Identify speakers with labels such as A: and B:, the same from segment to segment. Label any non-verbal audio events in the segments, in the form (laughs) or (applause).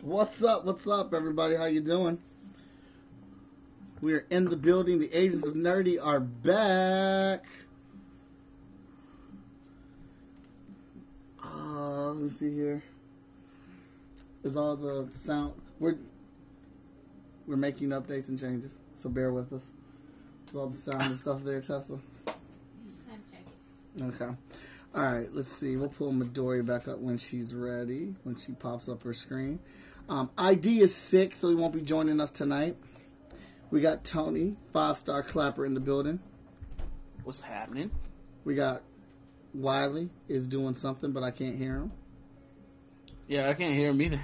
A: What's up? What's up, everybody? How you doing? We are in the building. The agents of nerdy are back. Uh, let me see here. Is all the sound? We're we're making updates and changes, so bear with us. Is all the sound and stuff there, Tesla?
B: I'm joking.
A: Okay. All right, let's see. We'll pull Midori back up when she's ready, when she pops up her screen. Um, ID is sick, so he won't be joining us tonight. We got Tony, five star clapper in the building.
C: What's happening?
A: We got Wiley is doing something, but I can't hear him.
C: Yeah, I can't hear him either.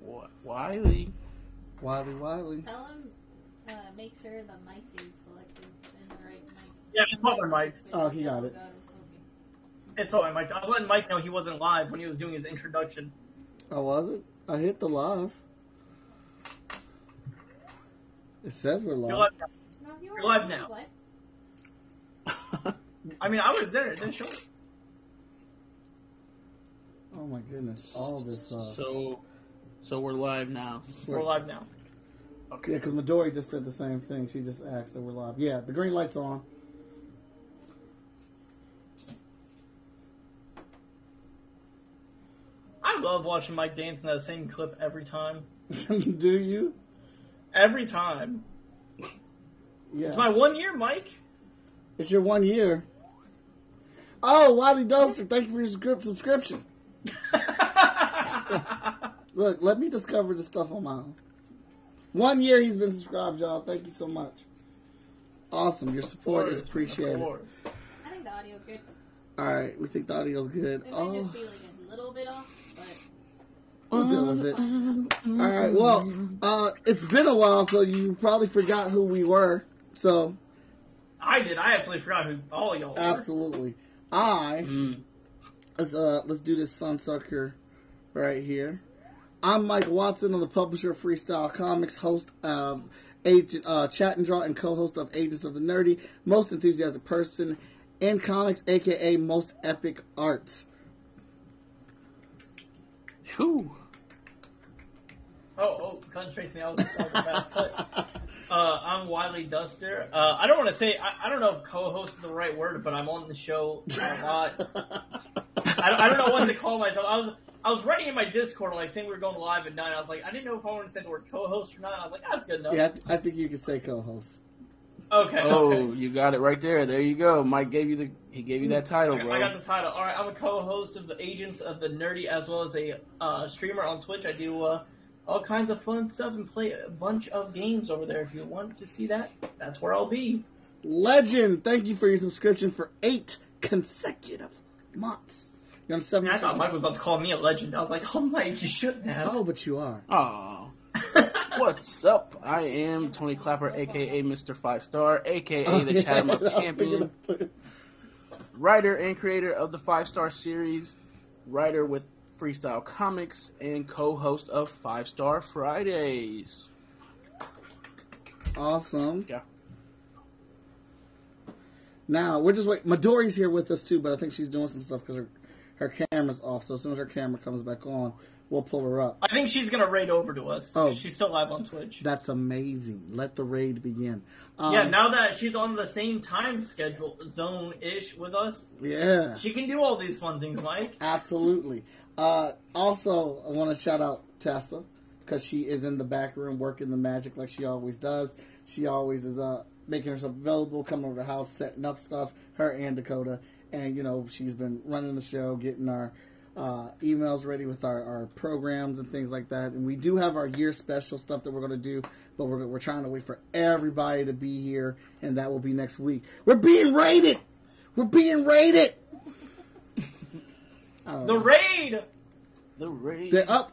C: What? Wiley? (laughs)
A: Wiley, Wiley.
B: Tell him, uh, make sure the mic is selected and the right mic.
D: Yeah, just pop my mics.
A: Oh, he got it.
D: It's all right, Mike. I was letting Mike know he wasn't live when he was doing his introduction.
A: Oh, was it? I hit the live. It says we're
D: You're
A: live.
D: like,
B: No, you
D: You're
B: were
D: live now.
B: What?
D: I mean, I was there. It didn't show.
A: Oh my goodness, all this. Uh...
C: so, so we're live now.
D: We're live now.
A: Yeah, because Midori just said the same thing. She just asked that we're live. Yeah, the green light's on.
D: I love watching Mike dance in that same clip every time.
A: Do you?
D: Every time.
A: Yeah.
D: It's my one year, Mike.
A: It's your one year. Oh, Wiley Duster, thank you for your script subscription. Look, let me discover the stuff on my own. One year he's been subscribed, y'all. Thank you so much. Awesome. Your support is appreciated.
D: Of
A: All
D: course.
B: I think the audio's good. It
A: right, we think the audio's good.
B: might
A: Oh,
B: just be like a little bit off, but
A: we'll deal with it. All right, well, uh, it's been a while, so you probably forgot who we were. So,
D: I did. I absolutely forgot who all y'all. were.
A: absolutely. I
C: Mm.
A: Let's uh let's do this sunsucker right here. I'm Mike Watson, I'm the publisher of Freestyle Comics, host of Agent uh, Chat and Draw, and co-host of Agents of the Nerdy, most enthusiastic person in comics, aka most epic arts.
C: Whew.
D: Oh, oh, concentrating. That was, that was a fast clip. Uh, I'm Wiley Duster. Uh, I don't want to say, I, I don't know if co-host is the right word, but I'm on the show a lot. I, don't- I don't know what to call myself. I was I was writing in my Discord, like saying we were going live at nine. I was like, I didn't know if I wanted to say the word co-host or not. I was like, that's good
A: (laughs)
D: enough.
A: yeah, I, th- I think you could say co-host.
D: Okay.
C: Oh,
D: okay.
C: you got it right there. There you go. Mike gave you the he gave you that title,
D: I I got
C: bro.
D: the title. All right, I'm a co-host of the Agents of the Nerdy, as well as a uh, streamer on Twitch. I do uh, all kinds of fun stuff and play a bunch of games over there. If you want to see that, that's where I'll be.
A: Legend, thank you for your subscription for eight consecutive months. You're on seven.
D: I, mean, I thought Mike was about to call me a legend. I was like, oh Mike, you shouldn't have.
A: Oh, but you are.
C: Oh,
D: (laughs)
C: what's up? I am Tony Clapper, aka Mr. Five Star, aka the Chatham
A: Oh, (laughs) I
C: Up
A: was thinking
C: Champion.
A: that too.
C: writer and creator of the Five Star series, writer with Freestyle Comics, and co-host of Five Star Fridays.
A: Awesome.
C: Yeah.
A: Now we're just wait. Midori's here with us too, but I think she's doing some stuff because her her camera's off. So as soon as her camera comes back on, we'll pull her up.
D: I think she's gonna raid over to us.
A: Oh.
D: She's still live on Twitch.
A: That's amazing. Let the raid begin. Um,
D: yeah, now that she's on the same time schedule zone ish with us,
A: yeah,
D: she can do all these fun things, Mike.
A: absolutely. Uh, also, I want to shout out Tessa because she is in the back room working the magic like she always does. She always is uh making herself available, coming over the house, setting up stuff. Her and Dakota, and you know she's been running the show, getting our uh, emails ready with our, our programs and things like that. And we do have our year special stuff that we're going to do, but we're, we're trying to wait for everybody to be here, and that will be next week. We're being rated! We're being rated! I don't
D: The
A: know.
D: raid!
C: The raid.
A: They're up,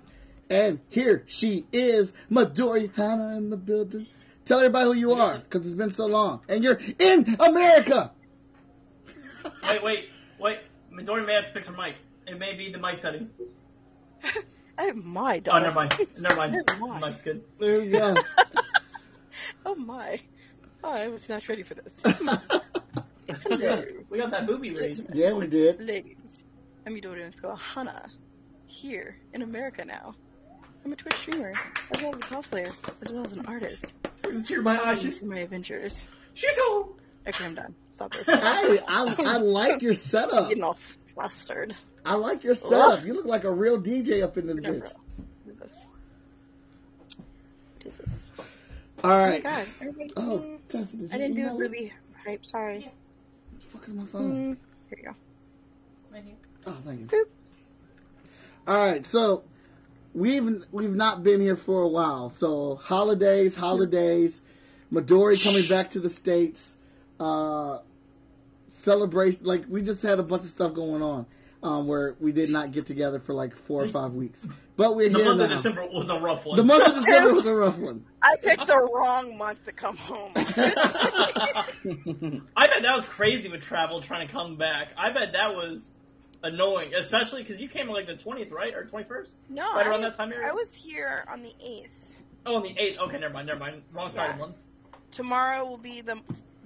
A: and here she is, Midori Hana in the building. Tell everybody who you are, because it's been so long, and you're in America!
D: Wait, wait, wait. Midori may have to fix her mic. It may be the mic setting.
E: (laughs) Oh my
D: Oh,
E: darling.
A: (laughs)
D: never mind.
E: (laughs)
D: Never mind.
E: Never mind.
D: The mic's good.
A: There we (laughs)
E: (laughs)
A: go. (laughs)
E: Oh my. Oh, I was not ready for this. Hello,
D: (laughs) We got that booby raid.
A: Yeah, we did.
E: ladies. I'm Midori Mitsuko Hana, here in America now. I'm a Twitch streamer, as well as a cosplayer, as well as an artist.
D: There's a tear in my eye.
E: Thank you
D: She's,
E: for my adventures.
D: she's home.
E: Okay, I'm done. Stop this.
A: Hey,
E: (laughs)
A: I, I like your
E: I'm
A: setup.
E: getting all flustered.
A: I like your setup. You look like a real DJ up in this
E: No, bro.
A: bitch.
E: What is this? What is this?
A: All
E: Oh my
A: right.
E: god. everybody-
A: Oh, Tessa, did you
E: I didn't do
A: email
E: a
A: it?
E: Ruby hype, sorry.
A: What the fuck is my phone?
E: Mm, here you go.
B: Right here.
A: Oh, thank you.
E: Boop.
A: All right, so we've we've not been here for a while. So holidays, holidays, Midori coming back to the states, uh, celebration. Like we just had a bunch of stuff going on, um, where we did not get together for like four or five weeks. But we're
D: The
A: here
D: month of
A: now.
D: December was a rough one.
A: The month
D: (laughs)
A: of December
E: (laughs)
A: was a rough one.
E: I picked the wrong month to
D: (laughs)
E: come home. (laughs)
D: I bet that was crazy with travel trying to come back. I bet that was annoying, especially because you came like the 20th, right? Or 21st?
E: no,
D: Right
E: I,
D: around that time, Ariel?
E: I was here on the 8th.
D: Oh, on the 8th. Okay, never mind, never mind. Wrong side of
E: Yeah.
D: month.
E: Tomorrow will be the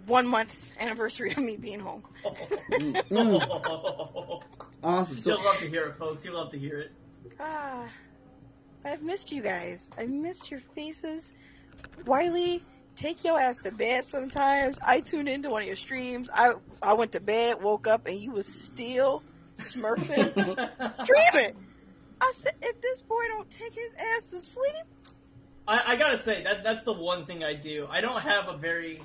E: one month anniversary of me being home.
D: Mm. (laughs)
A: Awesome. So
D: You'll love to hear it, folks. You'll love to hear it.
E: Ah, I've missed you guys. I've missed your faces. Wiley, take your ass to bed sometimes. I tuned into one of your streams. I I went to bed, woke up, and you was still
D: (laughs)
E: smurfing, streaming. I said, if this boy don't take his ass to sleep,
D: I, I gotta say that that's the one thing I do. I don't have a very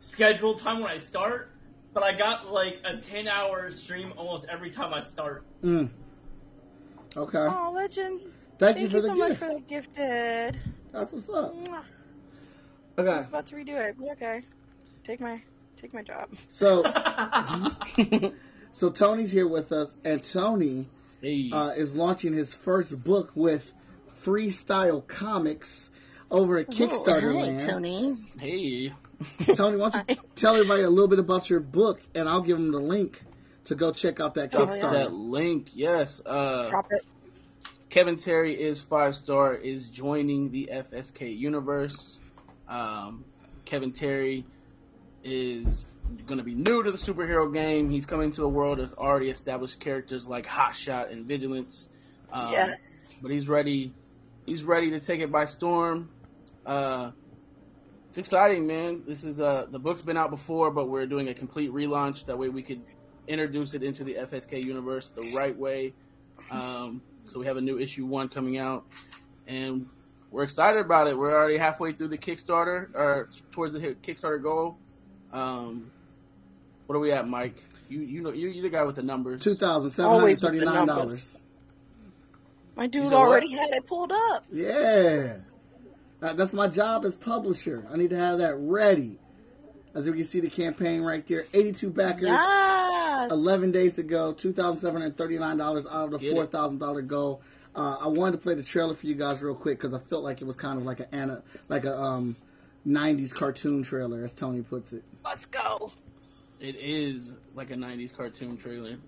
D: scheduled time when I start, but I got like a ten hour stream almost every time I (laughs) start.
A: mm.
D: Uh.
A: okay.
E: oh legend,
A: Thank,
E: thank,
A: you
E: you,
A: for the
E: so
A: gift.
E: much for the gifted.
A: That's what's up.
E: Mwah. I was
A: Okay.
E: about to redo it. but Okay, take my take my job.
A: So
C: hey. (laughs)
A: so Tony's here with us, and Tony. uh, is launching his first book with Freestyle Comics over at Kickstarter land. Tony.
E: Tony. (laughs)
C: hey.
A: why don't you tell everybody a little bit about your book, and I'll give them the link to go check out that
E: Oh,
C: It's
E: yeah.
A: Kickstarter.
C: that link, yes. Uh,
E: Drop it.
C: Kevin Terry is five star, is joining the FSK universe. Um, Kevin Terry is going to be new to the superhero game. He's coming to a world of already established characters like Hotshot and Vigilance. Um,
E: yes.
C: But he's ready. He's ready to take it by storm. Uh, it's exciting, man. This is uh, the book's been out before, but we're doing a complete relaunch. That way, we could introduce it into the FSK universe the right way. Um, so we have a new issue one coming out, and we're excited about it. We're already halfway through the Kickstarter or towards the Kickstarter goal. Um, what are we at, Mike? You you know you're, you're the guy with the numbers.
A: Two thousand seven hundred
E: Always with the
A: thirty-nine dollars.
E: numbers. My
C: He's
E: dude
C: a what?
E: already had it pulled up.
A: Yeah, Uh, that's my job as publisher. I need to have that ready. As you can see, the campaign right there. Eighty-two backers.
E: Yes.
A: 11 days to go, $2,739 out of the
C: Get it.
A: $4,000 goal. Uh, I wanted to play the trailer for you guys real quick because I felt like it was kind of like a Anna, like a um, 90s cartoon trailer, as Tony puts it.
E: Let's go.
C: It is like a '90s cartoon trailer.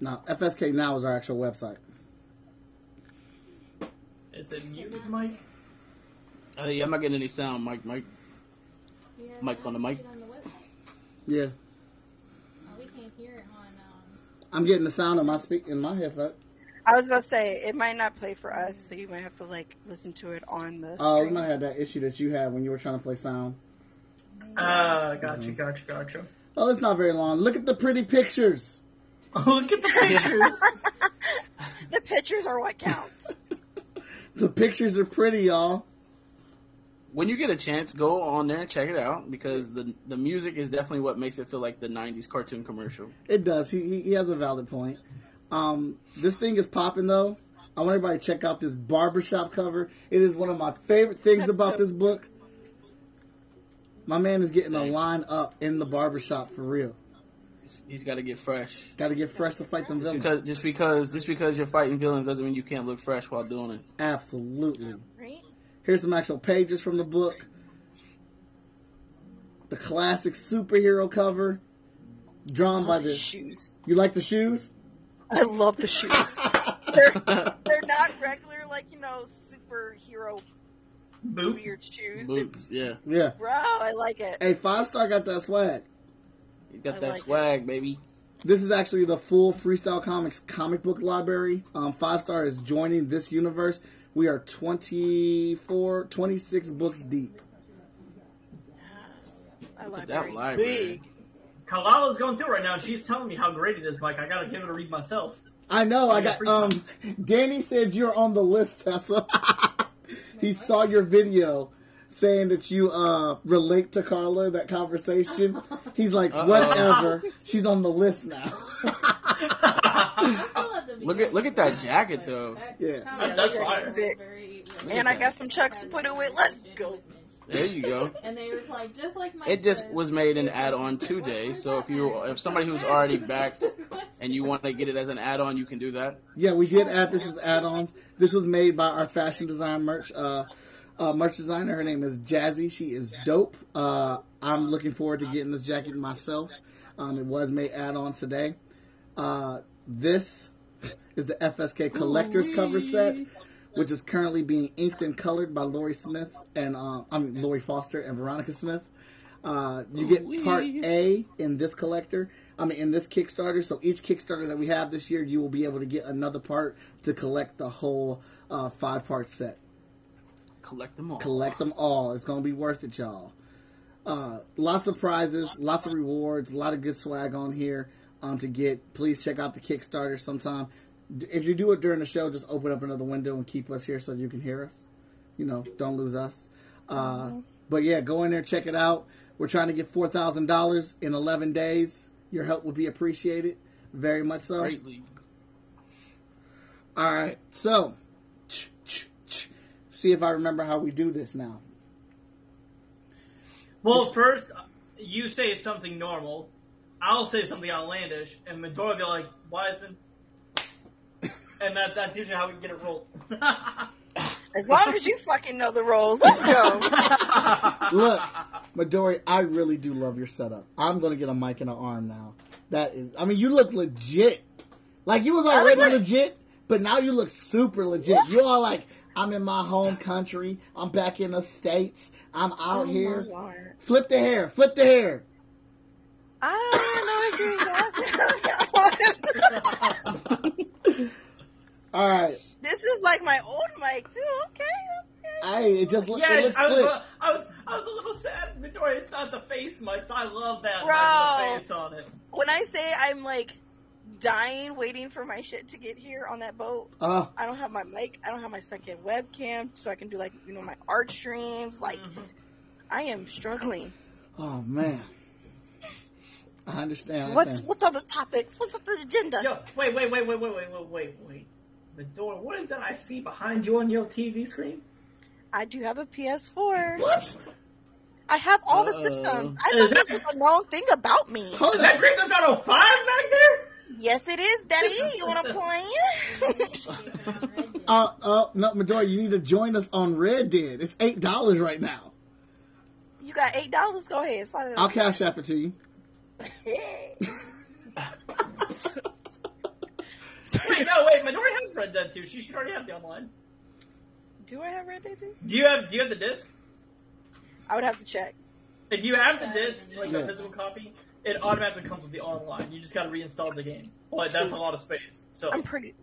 A: Now, FSK Now is our actual website.
D: Is it muted, Mike?
C: Uh, yeah, I'm not getting any sound, Mike. Mike,
B: Yeah,
C: Mic
B: I
C: on the
B: see
C: mic.
B: it on the website.
A: Yeah,
B: Oh, we can't hear it on. Um, (laughs)
A: I'm getting the sound in my speak in my headphone.
E: I was about to say it might not play for us, so you might have to like listen to it on the.
A: Oh, we
E: stream. (laughs)
A: might have that issue that you had when you were trying to play sound.
D: Ah, gotcha, gotcha, gotcha. (laughs)
A: Oh, it's not very long. Look at the pretty pictures. (laughs)
D: Look at the pictures.
E: the pictures are what counts.
A: The pictures are pretty, y'all.
C: when you get a chance, go on there and check it out because the the music is definitely what makes it feel like the '90s cartoon commercial.
A: It does. He, he, he has a valid point. Um, this thing is popping though. I want everybody to check out this barbershop cover. It is one of my favorite things
E: That's
A: about
E: so-
A: this book. My man is getting a
C: Same.
A: line up in the barbershop for real.
C: He's- He's got to get fresh
A: Got to get fresh to fight them villains.
C: because just because just because you're fighting villains doesn't mean you can't look fresh while doing it.
A: (laughs) Absolutely.
E: right?
A: Here's some actual pages from the book. The classic superhero cover, drawn by
E: love Oh, the
A: the.
E: shoes.
A: You like the
E: (laughs)
A: shoes?
E: I love
A: (laughs)
E: the shoes.
C: (laughs)
E: they're, they're not regular, like you know, superhero
D: (laughs) Boop.
E: weird shoes. They're-
C: Boots, yeah.
A: yeah.
E: Bro, I like it.
A: Hey, five star got that swag.
C: He's got
E: I
C: that
E: like it.
C: swag, baby.
A: This is actually the full Freestyle Comics comic book library. Um, Five Star is joining this universe. We are 24, 26 books deep.
E: I
C: Look
E: like
C: at that
E: it.
C: library.
D: Kalala's going through right now, and she's telling me how great it is. Like, I gotta give it a read (laughs) myself.
A: I know. I got. Um, (laughs) Danny said you're on the list, Tessa. (laughs) he saw your video saying that you uh relate to Carla that
B: (laughs)
A: conversation. He's like,
C: Uh-oh.
A: whatever. She's on the list now. (laughs)
C: Look at- look at that jacket, though.
A: Yeah.
D: That's
E: fire. And I got some chucks to put it with. Let's go.
C: There you
E: (laughs)
C: go.
B: And they replied just like my.
C: It just
B: quiz.
C: was made an add-on today, so if you if somebody who's already backed and you want to (laughs) get it as an add-on, you can do that.
A: Yeah, we did add this as add-ons. This was made by our fashion design merch uh, uh, merch designer. Her name is Jazzy. She is dope. Uh, I'm looking forward to getting this jacket myself. Um, it was made add-ons today. Uh, this is the FSK collector's cover set, which is currently being inked and colored by Lori Smith and uh, I mean Lori Foster and Veronica Smith. Uh, you get part A in this collector. I mean, in this Kickstarter. So each Kickstarter that we have this year, you will be able to get another part to collect the whole uh, five part set.
C: Collect them all.
A: Collect them all. It's gonna be worth it, y'all. Uh, lots of prizes, lots of rewards, a lot of good swag on here um, to get. Please check out the Kickstarter sometime. D- If you do it during the show, just open up another window and keep us here so you can hear us. You know, don't lose us. Uh, But yeah, go in there, check it out. We're trying to get four thousand dollars in eleven days. Your help would be appreciated, very much so.
C: Greatly.
A: All right, so see if I remember how we do this now.
D: Well, first, you say something normal. I'll say something outlandish, and Midori will be like, Wiseman. And that, that's usually how we get it rolled.
E: As long as you fucking know the roles, let's
A: (laughs)
E: go.
A: (laughs) Look, Midori, I really do love your setup. I'm gonna get a mic and an arm now. That is, I mean, you look legit. Like you was already
E: look-
A: legit, but now you look super legit. You are like, I'm in my home country. I'm back in the states. I'm out
E: Oh my
A: here.
E: Lord.
A: Flip the hair. Flip the hair.
E: (laughs) I don't even know what you're talking about. (laughs)
A: (laughs) All right.
E: This is like my old mic too. Okay. okay.
A: I it just look,
D: yeah,
A: it looks
D: I, was,
A: slick.
D: uh, I was I was a little sad, Midori. It's not the face much. I love that.
E: Bro.
D: The face on it.
E: When I say I'm like dying, waiting for my shit to get here on that boat,
A: Uh,
E: I don't have my mic. I don't have my second webcam, so I can do like you know my art streams. Like
A: Mm.
D: Mhm.
E: I am struggling.
A: oh man. I understand. I
E: what's
A: understand.
E: what's on the topics? What's on the agenda?
D: Yo, wait, wait, wait, wait, wait, wait, wait, wait, wait. Midori, what is that I see behind you on your TV screen?
E: I do have a PS4.
A: What?
E: I have all the
C: Uh-oh.
E: systems. I
D: Is
E: thought this was a known thing about me.
A: Hold
D: Is
A: up.
D: that Grand Theft Auto 5 back there?
E: Yes, it is, Daddy. You want to play? (laughs)
B: Oh.
A: Uh, uh, no, Midori, you need to join us on Red Dead. It's eight dollars right now.
E: you got eight dollars. Go ahead. Slide it
A: I'll
E: up.
A: cash app it to
E: (laughs)
A: you.
D: Wait, no, wait. Midori has Red Dead 2. She should already have the online.
E: do I have Red Dead? two?
D: Do you have Do you have the disc?
E: I would have to check.
D: If you have
A: Uh,
D: the disc, like
A: Yeah.
D: the physical copy, it automatically comes with the online. You just gotta reinstall the game. But that's a lot of space. So hmm,
E: I'm pretty.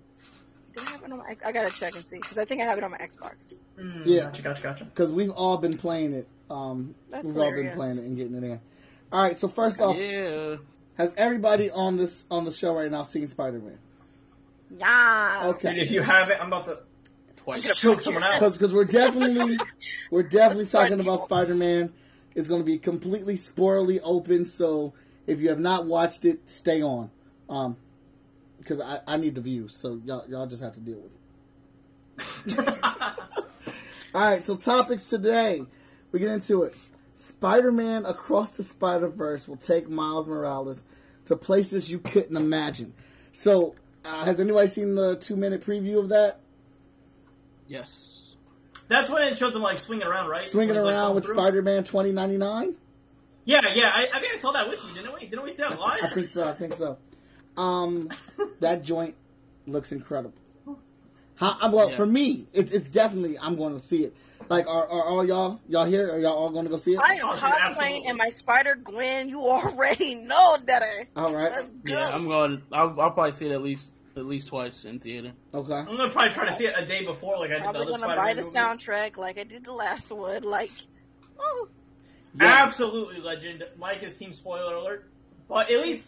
E: Do I have it on my? I- I gotta check and see because I think I have it on my Xbox.
D: mm,
A: Yeah.
D: gotcha, gotcha, gotcha.
A: Because we've all been playing it. Um,
E: That's
A: we've
E: hilarious.
A: all been playing it and getting it in. All right. So first off,
C: Yeah.
A: has everybody on this on the show right now seen Spider Man?
E: Yeah.
D: Dude,
A: Okay.
D: if you have it, I'm about to
A: (laughs)
C: Twice.
D: choke someone out.
A: Because we're
E: (laughs)
A: definitely we're definitely
E: That's fine,
A: talking about
E: people.
A: Spider Man. It's going to be completely spoilerly open. So if you have not watched it, stay on. Um, because I, I need the views. So y'all y'all just have to deal with it. All right, so topics today. We get into it. Spider-Man Across the Spider-Verse will take Miles Morales to places you couldn't imagine. So, uh, has anybody seen the two-minute preview of that?
C: Yes.
D: (laughs) That's when it shows him like swinging around, right?
A: Swinging
D: When he's, like,
A: around
D: going
A: with
D: through.
A: Spider Man 2099?
D: Yeah, yeah. I, I think I saw that with you, didn't we? Didn't we see that live?
A: I think
D: (laughs)
A: so. I think so. Um, that joint looks incredible. How, uh, well,
C: Yeah.
A: for me, it's it's definitely I'm going to see it. Like, are, are all y'all y'all here? Are y'all all going to go see it?
E: I am
D: Oh, dude,
E: cosplaying
D: absolutely.
E: in my Spider Gwen. You already (laughs) know that. I,
A: all right.
E: let's go.
C: Yeah, I'm going. I'll, I'll probably see it at least at least twice in theater.
A: Okay.
D: I'm gonna probably try to see it a day before, like I did the
E: Probably
D: other
E: gonna
D: Spider-Man
E: buy the
D: movie.
E: soundtrack like I did the last one. Like, oh,
A: Yeah.
D: Absolutely legend. Mike is team spoiler alert, but at least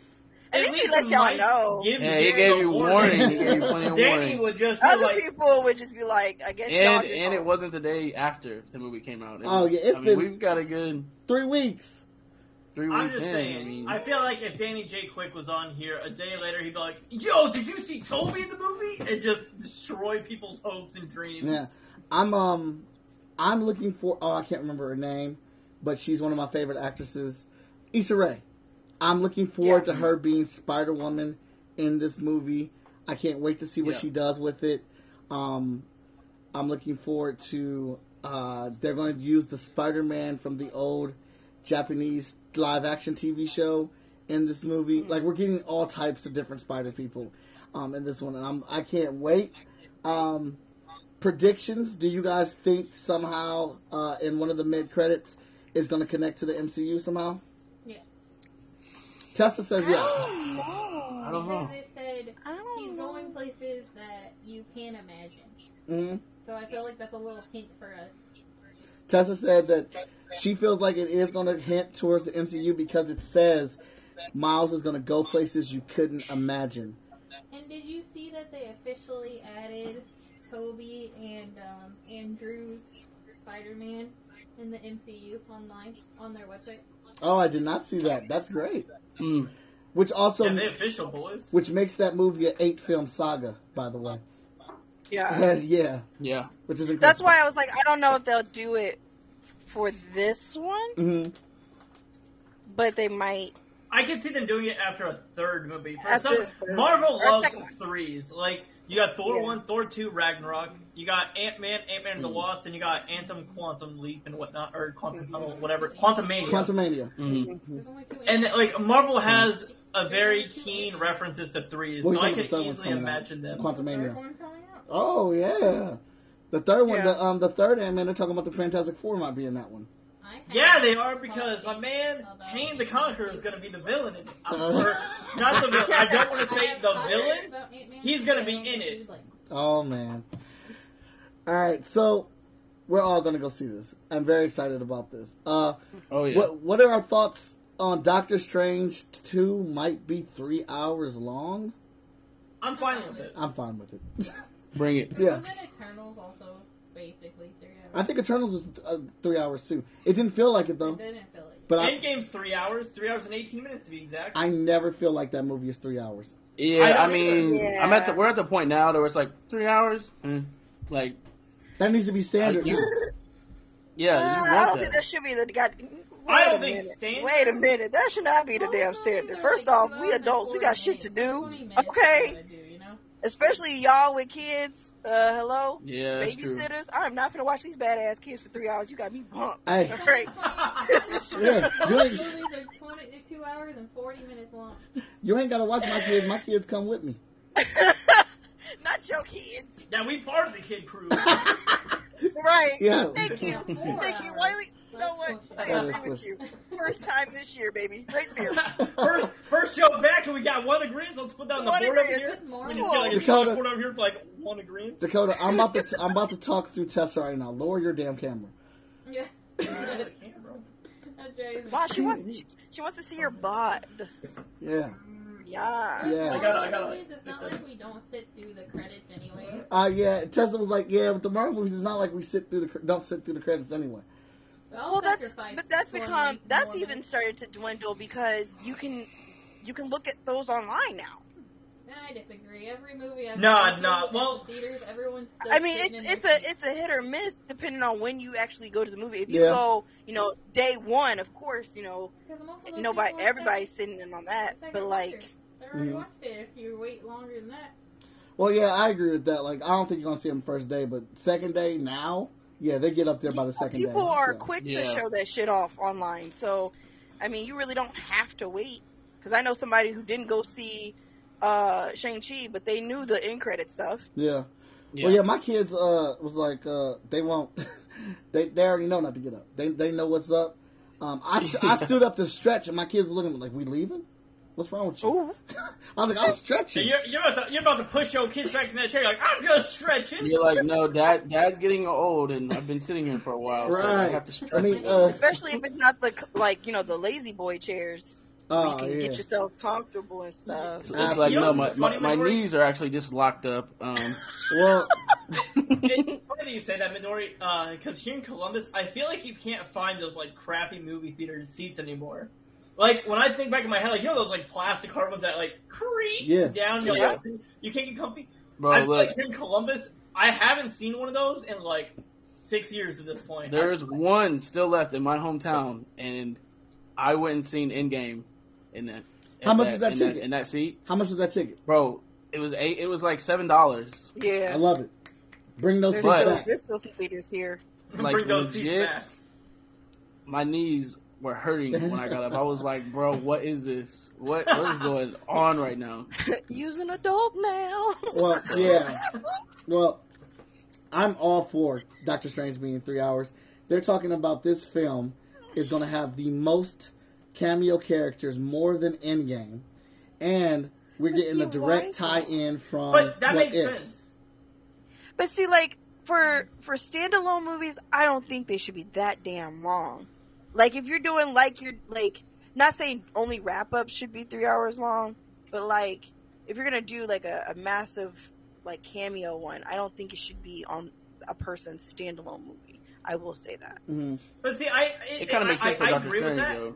E: At least he lets
D: lets
E: y'all know.
C: Yeah, he gave you warning. He gave you plenty of
D: (laughs) Danny
C: warning.
D: would just be
E: other
D: like,
E: people would just be like, I guess y'all
C: And
E: just
C: and it wasn't the day after the movie came out. It
A: Oh,
C: was-
A: yeah, it's
C: I
A: been-
C: mean, we've got a good
A: Three weeks.
C: three
D: I'm
C: weeks
D: just
C: in.
D: saying.
C: I
D: I,
C: mean,
D: feel like if Danny J. Quick was on here a day later, he'd be like, "Yo, did you see Toby in the movie?" and just destroy people's hopes and dreams.
A: Yeah. I'm um I'm looking for oh I can't remember her name, but she's one of my favorite actresses, Issa Rae. I'm looking forward
E: Yeah.
A: to her being Spider Woman in this movie. I can't wait to see what
C: Yeah.
A: she does with it. Um, I'm looking forward to uh, they're going to use the Spider Man from the old Japanese live action TV show in this movie. Like we're getting all types of different Spider people um, in this one, and I'm I can't wait. Um, predictions? Do you guys think somehow uh, in one of the mid credits is going to connect to the MCU somehow?
B: Yeah.
A: Tessa says
E: (gasps)
A: yes.
E: don't know.
C: I
E: (gasps)
C: don't know.
D: (laughs)
B: Because it said
E: I don't
B: he's
E: know.
B: going places that you can imagine.
A: hmm
B: So I feel like that's a little hint for us.
A: Tessa said that she feels like it is going to hint towards the MCU because it says Miles is going to go places you couldn't imagine.
B: And did you see that they officially added Toby and um, Andrew's Spider-Man in the MCU online on their website?
A: Oh, I did not see that. That's great.
C: mm,
A: Which also,
D: yeah, they official boys.
A: which makes that movie an eight film saga, by the way. Uh,
E: Yeah.
A: yeah,
C: yeah.
A: which is incredible.
E: That's why I was like, I don't know if they'll do it for this one,
A: hmm
E: but they might.
D: I could see them doing it after a third movie. For
E: After
D: some,
E: a third.
D: Marvel
E: Or a
D: loves
E: second one.
D: threes. Like you got Thor
E: Yeah.
D: one, Thor two, Ragnarok. You got Ant Man, Ant Man and the
A: Mhm.
D: Lost, and you got Anthem, Quantum Leap, and whatnot, or Quantum
E: Mhm.
D: Tunnel, whatever, Quantum Mania.
A: Quantumania.
C: Mm.
B: There's only two.
D: And
B: Andrews.
D: like Marvel
A: Hmm.
D: has a very keen references to threes,
A: Well,
D: so
A: you
D: I
A: know the
D: could
A: third one's
D: easily
A: coming out.
D: imagine them.
B: Is the third
A: Quantumania.
B: one coming out?
A: Oh yeah, the third one,
E: Yeah.
A: the um, the third Ant Man. They're talking about the Fantastic Four might be in that one.
B: I have-
D: Yeah, they are because my man Kane the Conqueror is going to be the villain. In it. I'm
A: Uh-huh.
D: sorry, not the villain. I don't
E: (laughs)
D: want to
B: I
D: say
B: have
D: the
B: thoughts
D: villain.
B: about Ant-Man,
D: He's gonna
B: but I
D: be
B: don't
D: in
B: know
D: it.
B: who, like-
A: Oh man. All right, so we're all gonna go see this. I'm very excited about this. Uh,
C: Oh yeah.
A: what what are our thoughts on Doctor Strange two? Might be three hours long.
D: I'm fine with it.
A: I'm fine with it. (laughs)
C: Bring it.
A: yeah,
B: Wasn't Eternals also basically three hours?
A: I think Eternals was uh, three hours too. It didn't feel like it
B: I
A: though,
B: didn't feel like
A: but I
D: Endgame's three hours, three hours and eighteen minutes to be exact.
A: I never feel like that movie is three hours.
C: Yeah.
D: I
C: I,
D: don't
C: mean,
E: either.
C: I'm at the
E: Yeah.
C: we're at the point now where it's like three hours. Mm. Like
A: That needs to be standard.
C: you-
E: Uh,
C: yeah, you
E: I
C: want
E: don't
C: that.
E: think that should be the god.
D: I don't
E: wait a
D: think
E: minute.
D: standard-
E: Wait a minute, that should not be the
B: Well,
E: damn
B: it's
E: standard.
B: only
E: First
B: like
E: off,
B: two
E: we
B: hours and
E: adults, we
B: 40
E: got shit to
B: minutes.
E: do,
B: 20 minutes
E: Okay.
B: you gotta do, you know?
E: especially y'all with kids. Uh, hello,
C: yeah, that's true.
E: babysitters. I'm not gonna watch these badass kids for three hours. You got me bumped.
A: (laughs)
B: (laughs)
A: Hey,
E: All (laughs) right.
A: yeah, you ain't,
B: Those movies are 20, they're two hours and 40 minutes long.
A: you ain't gotta watch my kids. My kids come with me.
B: (laughs)
E: Not your kids.
D: Yeah, we part of the kid crew.
E: (laughs) Right.
A: Yeah.
E: Thank you.
B: Yeah, four
E: Thank you,
B: hours.
E: Wiley. You know what? I
A: That is
E: agree with
A: push.
E: you.
B: (laughs)
E: First time this year, baby. Right there.
D: first, first show back, and we got one agreement. Let's put that on the
E: One
D: board over
E: agreement.
D: here.
B: Just
D: We
B: Marvel.
D: just get like a
A: Dakota.
D: board over here for like one agreement.
A: Dakota, I'm about to I'm about to talk through Tessa right now. Lower your damn
E: (laughs)
A: camera.
B: (laughs) Yeah.
D: Yeah,
B: That drives me
E: Wow, she wants she, she wants to see your bod.
A: Yeah.
E: Yeah.
A: Yeah.
D: I gotta- I gotta, like,
B: It's
D: fix
B: not
D: it.
B: like we don't sit through the credits anyway.
A: Uh, yeah. Tessa was like, yeah, with the Marvel movies, it's not like we sit through the cr- don't sit through the credits anyway.
B: So I'll
E: Well, that's
B: sacrifice
E: but that's
B: 20
E: become that's
B: more
E: even
B: minutes.
E: started to dwindle because you can you can look at those online now.
B: I disagree. Every movie I've
D: Nah,
B: seen
D: nah,
B: in the
D: well-
B: theaters, everyone's still
E: I mean,
B: sitting
E: it's
B: in their
E: it's a it's a hit or miss depending on when you actually go to the movie. If you
A: Yeah.
E: go, you know, day one, of course, you know,
B: Because most of those
E: nobody,
B: people are
E: everybody's sitting in on that.
B: second- second
E: But like,
B: picture. They already
D: Mm-hmm.
A: Mhm.
B: watched it. If you wait longer than that,
A: Well, yeah, I agree with that. Like, I don't think you're gonna see them first day, but second day now, Yeah, they get up there by the second day.
E: People are
A: yeah.
E: quick to
C: Yeah.
E: show that shit off online. So, I mean, you really don't have to wait. Because I know somebody who didn't go see uh, Shang-Chi, but they knew the end credit stuff.
A: Yeah.
C: Yeah.
A: Well, yeah, my kids uh was like uh they won't (laughs) they they already know not to get up. They they know what's up. Um, I st- I stood up to stretch and my kids were looking at me like we leaving. What's wrong with you?
E: Ooh.
A: I was like I'm
D: So
A: stretching.
D: you're, you're, about to, you're about to push your kids back in that chair. You're like, I'm just stretching.
C: You're like, no, dad. Dad's getting old, and I've been sitting here for a while, so I
A: Right.
C: have to stretch.
A: I mean,
C: it.
A: uh,
E: Especially if it's not the like you know the lazy boy chairs. where
A: Oh
E: you can
A: yeah.
E: get yourself comfortable and stuff.
C: it's,
A: Uh,
C: it's like
D: you know
C: no,
D: what's
C: my
D: funny,
C: my, my
D: Midori?
C: knees are actually just locked up.
D: (laughs)
C: Um,
A: well,
D: (laughs) It's funny that you say that, Minori, because here in Columbus, I feel like you can't find those like crappy movie theater seats anymore. Like when I think back in my head, like you know those like plastic hard ones that like creak
A: Yeah.
D: down. You're
E: Yeah.
D: like, you can't get comfy. I
C: bro,
D: feel
C: look,
D: like here in Columbus, I haven't seen one of those in like six years at this point.
C: there's one still left in my hometown, and I went and seen Endgame in that. in
A: How much is that
C: in
A: ticket?
C: In that seat,
A: how much was that ticket?
C: bro. It was eight. It was like seven dollars.
A: I
E: Yeah.
A: love it. Bring those
E: There's
A: seats
C: But-
E: still,
A: back.
E: there's still some theaters here. (laughs)
C: Like
D: Bring those seats
C: legit,
D: back.
C: my knees were hurting when I got up. I was
A: (laughs)
C: like, bro, what is this? What what is going on right now?
E: Use an adult now. (laughs)
A: Well, yeah. Well, I'm all for Doctor Strange being three hours. They're talking about this film is going to have the most cameo characters, more than Endgame, and we're
E: But
A: getting a
E: see,
A: direct
E: why?
A: tie-in from.
D: But that
A: What
D: makes
A: If.
D: sense.
E: But see, like for for standalone movies, I don't think they should be that damn long. Like if you're doing like you're like not saying only wrap ups should be three hours long, but like if you're gonna do like a, a massive like cameo one, I don't think it should be on a person's standalone movie. I will say that.
A: Mhm.
D: But see, I
C: It kind of makes
D: I,
C: sense for
D: I, I
C: Doctor
D: agree with
C: Strange,
D: that.
C: though.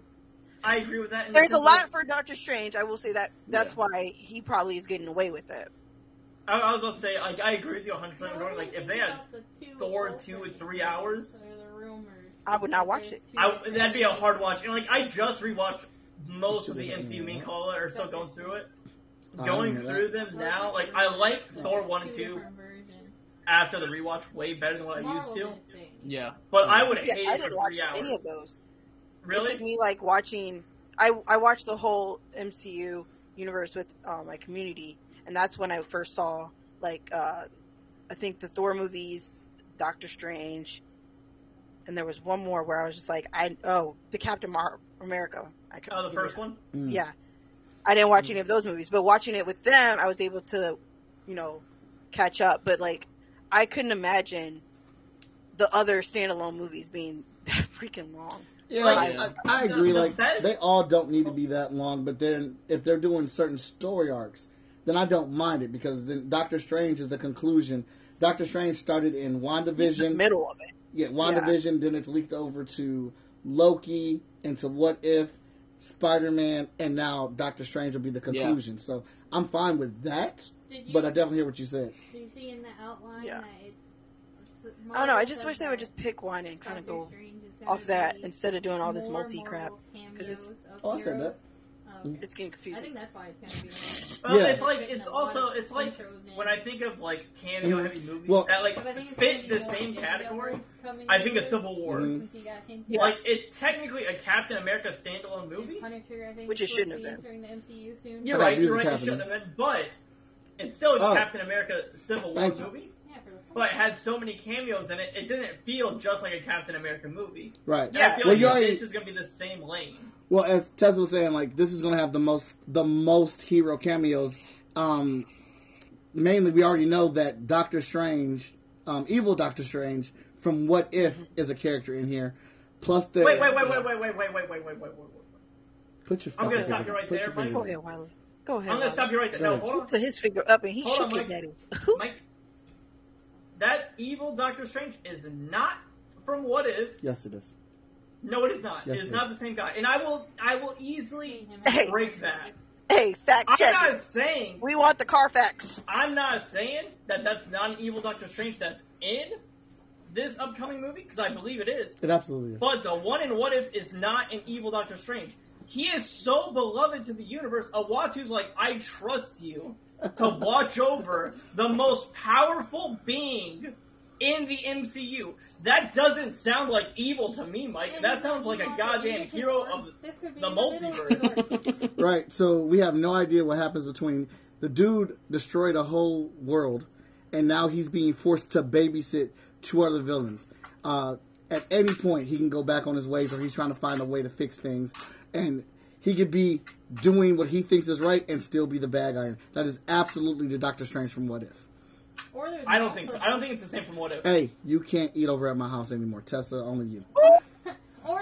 D: I agree with that. in the
E: There's a
D: sense
E: lot
D: of-
E: for Doctor Strange. I will say that. That's why he probably is getting away with it.
D: I, I was about to say, like, I agree with you 100. percent
B: Now, what
D: Like
B: do you
D: if
B: think
D: they had
B: about the two
D: Thor
B: Wolverine
D: two in
B: movies?
D: three hours?
B: They're the rumors.
E: I would not
B: Like,
E: watch
B: there's two
D: I,
B: different-
D: that'd be a hard watch. And like, I just rewatched most of the MCU main call or still going through it.
A: I
D: Going
A: don't know
D: through them now, like I like
B: Like,
D: Thor
B: there's
D: one and
B: two
D: two
B: different versions.
D: after the rewatch way better than what I used
B: Marvel
D: to.
B: did things.
A: (laughs)
C: Yeah,
D: But I would
E: Yeah,
D: hate
E: I
D: it for
E: didn't watch
D: three hours.
E: any of those. It took
D: Really?
E: me like watching. I I watched the whole MCU universe with uh, my community, and that's when I first saw like uh, I think the Thor movies, Doctor Strange, and there was one more where I was just like, I oh the Captain Mar- America. I couldn't
D: Oh, the
E: remember.
D: first one.
A: Mm.
E: Yeah, I didn't watch
C: Mm.
E: any of those movies, but watching it with them, I was able to, you know, catch up. But like, I couldn't imagine the other standalone movies being (laughs) that freaking long.
A: Yeah,
D: Like,
A: I, I, I agree.
D: the- the
A: like
D: best-
A: they all don't need to be that long, but then if they're doing certain story arcs, then I don't mind it because then Doctor Strange is the conclusion. Doctor Strange started in
E: He's in the
A: WandaVision.
E: middle of it.
A: Yeah, WandaVision. Then it's leaked over to Loki, and to What If, Spider Man, and now Doctor Strange will be the conclusion. So I'm fine with that,
B: Did you,
A: but I definitely hear what you said.
B: did you see in the outline
E: Yeah.
B: that it's.
E: I don't know. I just
B: says
E: wish they would
B: that
E: just pick one and kind of
B: Doctor
E: go
B: Strange is gonna
E: off that
B: be
E: instead of doing all this
B: more
E: multi crap.
B: Marvel
E: 'cause it's-
B: cameos of
A: Oh, I said
B: heroes.
A: that.
B: Oh, okay.
E: It's getting
B: I think
E: confusing.
B: that's why it's gonna
D: (laughs)
B: be. long.
D: Well,
A: Yeah.
D: it's like
B: Fitting
D: it's
B: a lot
D: also
B: of
D: it's like
B: intros in.
D: when I think of like cameo heavy movies
A: Well-
D: that like
B: But I think it's
D: fit
B: gonna be
D: the
B: more
D: same
B: Avengers
D: category,
B: coming
D: I
B: in
D: think of
B: here,
D: Civil War.
A: Mhm.
B: since he got hinted
E: Yeah.
D: Like it's technically a Captain America standalone movie.
B: And Punisher, I think,
E: Which it
B: is
E: shouldn't
B: supposed
E: have
B: to be entering the MCU soon.
D: You're
A: I got
D: right. You're
A: music
D: right. It shouldn't have
A: happening.
D: been, but it's still a
A: Oh.
D: Captain America Civil War
A: Thank you.
D: movie.
B: Yeah, for the first
D: But it had so many cameos in it, it didn't feel just like a Captain America movie.
A: Right.
D: And I feel
A: Well,
D: like
A: you already-
D: this is gonna be the same lane.
A: Well, as Tessa was saying, like this is gonna have the most the most hero cameos. Um, mainly, we already know that Doctor Strange, um, evil Doctor Strange from What If is a character in here. Plus, the
D: Wait, wait, wait, wait, wait, wait, wait, wait, wait, wait, wait, wait. wait.
A: Put your.
D: I'm gonna
A: fucking
D: stop
A: finger-
D: you right
A: put
D: there,
A: your finger
E: Go
D: Michael.
A: down.
E: ahead, Wiley. Go ahead.
D: Mm. I'm gonna
E: Wiley.
D: stop you right there.
A: Go
D: No,
A: ahead.
D: hold
E: He
D: on,
E: put his finger up and he
D: Hold on,
E: shook it
D: Mike.
E: at him.
D: Mike. That evil Doctor Strange is not from What If.
A: Yes, it is.
D: No, it is not.
A: Yes,
D: it is
A: it
D: not the same guy. And I will, I will easily
B: season.
E: Hey.
D: break that.
E: Hey, fact
D: I'm
E: check.
D: not saying,
E: We want the Carfax.
D: I'm not saying that that's not an evil Doctor Strange that's in this upcoming movie because I believe it is.
A: It absolutely is.
D: But the one in What If is not an evil Doctor Strange. He is so beloved to the universe. Awatu's like, I trust you to watch over the most powerful being in the MCU. That doesn't sound like evil to me, Mike.
B: And
D: that sounds like a
B: Marvel
D: goddamn
B: Universe
D: hero
B: War.
D: of the.
B: This could be
D: the
B: middle
D: multiverse.
B: story.
A: Right. So we have no idea what happens between the dude destroyed a whole world, and now he's being forced to babysit two other villains. Uh, at any point, he can go back on his ways, or he's trying to find a way to fix things, and he could be doing what he thinks is right and still be the bad guy. That is absolutely the Doctor Strange from What If.
B: (laughs) Or there's
D: I don't
B: not
D: think so.
B: such-
D: I don't think it's the same from what if.
A: Hey, you can't eat over at my house anymore, Tessa. Only you.
B: Or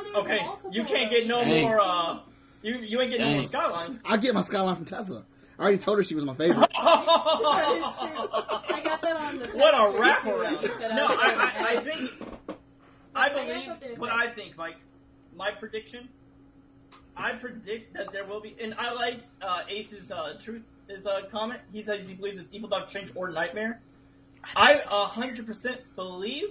B: there's
D: Okay,
B: multiple
D: you can't get no
B: of
C: Hey.
B: these.
D: more. uh... You you ain't getting no more
C: Hey.
D: skyline.
A: I get my skyline from Tessa. I already told her she was my favorite.
B: (laughs) That
D: (laughs)
B: is true. I got that on the.
D: What a
B: tattoo, too, that you said uh,
D: wraparound! (laughs) No,
B: was
D: I,
B: doing that.
D: I, I think I
B: But that's up
D: believe
B: there.
D: what I think, Mike. My prediction. I predict that there will be, and I like uh, Ace's uh, truth. His uh, comment. He says he believes it's evil Doctor Strange or Nightmare. I a hundred percent believe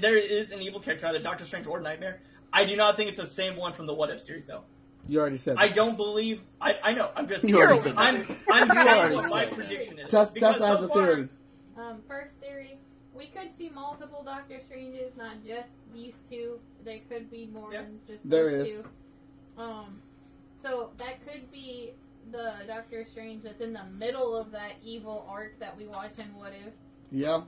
D: there is an evil character, either Doctor Strange or Nightmare. I do not think it's the same one from the What If series, though.
A: You already said
D: I
A: that.
D: don't believe. I, I know. I'm just.
C: You already said that.
D: I'm. I'm
E: You
D: doing
C: already
D: what my
C: said that.
D: prediction is.
A: Tessa,
D: Because
A: Tessa has
D: so
A: a
D: far-
A: theory.
B: Um, first theory, we could see multiple Doctor Stranges, not just these two. There could be more
D: Yeah.
B: than just
A: There
B: these
A: is.
B: two. Um, so that could be the Doctor Strange that's in the middle of that evil arc that we watch in What If.
A: Yeah,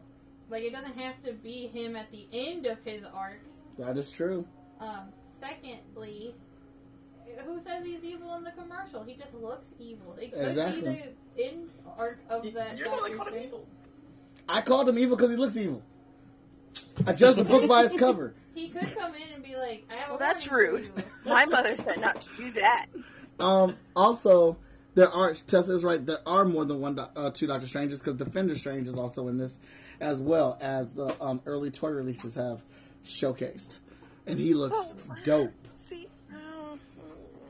B: Like it doesn't have to be him at the end of his arc.
A: that is true.
B: Um, secondly, who says he's evil in the commercial? He just looks evil. It could
A: Exactly.
B: be the end arc of that
D: You're
B: Doctor
D: really caught
B: Strange.
D: evil.
A: I called him evil because he looks evil. I judged the book by its cover.
B: He could come in and be like, I have
E: Well,
B: a
E: that's
B: warning
E: rude.
B: for you.
E: (laughs)
D: (laughs)
E: My mother said not to do that.
A: Um, also, there are Tessa is right. There are more than one, doc- uh, two Doctor Stranges because Defender Strange is also in this, as well as the um, early toy releases have showcased, and he looks
E: Oh.
A: dope.
E: See, oh, no.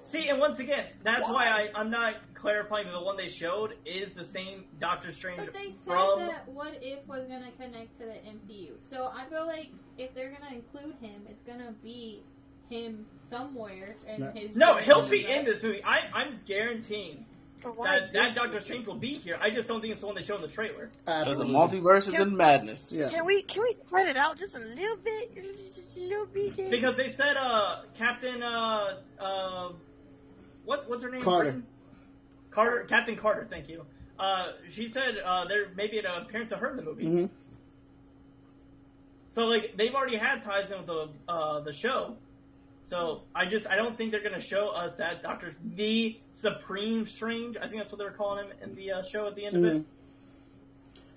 D: See, and once again, that's
E: What?
D: why I, I'm not clarifying that the one they showed is the same Doctor Strange
B: But they said
D: from.
B: that What If was going to connect to the MCU. So I feel like if they're going to include him, it's going to be him somewhere and
A: No.
B: his.
D: No, he'll
B: journey
D: be
B: back.
D: in this movie. I, I'm guaranteeing
E: But why
D: that
E: did
D: that Doctor Strange will be here. I just don't think it's the one they showed in the trailer.
C: Because the
A: Absolutely.
C: multiverse is in madness.
A: Yeah.
E: Can we can we spread it out just a little bit, just a little bit? here?
D: Because they said uh, Captain uh, uh, what's what's her name?
A: Carter.
D: Britain? Carter. Captain Carter. Thank you. Uh, she said uh, there may be an appearance of her in the movie.
A: Mhm.
D: So like they've already had ties in with the uh, the show. So I just I don't think they're gonna show us that Doctor the Supreme Strange. I think that's what they were calling him in the uh, show at the end of it.
A: Mhm.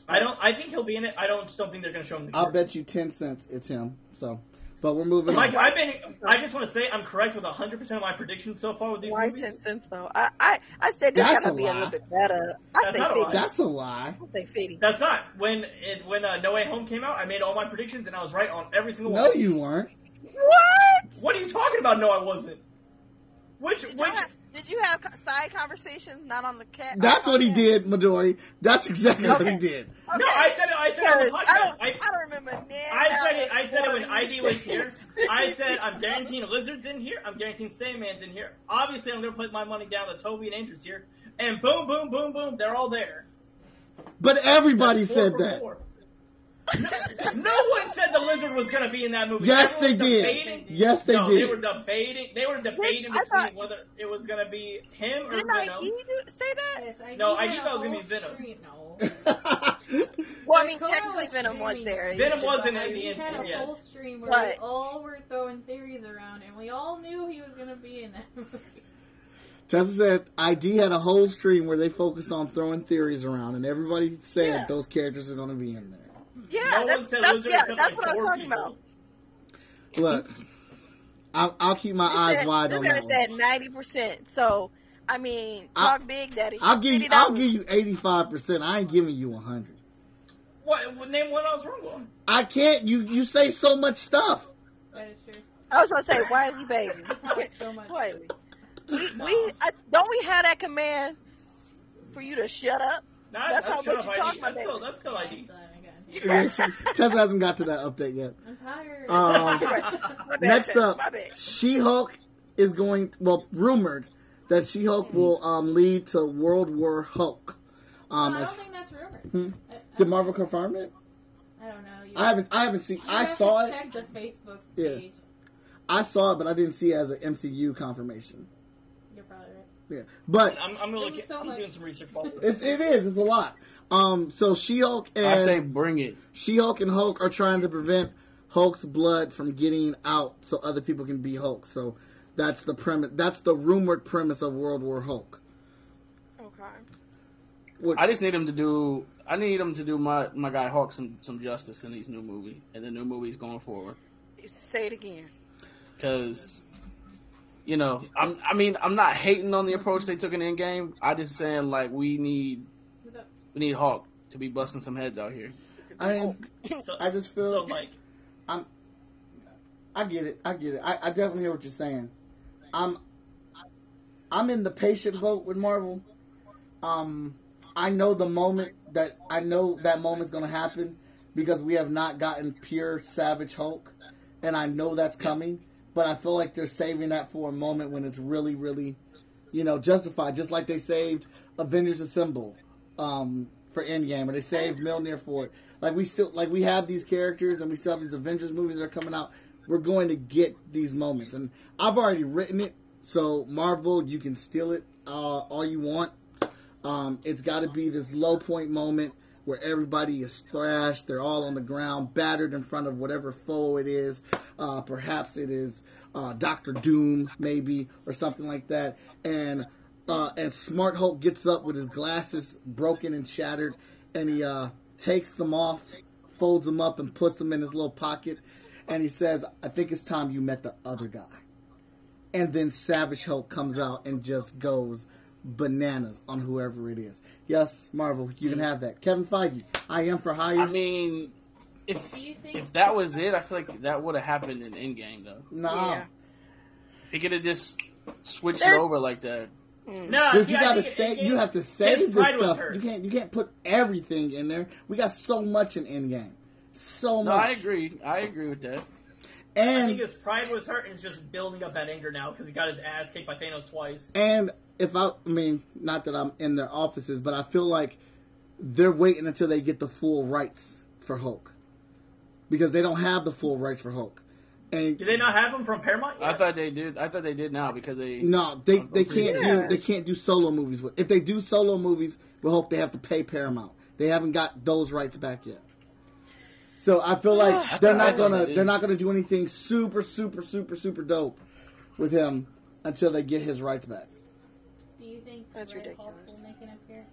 D: I don't. I think he'll be in it. I don't. Just don't think they're gonna show him. The
A: I'll
D: character.
A: bet you ten cents it's him. So, but we're moving.
D: Mike,
A: on.
D: I've been. I just want to say I'm correct with 100 percent of my predictions so far with these
E: Why
D: movies.
E: ten cents though? I I, I said this
A: That's
E: gotta
A: a
E: be
A: lie.
E: a little bit better. I
D: That's
E: say
D: not a
E: fifty.
D: lie.
A: That's a lie.
E: I say fifty.
D: That's not when it, when uh, No Way Home came out. I made all my predictions and I was right on every single
A: No,
D: one.
A: you weren't.
E: What?
D: What are you talking about? No, I wasn't. Which
E: Did
D: which
E: you, have, did you have co- side conversations not on the cat?
A: That's
E: on
A: what he
E: podcast?
A: did, Midori. That's exactly what he
E: Okay.
A: did.
E: Okay.
D: no? I said it. I said it on the
E: Because I
D: podcast.
E: don't.
D: I,
E: I, don't remember.
D: I said it. I said it when ID
E: (laughs)
D: was here. I said I'm guaranteeing lizards in here. I'm guaranteeing Sandman's in here. Obviously, I'm gonna put my money down that Toby and Andrew's here. And boom, boom, boom, boom, they're all there.
A: But everybody
D: Four
A: said
D: for
A: that.
D: four. No one said the lizard was gonna be in that movie.
A: Yes, they
D: Everyone was
A: did.
D: debating.
A: Yes, they
D: no,
A: did.
D: they were debating. They were debating
E: I
D: between
E: thought-
D: whether it was gonna be him or
E: Didn't
D: Venom.
E: ID do, say that?
B: Yes, I
D: No,
B: do
D: I
B: want
D: do
B: a
D: thought it was gonna
B: whole
D: be Venom.
B: stream- No.
E: Well, I
B: Like,
E: mean,
B: Cora
E: technically
B: was
E: Venom was
B: dreaming.
E: there.
D: Venom
E: He
D: was in
B: I
D: it.
B: think had a
D: Yes.
B: whole stream where
E: But-
B: we all were throwing theories around, and we all knew he was gonna be in that movie.
A: (laughs) Tessa said ID had a whole stream where they focused on throwing theories around, and everybody said
E: Yeah.
A: those characters are going to be in there.
E: Yeah,
D: no
E: that's,
D: one said
E: that's,
D: lizard
E: yeah,
D: except
E: that's
D: like
E: what I was
D: four
E: talking
D: people.
E: about.
A: Look, I'll, I'll keep my eyes
E: said,
A: wide
E: you
A: on
E: guys
A: that one.
E: said ninety percent. So, I mean,
A: I-
E: talk big, daddy.
A: I'll give you,
E: $50.
A: I'll give you eighty five percent. I ain't giving you hundred.
D: What what- name? What I was wrong with?
A: I can't. You you say so much stuff.
B: (laughs)
A: (laughs)
B: that is true.
E: I was about to say, Wiley, baby.
B: We
E: (laughs)
B: talked so much.
E: Wiley, we
D: No.
E: we I, don't we have that command for you to shut up?
D: Not,
E: That's how
D: shut
E: much
D: up,
E: you
D: ID.
E: talk, my
D: That's still
E: baby.
D: that's still
B: I'm
D: ID.
B: done, I got it.
A: (laughs) Yeah, she- Tessa hasn't got to that update yet.
B: I'm tired. (laughs)
A: Um,
E: (laughs) My bad,
A: Next
E: Chad,
A: up.
E: my bad.
A: She Hulk is going. Well, rumored that She Hulk will um, lead to World War Hulk. Um,
B: I
A: as
B: don't think that's rumored.
A: Hmm?
B: I- I-
A: Did Marvel confirm it?
B: I I don't know. You
A: I haven't I haven't seen
B: you
A: I
B: have
A: saw
B: to
A: it
B: Check the Facebook
A: Yeah.
B: page.
A: I saw it but I didn't see it as an MCU confirmation.
B: You're probably right.
A: Yeah. But
D: (laughs) I'm, I'm gonna
B: Give
D: look
B: me
D: at,
B: so
D: I'm
B: much.
D: doing some research. while we're-
A: it's it is, it's a lot. Um so She Hulk and
C: I say bring it.
A: She-Hulk and Hulk are trying to prevent Hulk's blood from getting out so other people can be Hulk. So that's the premise. That's the rumored premise of World War Hulk.
E: Okay.
A: What-
C: I just need him to do. I need him to do my my guy Hawk some some justice in these new movie and the new movies going forward.
E: Say it again.
C: Because you know, I'm I mean I'm not hating on the approach they took in Endgame. I just saying like we need
B: What's up?
C: we need Hawk to be busting some heads out here.
E: It's a
A: I
E: big
A: am-
D: (laughs)
E: oak.
D: So,
A: I just feel. (laughs)
D: so Mike,
A: I get it. I get it. I, I definitely hear what you're saying. I'm I'm in the patient boat with Marvel. Um, I know the moment that I know that moment's gonna happen because we have not gotten pure Savage Hulk, and I know that's coming. But I feel like they're saving that for a moment when it's really, really, you know, justified. Just like they saved Avengers Assemble um, for Endgame, or they saved Milner for it. Like we still, like we have these characters, and we still have these Avengers movies that are coming out we're going to get these moments. And I've already written it, so Marvel, you can steal it uh, all you want. Um, it's got to be this low point moment where everybody is thrashed, they're all on the ground, battered in front of whatever foe it is. Uh, perhaps it is uh, Doctor Doom, maybe, or something like that. And uh, and Smart Hulk gets up with his glasses broken and shattered, and he uh, takes them off, folds them up, and puts them in his little pocket and he says, "I think it's time you met the other guy." And then Savage Hulk comes out and just goes bananas on whoever it is. Yes, Marvel, you can have that. Kevin Feige, I am for hire.
C: I mean, if
B: Do you think?
C: if that was it, I feel like that would have happened in Endgame though.
A: nah,
E: Yeah.
C: If he could have just switched it
E: There's-
C: over like that.
E: (laughs) Mm.
D: no,
A: Dude,
D: see,
A: you
D: I
A: gotta
D: think it-
A: say
D: it-
A: you have to save this
D: pride was
A: stuff.
D: hurt.
A: You can't you can't put everything in there. We got so much in Endgame, so
C: No,
A: much.
C: I agree. I agree with that.
D: I think
A: And
D: his pride was hurt and is just building up that anger now because he got his ass kicked by Thanos twice.
A: And if I, I mean, not that I'm in their offices, but I feel like they're waiting until they get the full rights for Hulk because they don't have the full rights for Hulk. And
D: Do they not have him from Paramount?
C: I
D: yet?
C: thought they did. I thought they did now because they.
A: no, they they can't
E: Yeah.
A: do they can't do solo movies with. If they do solo movies with Hulk, they have to pay Paramount. They haven't got those rights back yet. So I feel
E: I
A: like they're
C: thought
A: not
C: that was
A: gonna
C: it.
A: they're not gonna do anything super super super super dope with him until they get his rights back.
B: do you think
E: That's
B: Red Hulk
E: ridiculous.
B: will make an appearance?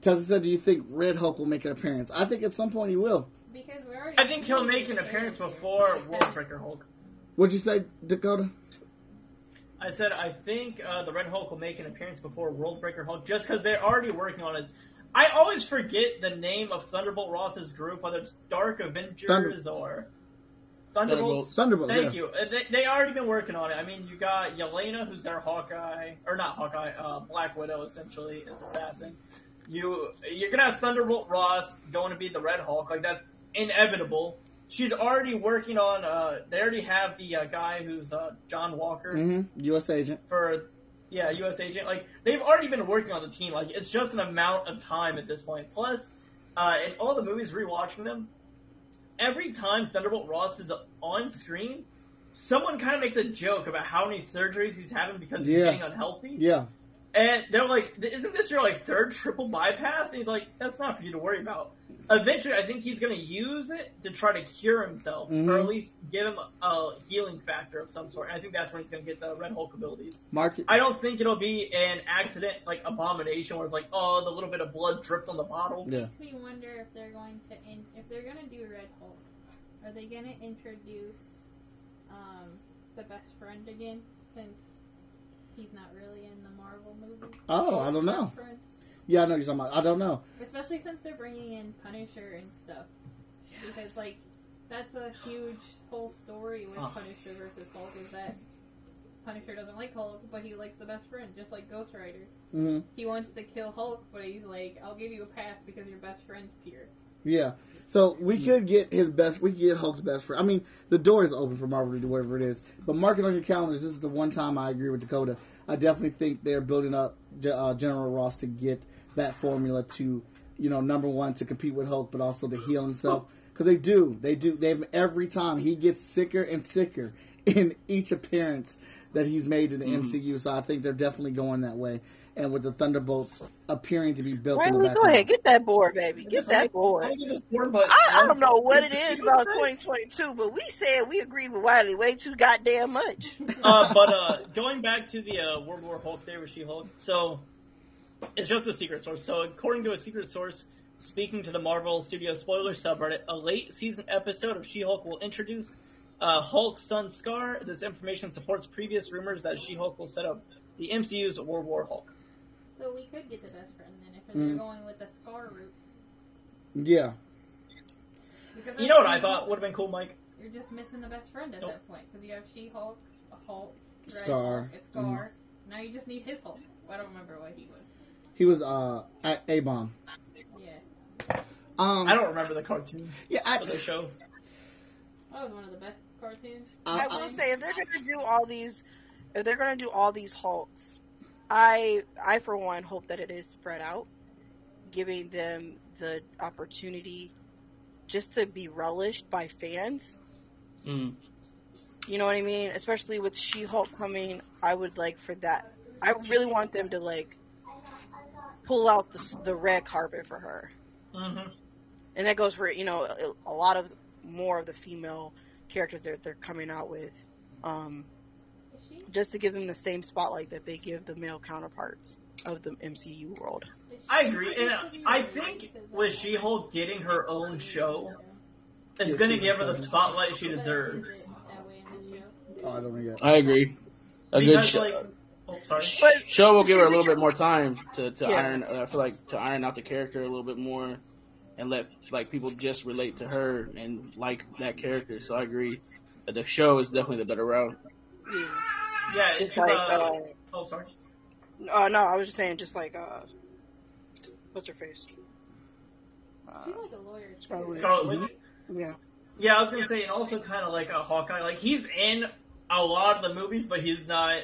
A: Tessa said, "Do you think Red Hulk will make an appearance?" I think at some point he will.
B: Because we already.
D: I think he'll make an appearance before Worldbreaker Hulk.
A: What'd you say, Dakota?
D: I said I think uh, the Red Hulk will make an appearance before Worldbreaker Hulk just because they're already working on it. I always forget the name of Thunderbolt Ross's group, whether it's Dark Avengers
A: Thunder-
D: or Thunderbolts.
A: Thunderbolt.
D: Thank
A: yeah.
D: you. Uh, They, they already been working on it. I mean, you got Yelena, who's their Hawkeye, or not Hawkeye, uh, Black Widow essentially as assassin. You you're gonna have Thunderbolt Ross going to be the Red Hulk. Like that's inevitable. She's already working on. Uh, they already have the uh, guy who's uh, John Walker
A: hmm U.S. agent.
D: for yeah U.S. agent. Like they've already been working on the team. Like it's just an amount of time at this point. Plus, uh, in all the movies, rewatching them, every time Thunderbolt Ross is on screen, someone kind of makes a joke about how many surgeries he's having because he's
A: Yeah.
D: getting unhealthy.
A: Yeah.
D: And they're like, "Isn't this your like third triple bypass?" And he's like, "That's not for you to worry about." Eventually, I think he's gonna use it to try to cure himself, or
A: Mhm.
D: at least give him a healing factor of some sort. And I think that's when he's gonna get the Red Hulk abilities.
A: Market.
D: I don't think it'll be an accident like abomination where it's like, oh, the little bit of blood dripped on the bottle.
A: Yeah.
B: Makes me wonder if they're going to in- if they're going to do Red Hulk, are they going to introduce um, the best friend again since he's not really in the Marvel movie?
A: Oh, I don't know.
B: Best friend.
A: Yeah, I know what you're talking about. I don't know.
B: Especially since they're bringing in Punisher and stuff, because like that's a huge whole story with
A: Ah.
D: Oh.
B: Punisher versus Hulk is that Punisher doesn't like Hulk, but he likes the best friend, just like Ghost Rider.
A: hmm
B: He wants to kill Hulk, but he's like, I'll give you a pass because your best friend's Peter.
A: Yeah. So
E: Hmm.
A: we could get his best. We could get Hulk's best friend. I mean, the door is open for Marvel to do whatever it is. But mark it on your calendars. This is the one time I agree with Dakota. I definitely think they're building up Ge- uh, General Ross to get that formula to, you know, number one to compete with Hulk, but also to heal himself. 'Cause because they do, they do. They have every time he gets sicker and sicker (laughs) in each appearance that he's made
E: Hmm.
A: in the
C: Mhm.
A: MCU. So I think they're definitely going that way. And with the Thunderbolts appearing to be built in the
E: Wiley, go
A: background.
E: ahead. Get that board, baby. Get that board.
D: Let me get this board, but
E: I, I don't know what it is about 2022, but we said we agreed with Wiley way too goddamn much.
D: Uh, but uh, going back to the uh, World War Hulk there with She-Hulk, so it's just a secret source. So according to a secret source speaking to the Marvel Studio spoiler subreddit, a late season episode of She-Hulk will introduce uh, Hulk's son Scar. This information supports previous rumors that She-Hulk will set up the MCU's World War Hulk.
B: So we could get the best friend then if
A: Mm.
E: Hmm.
B: they're going with the scar route.
A: Yeah.
B: Because that's
D: You know what
B: what
D: I
B: you
D: thought
B: want.
D: would have been cool, Mike?
B: You're just missing the best friend at
D: Nope.
B: that point because you have She Hulk, Hulk, Red
A: Scar.
B: Hulk, a Scar.
E: Mm-hmm.
B: Now you just need his Hulk. I don't remember what he was.
A: He was uh A bomb.
B: Yeah,
A: Um
D: I don't remember the cartoon
A: yeah,
D: for the
A: I,
D: show.
B: that was one of the best cartoons.
E: I
A: I,
E: will say if they're gonna do all these, if they're gonna do all these halts, I I for one hope that it is spread out, giving them the opportunity just to be relished by fans.
C: Mm.
E: You know what I mean? Especially with She-Hulk coming, I would like for that. I really want them to like pull out the s- the red carpet for her.
D: hmm
E: and that goes for you know a, a lot of more of the female characters that they're coming out with um
B: Is she?
E: just to give them the same spotlight that they give the male counterparts of the MCU world.
B: Is she
D: I agree, and
B: Superman
D: I
B: or
D: think
B: is that-
D: with She-Hulk getting her own show, it's
A: Yeah,
D: going to
A: she's
D: give her the
A: excited.
D: spotlight she
B: But is
D: deserves.
B: it that way in the show?
A: oh, I don't know yet.
C: I agree. A good
D: because,
C: show.
D: like, oh, sorry.
E: But
C: show will give her a
E: See,
D: (laughs)
C: little
E: Richard-
C: bit more time to, to
E: Yeah.
C: iron. I feel like to iron out the character a little bit more, and let like people just relate to her and like that character. So I agree that the show is definitely the better route.
E: yeah,
D: Yeah, it's
E: just like
D: uh,
E: uh,
D: oh sorry.
E: uh no, I was just saying just like uh what's her face? Uh,
B: She's like a lawyer. too.
E: Scarlet Witch.
D: Scarlet Witch.
E: yeah.
D: Yeah, I was gonna say, and also kind of like a Hawkeye. Like he's in a lot of the movies, but he's not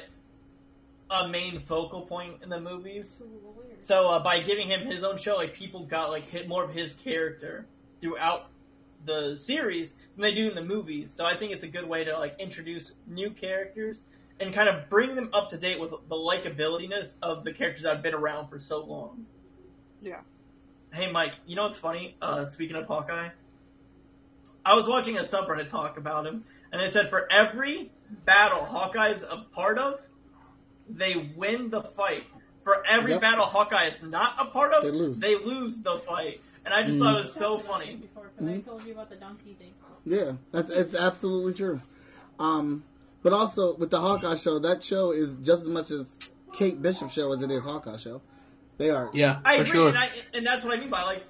D: a main focal point in the movies.
B: She's a lawyer.
D: So uh, by giving him his own show, like people got like hit more of his character throughout the series than they do in the movies. So I think it's a good way to like introduce new characters and kind of bring them up to date with the likabilityness of the characters that have been around for so long.
E: (laughs) Yeah.
D: Hey Mike, you know what's funny? Uh, speaking of Hawkeye, I was watching a subreddit talk about him, and they said for every battle Hawkeye's a part of, they win the fight. For every
A: Yep.
D: battle Hawkeye is not a part of,
A: They lose.
D: they lose the fight. And I just
A: Mm.
D: thought it was
B: Talked
D: so
B: about
D: funny.
B: this Before, 'cause I
E: Hmm?
A: Mhm.
B: told you about the donkey thing.
A: Yeah, that's it's absolutely true. Um, but also with the Hawkeye show, that show is just as much as Kate Bishop show as it is Hawkeye show. They are.
C: Yeah,
D: I
C: for
D: agree,
C: sure.
D: and, I, and that's what I mean by like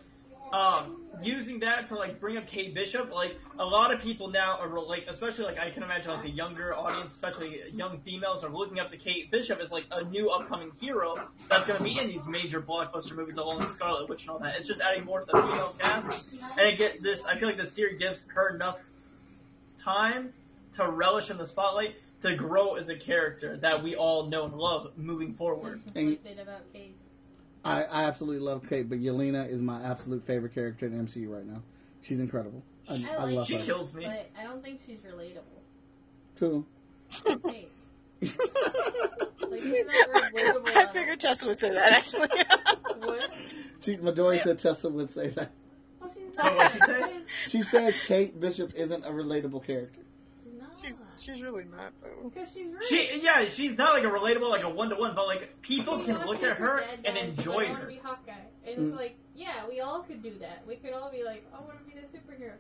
D: um, using that to like bring up Kate Bishop. Like a lot of people now are like, especially like I can imagine like a younger audience, especially young females, are looking up to Kate Bishop as like a new upcoming hero that's going to be in these major blockbuster movies along with Scarlet Witch and all that. It's just adding more to the female cast, and it gets this. I feel like the series gives her enough time to relish in the spotlight. To grow as a character that we all know and love
B: (laughs)
D: moving forward.
A: And-
B: Conflicted about Kate.
A: I, I absolutely love Kate, but Yelena is my absolute favorite character in MCU right now. She's incredible. I,
B: I
A: I
B: like
A: love
D: She
A: her
D: kills me.
B: But I don't think she's relatable.
E: (laughs)
A: too.
B: Kate. Like, she's
A: (laughs)
B: not relatable.
E: I figured Tessa would say that (laughs) actually.
B: What?
A: she, Midori said Tessa would say that.
B: Well, she's
E: Oh,
B: not.
D: what'd you say?
B: Because
A: She said Kate Bishop isn't a relatable character.
B: she's not.
E: she's she's really not though.
B: Because she's rude.
D: She yeah, she's not like a relatable like a one to one, but like people
B: You
D: can
B: know,
D: look
B: she's
D: at her
B: dad
D: and
B: died, but
D: enjoy
B: I want to
D: her.
B: be Hawkeye. And
A: Mm.
B: it's like, yeah, we all could do that. We could all be like, I want to be the superhero.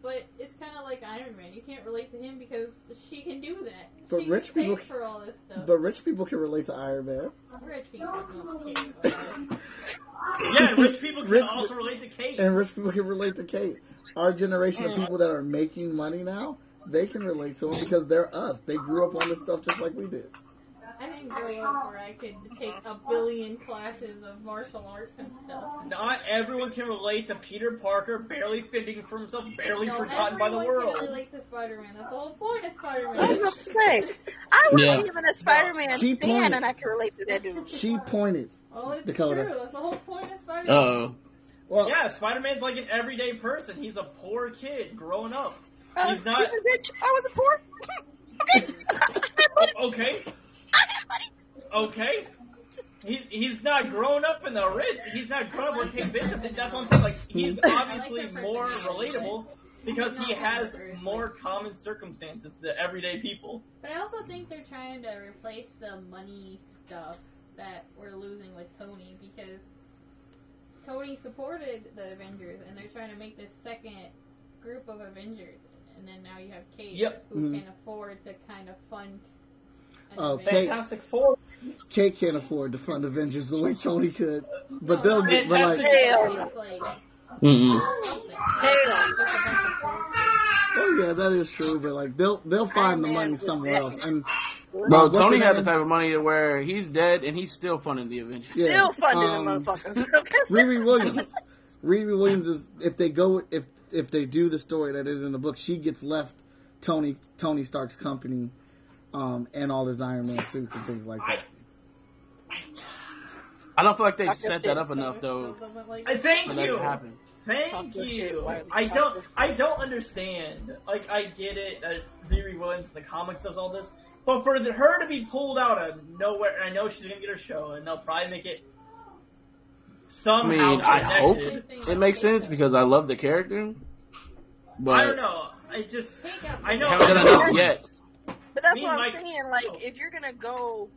B: But it's kind of like Iron Man. You can't relate to him because she can do that.
A: But
B: she
A: rich
B: can
A: people-
B: pay for all this stuff.
A: But rich people can relate to Iron Man.
B: rich people don't care about this.
D: Yeah,
A: (laughs)
D: and rich people can
A: Rich-
D: also relate to Kate.
A: And rich people can relate to Kate. Our generation of people that are making money now, they can relate to them because they're us. They grew up on this stuff just like we did.
B: I didn't grow up where I could take a billion classes of martial arts and stuff.
D: Not everyone can relate to Peter Parker barely fending for himself, barely
B: No,
D: forgotten by the
B: everyone
D: world.
B: can relate to Spider-Man. That's the whole point of
E: (laughs) I was
B: Spider-Man.
E: about to say, I wasn't
C: Yeah.
E: even a Spider-Man
A: She
E: fan,
A: pointed.
E: and I can relate to that dude.
A: She pointed.
B: Oh, it's
A: Dakota.
B: true. That's the whole point of Spider-Man.
C: Oh,
A: Well,
D: Yeah, Spider Man's like an everyday person. He's a poor kid growing up.
E: Uh,
D: He's not-
E: excuse me, bitch. I wasn't poor. (laughs) okay.
D: Okay,
E: I
D: okay. He's he's not grown up in the Ritz. He's not grown up with Kate Bishop. That's what I'm saying. Like
E: (laughs)
D: he's obviously more relatable because he has more common circumstances to everyday people.
B: But I also think they're trying to replace the money stuff that we're losing with Tony because Tony supported the Avengers and they're trying to make this second group of Avengers. And then now you have Kate
D: Yep.
B: who
A: Mhm.
B: can afford to kind of fund. an
A: Oh,
B: Avenger.
A: Kate-
D: Fantastic Four.
A: Kate can't afford to fund Avengers the way Tony could, but
B: No,
A: they'll
B: I'm
A: get
D: Fantastic
A: but like.
E: Hell
B: It's like
C: Mm-mm.
B: something.
E: Hell.
B: Just a bunch of four-
A: Oh yeah, that is true, but like they'll they'll find the
E: Iron Man
A: money
E: was
A: somewhere
E: dead.
A: else. And
C: Bro,
A: What's your
C: Tony had the
A: name?
C: type of money to where he's dead and he's still funding the Avengers.
A: yeah,
E: (laughs) Still funding
A: um,
E: them motherfuckers. (laughs)
A: Riri Williams. Riri Williams is if they go if if they do the story that is in the book, she gets left Tony Tony Stark's company, um, and all his Iron Man suits and things like that.
C: I don't feel like they
E: Dr.
C: set that up
E: Finn.
C: enough though
D: I
B: Like,
D: thank
C: for that
D: you.
C: to happen.
E: Talk
D: Thank
E: your shit,
D: you.
E: Wiley.
D: I
E: Talk your
D: don't.
E: shit.
D: I don't understand. Like I get it. Uh, Riri Williams in the comics does all this, but for the, her to be pulled out of nowhere, and I know she's gonna get her show, and they'll probably make it
C: I
D: somehow.
C: mean, I hope
D: connected.
C: it makes sense because I love the character, but
D: I don't know. I just.
B: take out
D: I
B: the-
C: they
D: know.
C: haven't done enough yet.
E: But that's
D: Me
E: what
D: and
E: I'm
D: Mike-
E: saying. Like,
D: Oh.
E: if you're gonna go,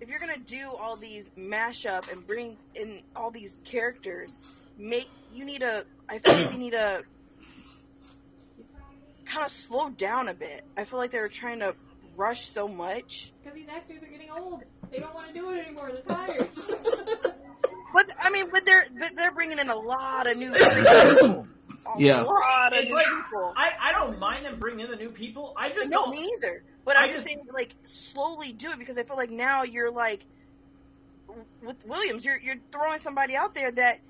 E: if you're gonna do all these mashup and bring in all these characters, make you need a. I feel like they need a kind of slow down a bit. I feel like they were trying to rush so much.
B: Because these actors are getting old. They don't want to do it anymore. They're tired.
E: But I mean, but they're but they're bringing in a lot
A: (coughs)
E: of new, a
C: Yeah.
E: lot of
D: It's
E: new
D: like-
E: people.
D: I, I don't mind them bringing in the new people. I just
E: No,
D: don't.
E: me either. But
D: I
E: I'm just
D: just-
E: saying, like, slowly do it because I feel like now you're like w- with Williams, you're you're throwing somebody out there that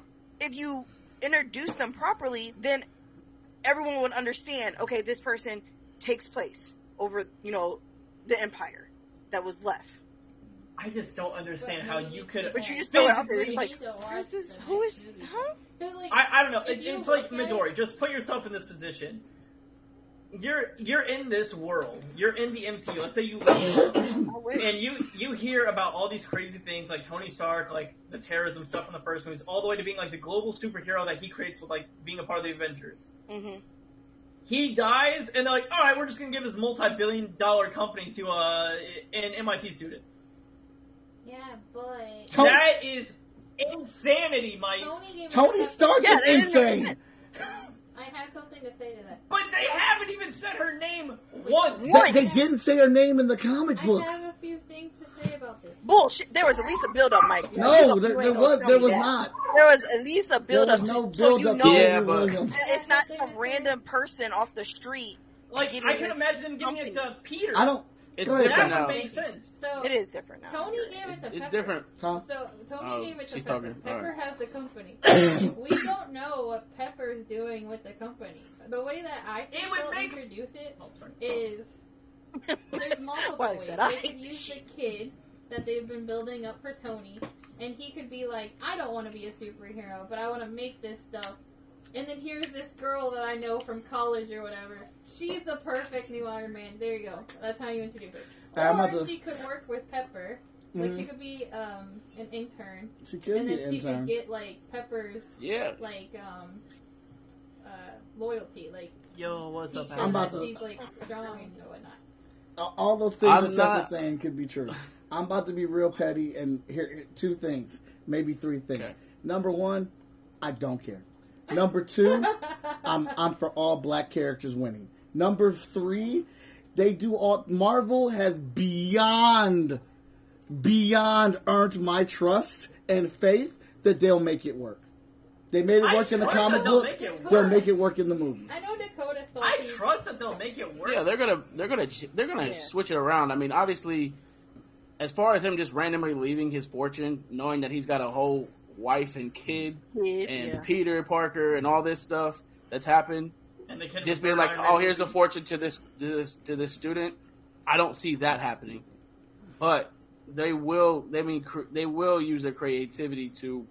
E: if you introduce them properly, then everyone would understand. Okay, this person takes place over you know the empire that was left.
D: I just don't understand how you could.
E: But you just
D: They
E: throw it out there. It's
D: really
E: like, who's this? Who is? Huh?
B: But like,
D: I, I don't know.
B: If
D: It,
B: you
D: it's like
B: look at
D: Midori. Just put yourself in this position. You're you're in this world. You're in the MCU. Let's say you live it,
E: (coughs) I wish.
D: and you you hear about all these crazy things like Tony Stark, like the terrorism stuff in the first movies, all the way to being like the global superhero that he creates with like being a part of the Avengers.
E: hmm
D: He dies, and they're like, all right, we're just gonna give his multi-billion-dollar company to uh, an MIT student.
B: yeah, but
A: Tony-
D: that is insanity, Mike.
B: Tony gave
A: Tony
B: us-
A: Stark
E: Yeah,
A: is
E: that didn't make
A: insane.
E: sense.
B: I have something to say to that.
D: But they haven't even said her name once.
A: They,
E: What?
A: they didn't say her name in the comic
B: I
A: books.
B: have a few things to say about this.
E: Bullshit. There was at least a build up, Mike. You
A: No,
E: ain't
A: there,
E: gonna
A: there was
E: tell
A: there
E: me
A: was
E: that.
A: not.
E: There was at least a
A: There
E: build up.
A: was no
E: so
A: build
E: you
A: up.
E: know
C: Yeah, but-
E: it's not some random person off the street.
D: Like
E: Give
D: I
E: it
D: can
E: a-
D: imagine them giving it to Peter.
A: I don't.
C: It's
A: Go ahead,
C: different
D: That
A: Sam.
D: would
C: now.
D: make sense.
B: So
E: It is different now. (laughs)
B: Tony gave us
C: It's,
B: a
C: it's
B: pepper.
C: different.
A: Tom,
B: So Tony
C: Oh,
B: gave it to
C: she's
B: Pepper.
C: talking.
B: Pepper
C: Alright.
B: has the
C: (coughs)
B: company. we don't know what Pepper's doing with the company. The way that I
D: It
B: can
D: would
B: still
D: make-
B: introduce it
D: Oh, sorry.
B: is
D: (laughs)
B: There's multiple
E: Why
B: ways.
E: is that? I
B: They could
E: hate this
B: use the
E: shit.
B: kid that they've been building up for Tony, and he could be like, I don't want to be a superhero, but I want to make this stuff. And then here's this girl that I know from college or whatever. She's the perfect new Iron Man. There you go. That's how you introduce her.
A: I'm mm,
B: or
A: about to-
B: she could work with Pepper, which she
A: Mhm.
B: could be um, an intern,
A: She could
B: and
A: be
B: then she could
A: intern.
B: get like Pepper's
C: Yeah.
B: like um, uh, loyalty, like
D: Yo, what's
B: teach
D: up?
B: her
A: I'm
B: that
A: about to-
B: she's like strong and whatnot.
A: all all those things
C: I'm
A: that
C: not-
A: Tessa's saying could be true. I'm about to be real petty and here here- two things, maybe three things.
C: Okay.
A: Number one, I don't care. Number
D: (laughs)
A: two, (laughs) I'm I'm for all black characters winning. Number three, they do all Marvel has beyond beyond earned my trust and faith that they'll make it work. They made it
D: I
A: work in the
D: trust
A: comic
D: that they'll
A: book.
D: make it
A: They'll
D: work.
A: make it work in the movies.
B: I know Dakota saw
D: I
B: these-
D: trust that they'll make it work.
C: Yeah, they're gonna they're gonna ch- they're gonna
E: Yeah.
C: switch it around. I mean, obviously, as far as him just randomly leaving his fortune, knowing that he's got a whole wife and kid
E: Kid,
C: and
E: yeah.
C: Peter Parker and all this stuff that's happened,
D: and the kid
C: just
D: was
C: being like,
D: Iron Man
C: oh, here's a
D: movie.
C: fortune to this to this to this student. I don't see that happening, but they will. They mean cr- they will use their creativity to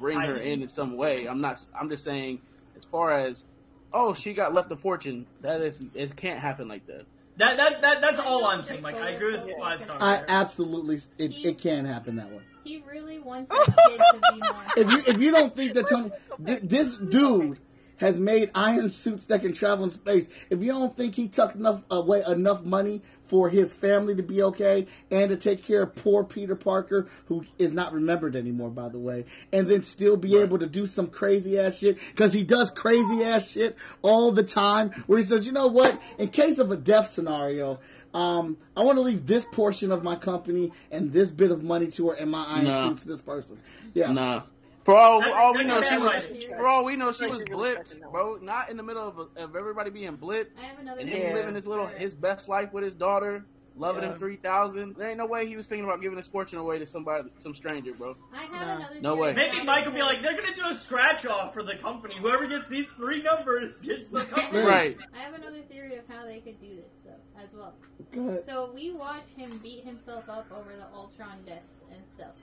C: bring her in in some way. I'm not. I'm just saying, as far as oh, she got left a fortune. That is, it can't happen like that.
D: That, that, that, that's all I'm saying. Like, I agree with five stars.
A: I absolutely, it, it can happen that way.
B: He really
C: (laughs)
B: wants that kid to
A: (laughs)
B: be more.
A: If you if you don't think that Tony, th- this dude has made iron suits that can travel in space. If you don't think he tucked enough away enough money for his family to be okay and to take care of poor Peter Parker, who is not remembered anymore, by the way, and then still be able to do some crazy ass shit because he does crazy ass shit all the time. Where he says, you know what? In case of a death scenario. Um, I want to leave this portion of my company and this bit of money to her and my iron
C: No.
A: suits to this person. Yeah.
C: Nah. For all,
D: That's-
C: all we
D: that's
C: know,
D: bad
C: she was.
D: writing.
C: For all we know, she
E: Like,
C: was
E: you're really
C: blipped,
E: touching that
C: bro. Not in the middle of, of everybody being blipped.
B: I have another.
C: and
E: Yeah.
C: him living his little his best life with his daughter, loving
D: Yeah.
C: him three thousand. There ain't no way he was thinking about giving his fortune away to somebody, some stranger, bro.
B: I have
E: No.
B: another.
C: No
B: theory
C: way.
D: Maybe
B: about
D: Mike
B: it,
D: will be like, they're gonna do a scratch off for the company. Whoever gets these three numbers
A: (laughs)
D: gets the company.
C: Right.
B: I have another theory of how they could do this though, as well.
A: Go ahead.
B: So we watch him beat himself up over the Ultron death and stuff.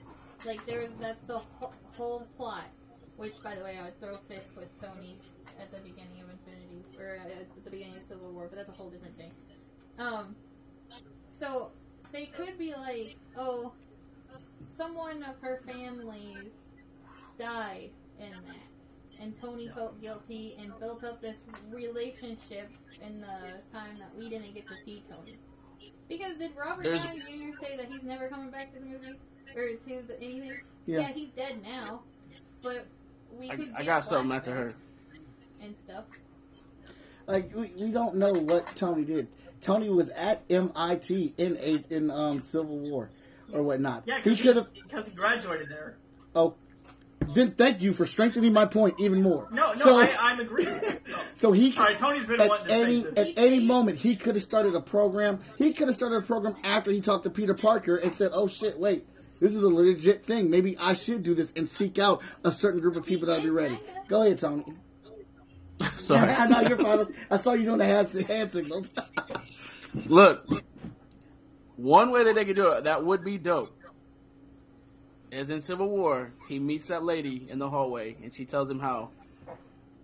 B: Like there, that's the whole, whole plot. Which, by the way, I would throw fists with Tony at the beginning of Infinity or uh, at the beginning of Civil War, but that's a whole different thing. Um, so they could be like, oh, someone of her family's died in that, and Tony felt guilty and built up this relationship in the time that we didn't get to see Tony. Because did Robert
C: There's-
B: Downey Jr. say that he's never coming back to the movie or to the anything?
A: Yeah.
B: he's dead now, but we
C: I,
B: could.
C: I
B: get
C: got something after her. (laughs)
B: flashbacks and stuff.
A: like we, we don't know what Tony did. Tony was at MIT in a, in um Civil War or whatnot.
D: Yeah,
A: he could have.
D: because he graduated there.
A: Oh, then thank you for strengthening my point even more.
D: No, no,
A: So-
D: I, I'm agreeing. No.
A: (laughs) so he
D: All right, Tony's been
A: at
D: wanting to
A: any
D: say this.
A: at any moment he could have started a program. He could have started a program after he talked to Peter Parker and said, "Oh shit, wait, this is a legit thing. Maybe I should do this and seek out a certain group of people that'll be ready." Go ahead, Tony. (laughs)
C: Sorry.
A: I know you're fine. I saw you doing the hand, hand signals. (laughs)
C: Look, one way that they could do it that would be dope. Is in Civil War, he meets that lady in the hallway, and she tells him how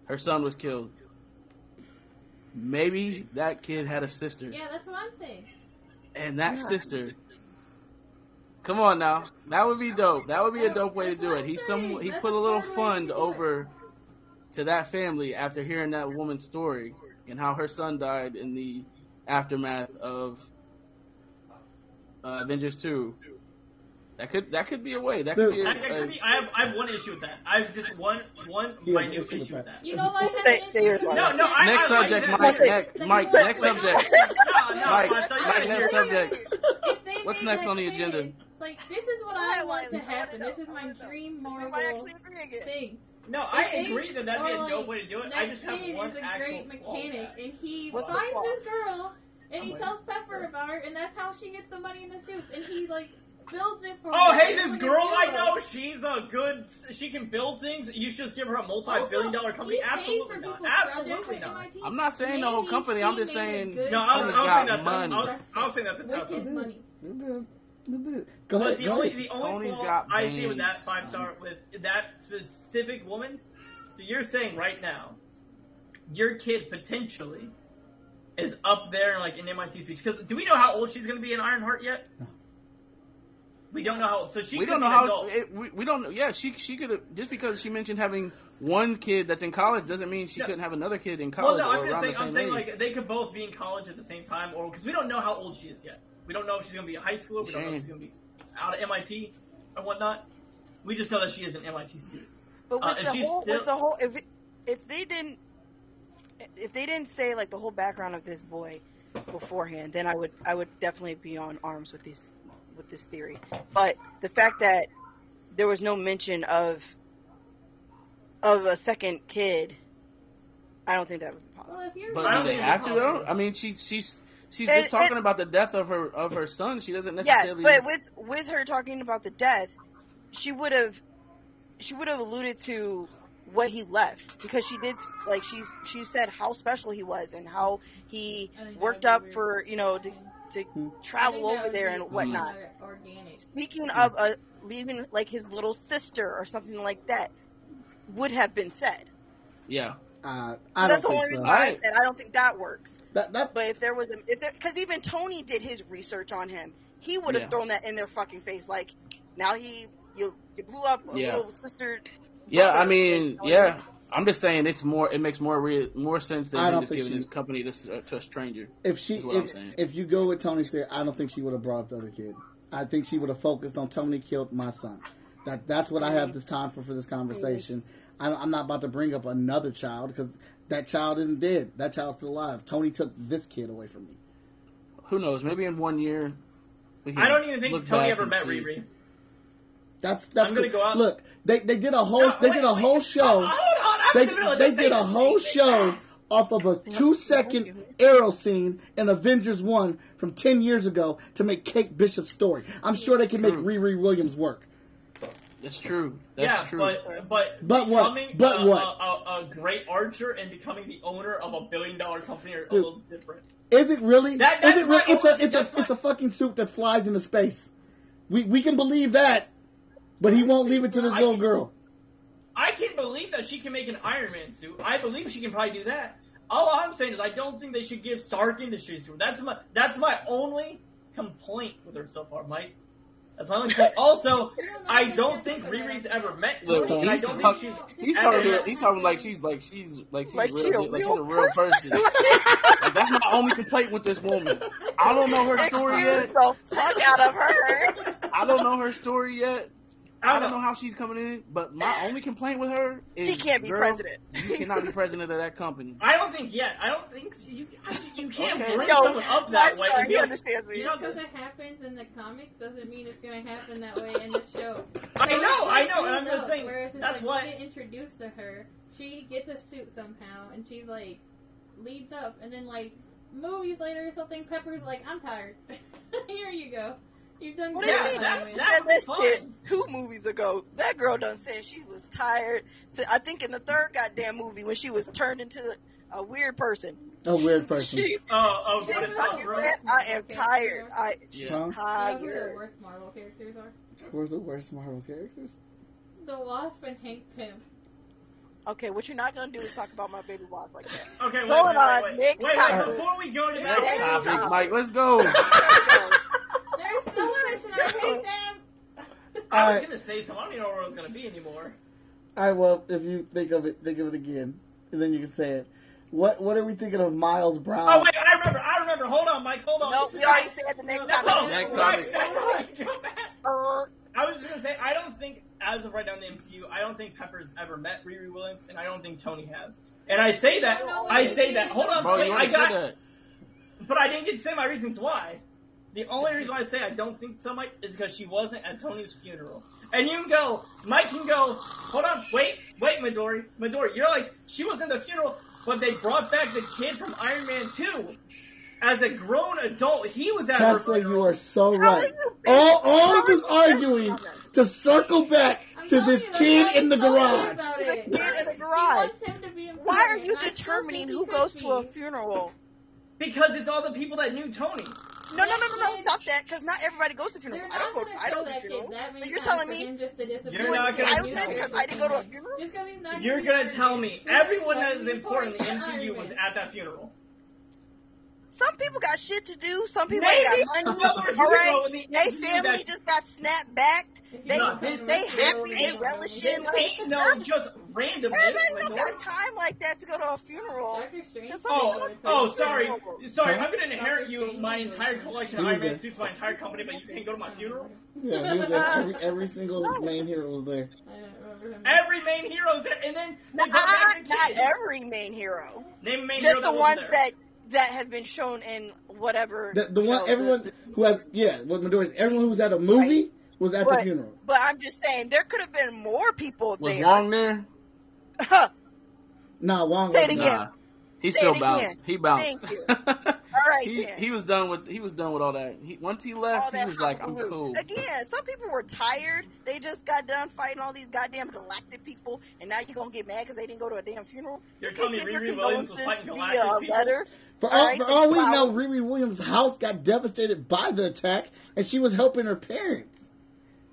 C: her son was killed. Maybe that kid had a sister,
B: Yeah, that's what I'm saying.
C: and that sister. Come on now, that would be dope. That would be a dope way to do it. He some he put a little fund over to that family after hearing that woman's story and how her son died in the aftermath of uh, Avengers Two. That could that could be a way. That could be. A,
D: I, I, agree. I have I have one issue with that. I have just one one
A: He has an
D: minute
A: issue with
D: issue with
A: that.
D: that.
B: You know what?
E: Say- say yours, Lana.
D: No, no, I-
C: next
D: I-
C: subject,
D: I-
C: Mike.
E: Wait,
C: Next, Mike. Next
E: wait,
C: subject.
D: (laughs) No, no,
C: Mike,
D: I thought you
C: Mike,
D: were
C: next
D: here.
C: subject.
B: If they
C: What's
B: made
C: next
B: that
C: on the
B: kid,
C: agenda?
B: Like this is what
E: Why,
B: I want
E: why,
B: to
E: why,
B: happen.
E: why,
B: This is
E: why,
B: my
E: why,
B: dream
E: Am
B: Marvel
E: I actually agreeing it?
B: thing.
D: No, I
B: If they
D: agree that that'd be a
B: are
D: dope
B: like,
D: way to do it.
B: That
D: I just have
B: kid
D: one
B: is a
D: actual
B: great
D: flaw with
B: mechanic,
D: that.
B: and he
E: What's the
B: finds
E: flaw?
B: this girl, and he
D: I'm
B: tells Pepper about her, and that's how she gets the money in the suits, and he like builds it for
D: Oh,
B: her.
D: hey,
B: It's
D: this
B: like a
D: girl I
B: duo.
D: know, she's a good, she can build things. You should just give her a multi-billion
B: Also,
D: dollar company.
B: he paid
D: Absolutely
B: for
D: not.
B: people's
D: Absolutely
B: projects at
D: not.
B: MIT.
C: I'm not saying the whole
B: Maybe
C: company,
B: she
C: I'm just
B: made a
C: saying-
B: good
D: No, I was,
C: She's
D: I was
C: got
D: saying that's,
C: money.
D: I was, I was saying that's a tough
B: Which is
D: one.
B: money.
A: Go
D: But
A: ahead.
D: the
A: go
D: only,
A: ahead.
D: the only
C: Tony's
D: flaw
C: got
D: I see with
C: veins.
D: that five star, with that specific woman, so you're saying right now, your kid potentially is up there like in MIT speech. Because do we know how old she's going to be in Ironheart yet? We don't know how old. So she
C: we
D: could
C: don't know
D: be an
C: how.
D: adult.
C: It, we, we don't know. Yeah, she she could have just because she mentioned having one kid that's in college doesn't mean she
D: No.
C: couldn't have another kid in
D: Well,
C: college
D: no, I'm
C: or
D: just
C: around
D: saying,
C: the same
D: I'm saying
C: age.
D: like they could both be in college at the same time, or because we don't know how old she is yet. We don't know if she's gonna be in high school. We don't know if
C: Shame.
D: she's gonna be out of MIT and whatnot. We just know that she is an MIT student.
E: But
D: Uh,
E: with
D: if
E: the
D: she's
E: whole,
D: still-
E: with the whole, if it- if they didn't, if they didn't say like the whole background of this boy beforehand, then I would, I would definitely be on arms with this, with this theory. But the fact that there was no mention of, of a second kid, I don't think that would be possible.
B: Well, if you're
C: But
D: I
C: do
D: don't
C: they
D: think
C: have
D: it's
C: to
D: possible.
C: though? I mean, she she's she's
E: And-
C: just talking
E: and-
C: about the death of her of her son. She doesn't
E: Yes,
C: necessarily.
E: but with with her talking about the death, she would have she would have alluded to what he left because she did like she's she said how special he was and how he
B: I think that
E: worked
B: would be
E: up
B: weird.
E: for you know to
B: And
E: to
A: Hmm.
B: I
E: travel
B: think that
E: over
B: would
E: there
B: be Mm-hmm.
E: and whatnot.
B: more Organic.
E: Speaking of uh, leaving, like his little sister or something like that, would have been said.
C: Yeah.
A: Uh, I
E: that's the
A: don't
E: one
A: think
E: reason
A: so.
E: why I
C: Right.
E: said I don't think that works.
A: That, that,
E: But if there was, a, if because even Tony did his research on him, he would have
C: Yeah.
E: thrown that in their fucking face. Like, now he you you blew up a
C: Yeah.
E: little sister.
C: Yeah, I
E: brother,
C: mean,
E: you know,
C: yeah. I'm just saying it's more. It makes more re- more sense than
A: I
C: him
A: don't
C: just
A: think
C: giving
A: she-
C: his company to, s- to a stranger.
A: if she,
C: Is what I'm
A: if,
C: saying.
A: if you go with Tony's theory, I don't think she would have brought up the other kid. I think she would have focused on Tony killed my son. That that's what I have this time for for this conversation. I'm, I'm not about to bring up another child because that child isn't dead. That child's still alive. Tony took this kid away from me.
C: Who knows? Maybe in one year. We
D: I don't even think
C: look
D: Tony
C: back
D: ever
C: and
D: met
C: see.
D: Riri.
A: That's that's.
D: I'm gonna
A: cool.
D: go out-
A: Look, they they did a whole
D: No,
A: they
D: wait,
A: did a
D: wait.
A: whole
D: Hold
A: show.
D: on, hold on, I'm in
A: They
D: the middle of
A: they
D: this
A: did
D: thing.
A: a whole show off of a two second arrow scene in Avengers One from ten years ago to make Kate Bishop's story. I'm sure they can make
D: Hmm.
C: True.
A: Riri Williams work.
C: That's true. That's
D: Yeah,
C: true.
D: but but
A: But what?
D: becoming
A: But
D: a,
A: what?
D: A, a, a great archer and becoming the owner of a billion dollar company are a
A: Dude.
D: little different.
A: Is it really? Is
D: That- that's
A: it really?
D: my
A: It's a
D: only-
A: it's a
D: that's my-
A: it's a fucking suit that flies into space. We we can believe that, but he won't leave it to this
D: I
A: little
D: can-
A: girl.
D: I can believe that she can make an Iron Man suit. I believe she can probably do that. All I'm saying is I don't think they should give Stark Industries to her. That's my that's my only complaint with her so far, Mike. That's my only complaint. Also, I don't think Riri's ever met
C: Look,
D: Tony, and I
C: uh, he's
D: don't think
C: talking-
D: she's
C: He's talking. Real, he's talking like she's like she's like she's
E: Like
C: real,
E: she a
C: like she's
E: real
C: a real
E: (laughs)
C: person. like, that's my only complaint with this woman. I don't know her story
E: Excuse
C: yet.
E: the fuck out of her.
C: (laughs) I don't know her story yet.
D: I
C: I don't know how she's coming in. But my only complaint with her is
E: She can't be
C: girl,
E: president.
C: You cannot
E: (laughs)
C: be president of that company.
D: I don't think yet. I don't think you. I- You can't
C: Okay.
D: bring
E: No,
D: someone up that
E: I'm
D: way.
E: sorry,
D: and be
E: he
D: like,
E: understands me.
D: you know,
B: Because it happens in the comics doesn't mean it's gonna happen that way
D: (laughs)
B: in the show.
D: I
B: So it's
D: know, I
B: like
D: know, and I'm
B: built
D: just
B: up,
D: saying
B: Whereas it's
D: that's
B: like
D: why-
B: you get introduced to her, she gets a suit somehow, and she like leads up, and then like movies later or something, Pepper's like, "I'm tired. (laughs) Here you go. You've done
E: What
B: great."
E: do you
D: yeah,
B: Iron
E: mean?
D: that,
B: Man."
D: that
E: Said
D: was
E: this shit
D: fun.
E: two movies ago. That girl done said she was tired. So I think in the third goddamn movie when she was turned into a weird person.
A: A weird person.
E: (laughs) She
D: Oh, oh,
E: she
D: what
B: Different
D: it's all
E: fucking
B: bro.
E: said, I am tired. I
C: Yeah.
A: Huh?
B: You
E: Uh,
B: know who the
E: tired.
B: worst Marvel characters are?
A: We're the worst Marvel characters.
B: The Wasp and Hank Pym.
E: Okay, what you're not gonna do is talk about my baby wife like
D: (laughs)
E: that.
D: Okay, wait,
E: Going
D: wait,
E: on,
D: wait, wait,
E: next
D: wait, wait,
E: topic.
D: before we go to
C: Next
D: that
E: Yeah.
D: topic,
C: topic, Mike. Let's go.
B: They're
E: (laughs)
B: so rich and I hate them.
D: I was
A: Alright.
D: gonna say something. I don't even know where I was gonna be anymore.
A: All right. Well, if you think of it, think of it again, and then you can say it. What What are we thinking of Miles Brown?
D: Oh wait, I remember. I remember. Hold on, Mike. Hold on.
E: Nope, Uh, we already said the next
D: No,
E: topic.
C: Next
D: Mike,
C: topic.
D: Mike, go back.
E: Uh,
D: I was just gonna say, I don't think, as of right now in the MCU, I don't think Pepper's ever met Riri Williams, and I don't think Tony has. And I say that,
B: Oh, No,
D: I
B: you
D: say
B: did.
D: that. Hold on,
C: Bro,
D: wait,
C: you
D: I
C: already
D: got,
C: said that.
D: but I didn't get to say my reasons why. The only reason why I say I don't think so, Mike, is because she wasn't at Tony's funeral. And you can go, Mike can go. Hold on, wait, wait, Midori, Midori, you're like she was in the funeral, but they brought back the kid from Iron Man Two as a grown adult. He was at her
A: Tesla,
D: funeral.
A: you are so
E: How
A: right.
E: is you-
A: All all
E: how
A: of
E: is
A: this
E: you-
A: arguing to circle back
B: I'm
A: to
B: telling
A: this
B: you,
A: kid
B: that's
A: in the
B: why I'm
A: garage.
B: talking
E: The
B: about it.
E: kid in the
B: He
E: garage.
B: wants him to be in
E: Why are
B: prison,
E: you
B: and I still
E: determining
B: think he
E: who
B: could
E: goes to a
B: be.
E: funeral?
D: Because it's all the people that knew Tony.
E: No, no, no, no, no! Stop that, because not everybody goes to funerals.
B: They're
E: I
B: not
E: don't go.
B: gonna
E: I
B: show
E: don't go to
B: that kid
E: funerals.
B: that many
E: You're
B: times
E: telling
B: for
E: me
B: him just to disappear.
D: You're not gonna
E: I
D: do
E: was
D: that.
E: there because I didn't go to a funeral.
B: Just 'cause he's not.
D: You're
B: be
D: gonna
B: there.
D: tell me
B: He's
D: everyone
B: like,
D: that is important in the MCU
B: Iron
D: was
B: Man.
D: at that funeral.
E: Some people got shit to do. Some people
D: Maybe
E: ain't got money.
D: another
E: All
D: hero
E: right,
D: in the
E: they
D: MCU
E: family
D: that
E: just got snapped back.
B: If you
E: They
B: don't come to
E: they
B: a funeral,
E: happy.
B: you
E: They
B: don't know
E: relish
B: me.
E: in like.
D: ain't no just random.
E: Everybody
D: dude,
E: don't
D: like,
E: got time like that to go to a funeral.
B: Doctor Strange.
E: That's all-
D: Oh, oh, sorry, sorry. I'm gonna inherit
B: Doctor
D: you
B: Strange
D: my
B: is
D: entire
B: a-
D: collection of
A: Who's
D: Iron Man
A: that?
D: suits, my entire company, but you can't go to my funeral.
A: Yeah, he was there. Every, every single
E: No.
A: main hero was there.
B: I don't remember him.
D: Every main hero's there, and then they brought
E: Not,
D: back the
E: not
D: kid.
E: every main hero.
D: Name a main
E: Just
D: hero
E: the
D: that
E: ones
D: wasn't there.
E: that that have been shown in whatever.
A: The, the
E: you know,
A: one, everyone who has, yeah, what Midori's, everyone who was at a movie was at the
E: Right.
A: funeral.
E: But I'm just saying, there could have been more people
C: Was
E: there.
C: Wong there?
A: Nah, Wong
E: Say it
A: wasn't
E: again.
A: there.
C: Nah. He
E: Say
C: still
E: it
C: bounced.
E: again.
C: He bounced. (laughs)
E: Thank you. All right,
C: he
E: then.
C: he was done with he was done with all that. He, once he
E: (laughs) all
C: left, he
E: that
C: was like, I'm
E: hullabaloo.
C: cool.
E: Again, some people were tired. They just got done fighting all these goddamn galactic people, and now you're gonna get mad because they didn't go to a damn funeral.
D: You're
E: You
D: telling me
E: can't give your
D: Riri Williams was
E: condolences
D: fighting
E: via
D: Galactic
E: a
D: people?
E: letter.
A: For
E: All
A: all,
E: right,
A: for
E: so
A: all we
E: wow.
A: know, Riri Williams' house got devastated by the attack, and she was helping her parents.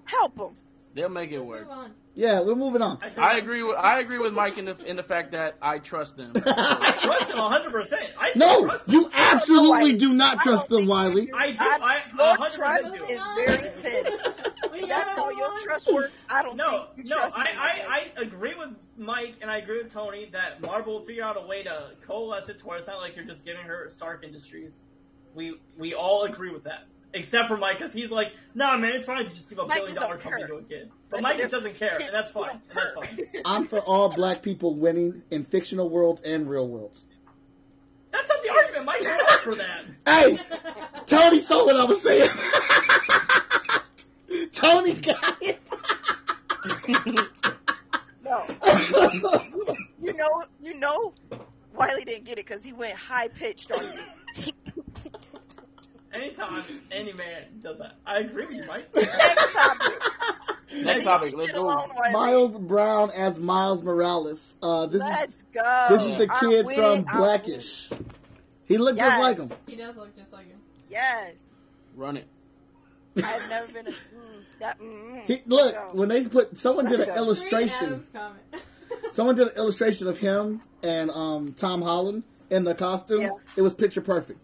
E: Help him.
C: They'll make it
B: Let's
C: work.
B: move on.
A: Yeah, we're moving on.
D: think-
C: I agree with I agree with Mike in the in the fact that I trust
E: (laughs)
C: them.
D: I trust him 100. percent I still
A: no,
D: trust him.
A: you absolutely
E: Wiley.
A: do not
E: I
A: trust them,
E: don't think
A: Wiley.
E: you
D: I do.
E: I'm-
D: I
E: your
D: 100
E: trust
D: do.
B: Move
E: is
B: on. (laughs)
E: very thin.
B: we gotta
E: That's all
B: move
E: your
B: on.
E: trust works. I don't
D: No,
E: think you
D: no,
E: trust me.
D: I, I, I agree with Mike and I agree with Tony that Marvel will figure out a way to coalesce it to where it's not like you're just giving her Stark Industries. We we all agree with that. Except for Mike, because he's like, nah, man, it's fine to just give a
E: Mike
D: billion
E: just don't
D: dollar company
E: care.
D: to a kid. But
E: That's
D: Mike
E: the
D: just doesn't care, and that's fine. And that's
E: (laughs)
D: fine.
A: I'm for all black people winning in fictional worlds and real worlds.
D: That's not the argument. Mike was up for that.
A: Hey, Tony saw what I was saying. (laughs) Tony got it.
E: no. You know, you know, Wiley didn't get it because he went high pitched on you.
C: (laughs)
D: Anytime any man does that, I agree with you,
E: (laughs)
D: Mike.
E: Next topic.
C: Next
E: (laughs)
C: topic, let's
E: Get
C: go.
E: alone, Wiley.
A: Miles Brown as Miles Morales. Uh, this is
E: Let's go.
A: this is the
E: I'm
A: kid
E: with
A: from
E: it. I'm with
A: Blackish. He looked
E: Yes.
A: just like him.
B: (laughs) He does look just like him.
E: it. Yes.
C: Run it.
E: I've never
A: (laughs)
E: been a. Mm, that, mm,
A: He, look,
E: No.
A: when they put someone did an (laughs)
E: Read
A: illustration.
B: Adam's comment.
A: (laughs) Someone did an illustration of him and um, Tom Holland in the costumes.
E: Yeah.
A: It was picture perfect.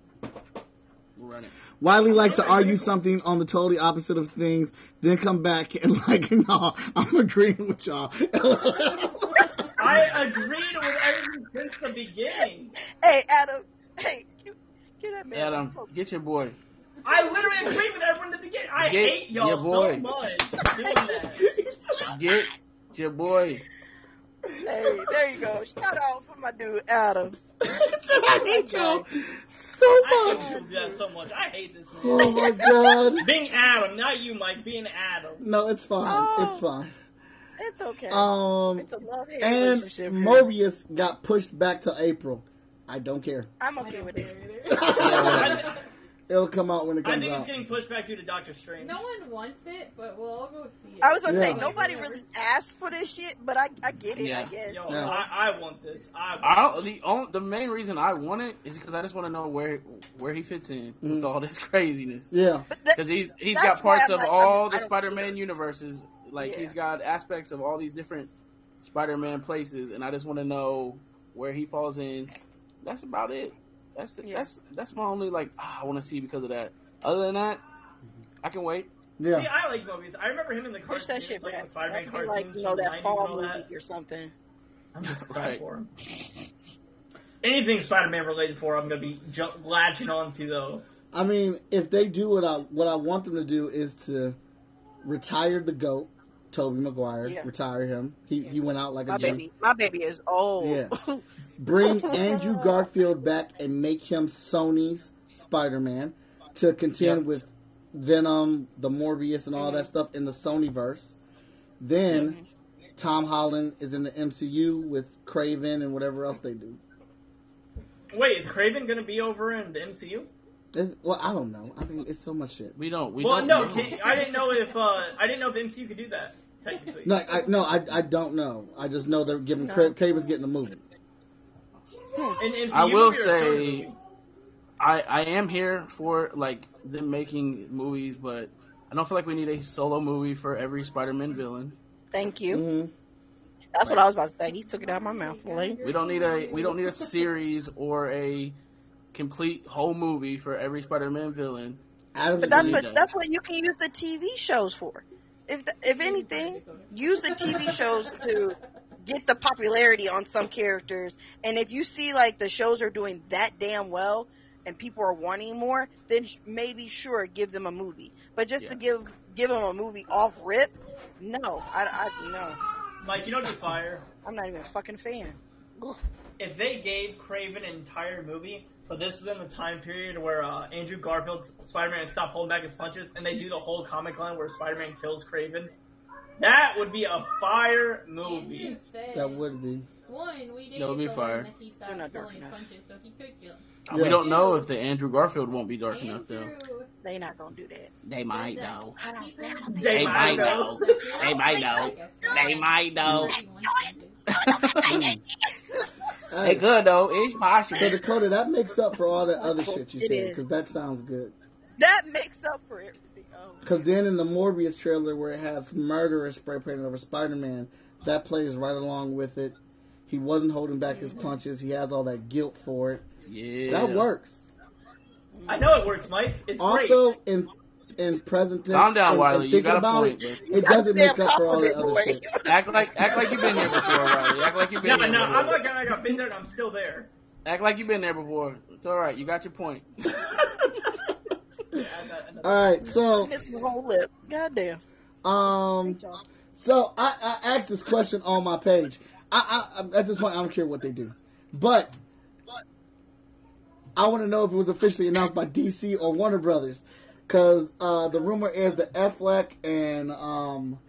C: Run it.
A: Wiley likes to argue something on the totally opposite of things, then come back and (laughs) like, no, I'm agreeing with y'all. (laughs)
D: I agreed with everything since the beginning.
E: hey, Adam. Hey, you, get that man.
C: Adam, get your boy.
D: I literally agree with everyone in the beginning. I
C: Get
D: hate y'all
C: your boy.
D: so much for doing that.
C: Get your boy.
E: (laughs) Hey, there you go. Shout out for my dude, Adam.
A: I hate y'all so
D: I
A: much.
D: hate you guys so much. I hate this
A: Oh
D: man.
A: my god.
E: (laughs)
D: being Adam, not you, Mike. Being Adam.
A: No, it's fine.
E: Oh.
A: It's fine.
E: It's okay.
A: Um,
E: it's a love hate
A: and
E: relationship. here.
A: Mobius got pushed back to April. I don't care.
E: I'm
B: I
E: okay
B: don't
E: with it.
B: care
D: I,
B: either. (laughs)
A: It'll come out when it
D: I
A: comes
D: think it's
A: out.
D: getting pushed back due to Doctor Strange.
B: no one wants it, but we'll all go see it.
E: I was gonna say
A: Yeah.
E: nobody really asked for this shit, but I I get it. I
C: Yeah.
E: guess.
D: Yo,
A: No.
D: I, I want this. I, want
C: I don't, the on, the main reason I want it is because I just want to know where where he fits in
A: Mhm.
E: Mm.
C: with all this (laughs) craziness.
A: Yeah.
E: But that,
C: Because
E: (laughs)
C: he's he's
E: That's
C: got parts
E: why I'm
C: of
E: like,
C: all
E: I'm- I
C: the
E: don't
C: Spider-Man
E: care.
C: universes. Like
E: Yeah.
C: he's got aspects of all these different Spider-Man places, and I just want to know where he falls in. That's about it. That's
E: Yeah.
C: that's that's my only like ah, I want to see because of that. Other than that, I can wait.
D: See,
A: Yeah.
D: I like movies. I remember him in the cartoons,
E: push that shit
D: like
E: back.
D: the Spider-Man
E: That could be like
D: cartoons
E: you know
D: from the
E: that
D: 90s and
E: fall
D: all
E: movie
D: that.
E: or something.
D: I'm just excited
C: Right.
D: for him. Anything Spider-Man related for, I'm gonna be ju- latching onto though.
A: I mean, if they do what I what I want them to do is to retire the goat, Toby Maguire,
E: Yeah.
A: retire him. He he went out like
E: My
A: a G.
E: baby, my baby is old.
A: Yeah. Bring Andrew Garfield back and make him Sony's Spider-Man to contend
C: Yep.
A: with Venom, the Morbius, and all
E: Mm-hmm.
A: that stuff in the Sonyverse. Then Tom Holland is in the MCU with Craven and whatever else they do.
D: Wait, is Craven gonna be over in the MCU?
A: It's- well, I don't know. I mean, it's so much shit.
C: We don't. We
D: well,
C: don't.
D: no,
C: know.
D: can, I didn't know if uh, I didn't know if MCU could do that technically.
A: No, I, no, I, I don't know. I just know they're giving
E: No.
A: Cra- Craven's getting a movie.
D: An MCU
C: I will
D: movie or a Sony
C: say-
D: movie?
C: I I am here for like them making movies, but I don't feel like we need a solo movie for every Spider-Man villain.
E: (laughs) Thank you.
A: Mhm.
E: That's what I was about to say. He took it out of my mouth. Like,
C: We don't need a we don't need a series or a complete whole movie for every Spider-Man villain.
A: Adam,
E: but that's
A: Lee-
E: what that's what you can use the TV shows for. If the, if anything, use the TV shows
B: (laughs)
E: to (laughs) get the popularity on some characters. And if you see like the shows are doing that damn well and people are wanting more, then sh- maybe sure give them a movie. But just to give give them a movie off rip, no, I, I no,
D: Mike, you know, what'd be fire
E: I'm not even a fucking fan.
D: if they gave Craven an entire movie, but this is in the time period where uh, Andrew Garfield's Spider-Man stopped holding back his punches, and they do the whole comic line where Spider-Man kills Craven. That would be a fire movie.
B: Andrew said,
A: that would
E: (laughs)
A: be.
B: One, we did
C: That would be
B: get the
C: fire.
B: one that he
E: They're
B: stopped
E: not dark
B: pulling
E: enough.
B: punches, so he could kill. him.
C: We
A: Yeah.
C: don't know if the Andrew Garfield won't be dark enough though.
B: Andrew
E: They not gonna do that.
C: They
B: might, though.
E: I don't, I don't think
D: They
C: They
D: might
C: might
B: (laughs)
D: know.
C: know.
A: (laughs)
C: They might know. They might know. It good though. It's possible.
A: So Dakota, that makes up for all that other shit you
E: Oh, It
A: said
E: is.
A: because that sounds good.
E: That makes up for everything. Oh,
A: Because then in the Morbius trailer where it has murderer spray painted over Spider Man, that plays right along with it. He wasn't holding back his punches. He has all that guilt for it.
C: Yeah.
A: That works.
D: I know it works, Mike. It's great.
A: also in in present tense,
C: Calm down,
A: and- and
C: Wiley. You
A: thinking
C: got a
A: about
C: point.
A: It,
C: man.
A: it doesn't
E: Goddamn
A: make up for all the
E: opposite
A: other
E: way.
A: shit.
C: Act like act like you've been here before, Wiley. Act like you've
D: No,
C: been
D: no,
C: here. before.
D: I'm not gonna. I got been there and I'm still
A: (laughs)
D: there.
C: Act like you've been there before. It's all right. You got your point.
D: Yeah, I got another-
A: (laughs) All right,
E: (laughs)
A: so
E: Miss the whole lip. Goddamn.
A: um,
E: Good job.
A: so I, I asked this question on my page. I, I I'm- at this point I don't care what they do, but I want to know if it was officially announced by DC or Warner Brothers, because uh, the rumor is that Affleck and um,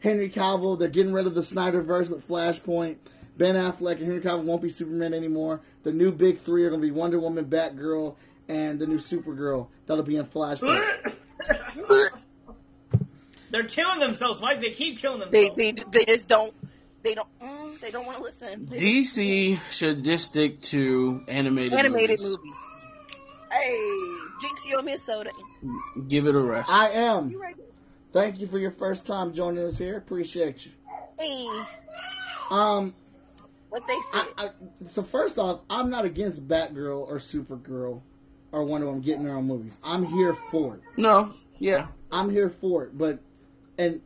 A: Henry Cavill they're getting rid of the Snyderverse with Flashpoint. Ben Affleck and Henry Cavill won't be Superman anymore. The new big three are going to be Wonder Woman, Batgirl, and the new Supergirl. That'll be in
D: (laughs)
A: Flashpoint.
D: They're killing themselves, Mike. They keep killing
E: They
D: themselves.
E: they they just don't. They don't. Mm, they don't want to listen. They just-
C: DC should just stick to animated
E: animated movies. Hey, Jinx, you owe me a soda.
C: Give it a rest.
A: I am.
E: You right?
A: Thank you for your first time joining us here. Appreciate you.
E: Hey,
A: Um,
E: what they
A: I,
E: said.
A: I, so first off, I'm not against Batgirl or Supergirl or Wonder Woman getting their own movies. I'm here for it.
C: No. Yeah.
A: I'm here for it. But and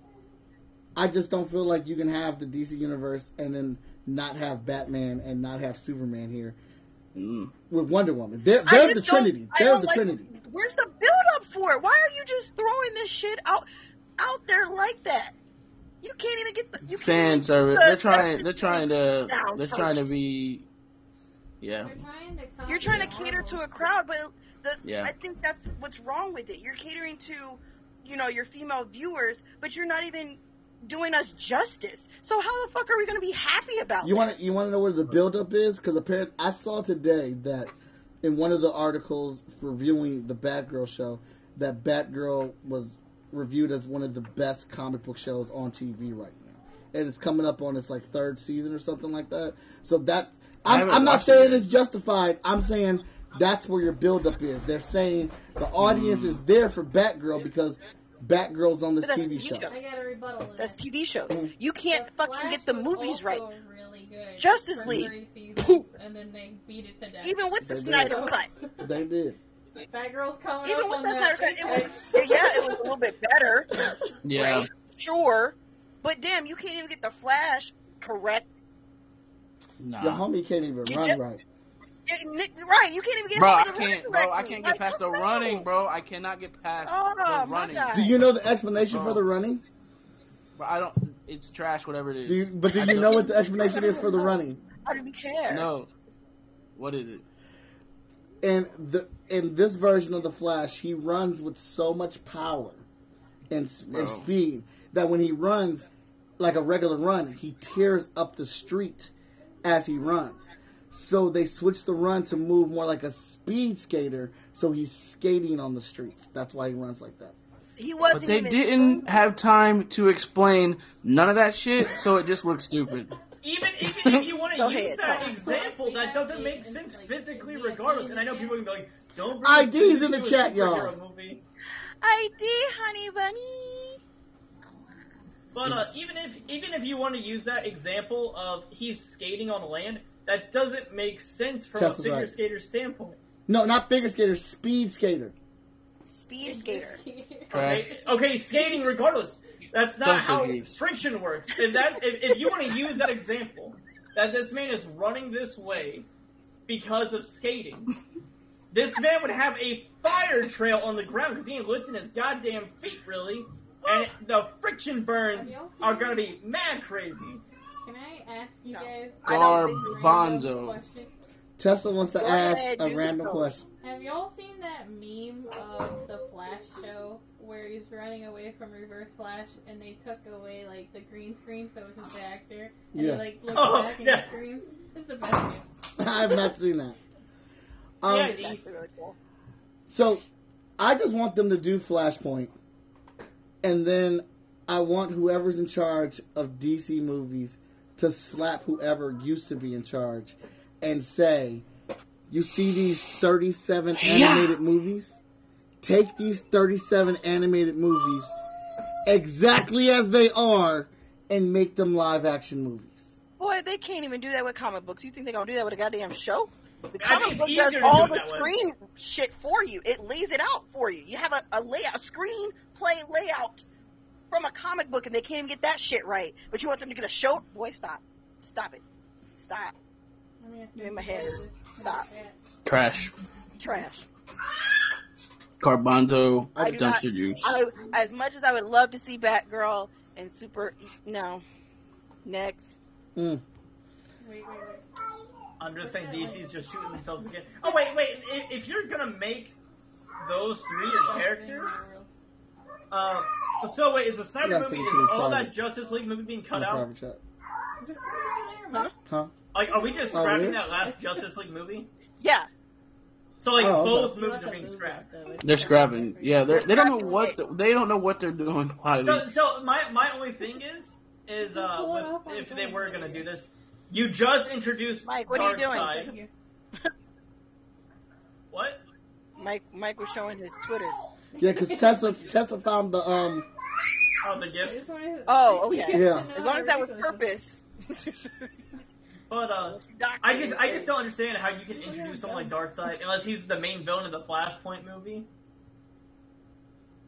A: I just don't feel like you can have the DC universe and then not have Batman and not have Superman here
C: Mm.
A: with Wonder Woman. There,
E: I
A: there's
E: just
A: the
E: don't-
A: Trinity.
E: I
A: There's
E: don't
A: the
E: like-
A: Trinity.
E: Where's the build up for it? Why are you just throwing this shit out out there like that? You can't even get the you can't
C: Fan
E: even-
C: service. They're trying. They're trying to.
E: Down
C: They're trying to be. Yeah.
B: They're trying to
E: You're trying to cater to a crowd, but the
C: Yeah.
E: I think that's what's wrong with it. You're catering to, you know, your female viewers, but you're not even doing us justice. So how the fuck are we going to be happy about
A: You
E: that?
A: want to you want to know where the buildup is? Because apparently, I saw today that in one of the articles reviewing the Batgirl show, that Batgirl was reviewed as one of the best comic book shows on TV right now, and it's coming up on its like third season or something like that. So that
C: I
A: I'm,
C: haven't
A: I'm not
C: watched it
A: saying
C: yet.
A: it's justified. I'm saying that's where your buildup is. They're saying the audience is there for Batgirl because Batgirl's on this
E: But that's
A: TV
E: TV
A: show.
E: show.
B: I got a rebuttal. to
E: That's
B: that.
E: TV shows.
C: Mm-hmm.
A: Mhm.
E: You can't
B: The
E: fucking get the
B: Flash was
E: movies right.
B: also Really good
E: Justice
B: for
E: League.
B: three
E: (laughs)
B: seasons,
E: Poop.
B: and then they beat it to death.
E: Even with the
A: They did.
E: Snyder cut.
A: They did.
B: (laughs) That girl's coming
E: Even
B: up
E: with
B: on
E: the Snyder
B: that.
E: cut, it was yeah, it was a little bit better,
C: (laughs) Yeah.
E: right? Sure. But damn, you can't even get the Flash correct.
C: Nah.
A: Your homie can't even
E: You
A: run
E: just-
A: right.
E: It- Nick- Right, you can't even get
C: Bro,
E: him
C: I
E: to run
C: can't. Bro,
E: correctly.
C: I can't
E: Like,
C: get past the
E: come on.
C: running, bro. I cannot get past
E: Oh,
C: the
E: my
C: running.
E: God.
A: Do you know the explanation for the running?
C: But I don't. It's trash. Whatever it is.
A: Do you, but do you know what the explanation is for the running?
E: How do we care?
C: no. What is it?
A: In the in this version of the Flash, he runs with so much power and, s- and
C: Bro.
A: speed that when he runs like a regular run, he tears up the street as he runs. So they switched the run to move more like a speed skater, so he's skating on the streets. That's why he runs like that.
E: He
C: But
E: wasn't
C: they
E: even
C: didn't have time to explain none of that shit, so it just looks (laughs) stupid.
D: Even even if you want
E: (laughs) Go
D: to use
E: ahead,
D: that
E: talk.
D: example, that doesn't make sense physically, regardless. And I know people are gonna be like, "Don't." bring
A: IDs
D: this
A: in the
D: to a
A: chat,
D: superhero
A: y'all.
D: movie.
E: ID, honey bunny.
D: But uh,
C: It's-
D: even if even if you want to use that example of he's skating on land, that doesn't make sense from
A: Tess
D: a
A: is
D: figure
A: right.
D: skater standpoint.
A: No, not figure skater, speed skater.
B: (laughs)
E: Speed skater.
C: Trash.
D: Okay, okay, skating regardless. That's not
C: Don't
D: how
C: confuse.
D: friction works. If that if, if you want to use that example, that this man is running this way because of skating, this man would have a fire trail on the ground because he ain't lifting his goddamn feet really, and the friction burns are gonna be mad crazy.
B: Can I ask you
E: No.
B: guys?
E: I don't think-
B: a
C: Garbanzo.
B: random question?
A: Tessa wants to
E: Go
A: ask
E: ahead,
A: a
E: do
A: random
E: so.
A: question.
B: Have y'all seen that meme of the Flash show where he's running away from Reverse Flash and they took away like the green screen so it's just the actor and
A: Yeah.
B: he like looks
D: (laughs) Oh,
B: back and
D: yeah.
B: screams? It's the best meme.
A: (laughs) I have not seen that. Um,
D: Yeah,
E: That's actually really cool.
A: So, I just want them to do Flashpoint, and then I want whoever's in charge of DC movies to slap whoever used to be in charge and say, You see these 37
E: Yeah.
A: animated movies? Take these 37 animated movies exactly as they are and make them live action movies.
E: Boy, they can't even do that with comic books. You think they're gonna do that with a goddamn show? The
D: I
E: comic
D: think it's
E: book
D: easier
E: does
D: to do
E: all
D: it
E: the
D: that way.
E: screen shit for you. It lays it out for you. You have a, a layout, screen play layout from a comic book, and they can't even get that shit right. But you want them to get a show? Boy, stop, stop it, stop,
B: I'm gonna have to
E: Give me my
B: record
E: header.
B: this in
E: Stop.
B: the chat.
C: Trash.
E: trash.
C: Carbonzo.
E: I do not-
C: dumpster juice.
E: I, as much as I would love to see Batgirl and Super, no, next.
A: Mm.
B: Wait, wait, wait.
D: I'm just saying DC's just shooting themselves again. Oh wait, wait. i- If you're gonna make those three your characters, uh, so wait, is the Snyder
A: Yes,
D: movie
A: it is
D: is all
A: private.
D: that Justice League movie being
A: In
D: cut
A: the
D: out?
A: private chat.
B: Just put it in there, man.
A: Huh?
D: Like, are we just
A: Oh,
D: scrapping
A: really?
D: that last Justice League movie?
E: Yeah,
D: So like
A: Oh, okay.
D: both
B: You
D: movies
B: let
D: are
B: that
D: being
B: move
D: scrapped.
B: out, though.
C: They're scrapping. Yeah, they're, they don't know what the, they don't know what they're doing. Wiley.
D: So, so my my only thing is is
B: Just
D: uh
B: pull it up
D: with-
B: on
D: if they
B: phone.
D: were gonna do this, you just introduced
E: Mike, what are you doing?
D: Darkseid.
B: Thank you.
D: What?
E: Mike. Mike was showing his Twitter.
A: Yeah, because Tessa, Tessa found the, um,
D: Oh, the
B: I
D: gift.
B: just wanted-
E: Oh,
B: I
E: okay.
B: just
A: Yeah.
B: wanted to know
E: As long
B: how
E: as that was
B: ridiculous this
E: purpose. (laughs)
D: But uh, I just I just don't understand how you can introduce someone like Darkseid unless he's the main villain of the Flashpoint
E: (laughs)
D: movie.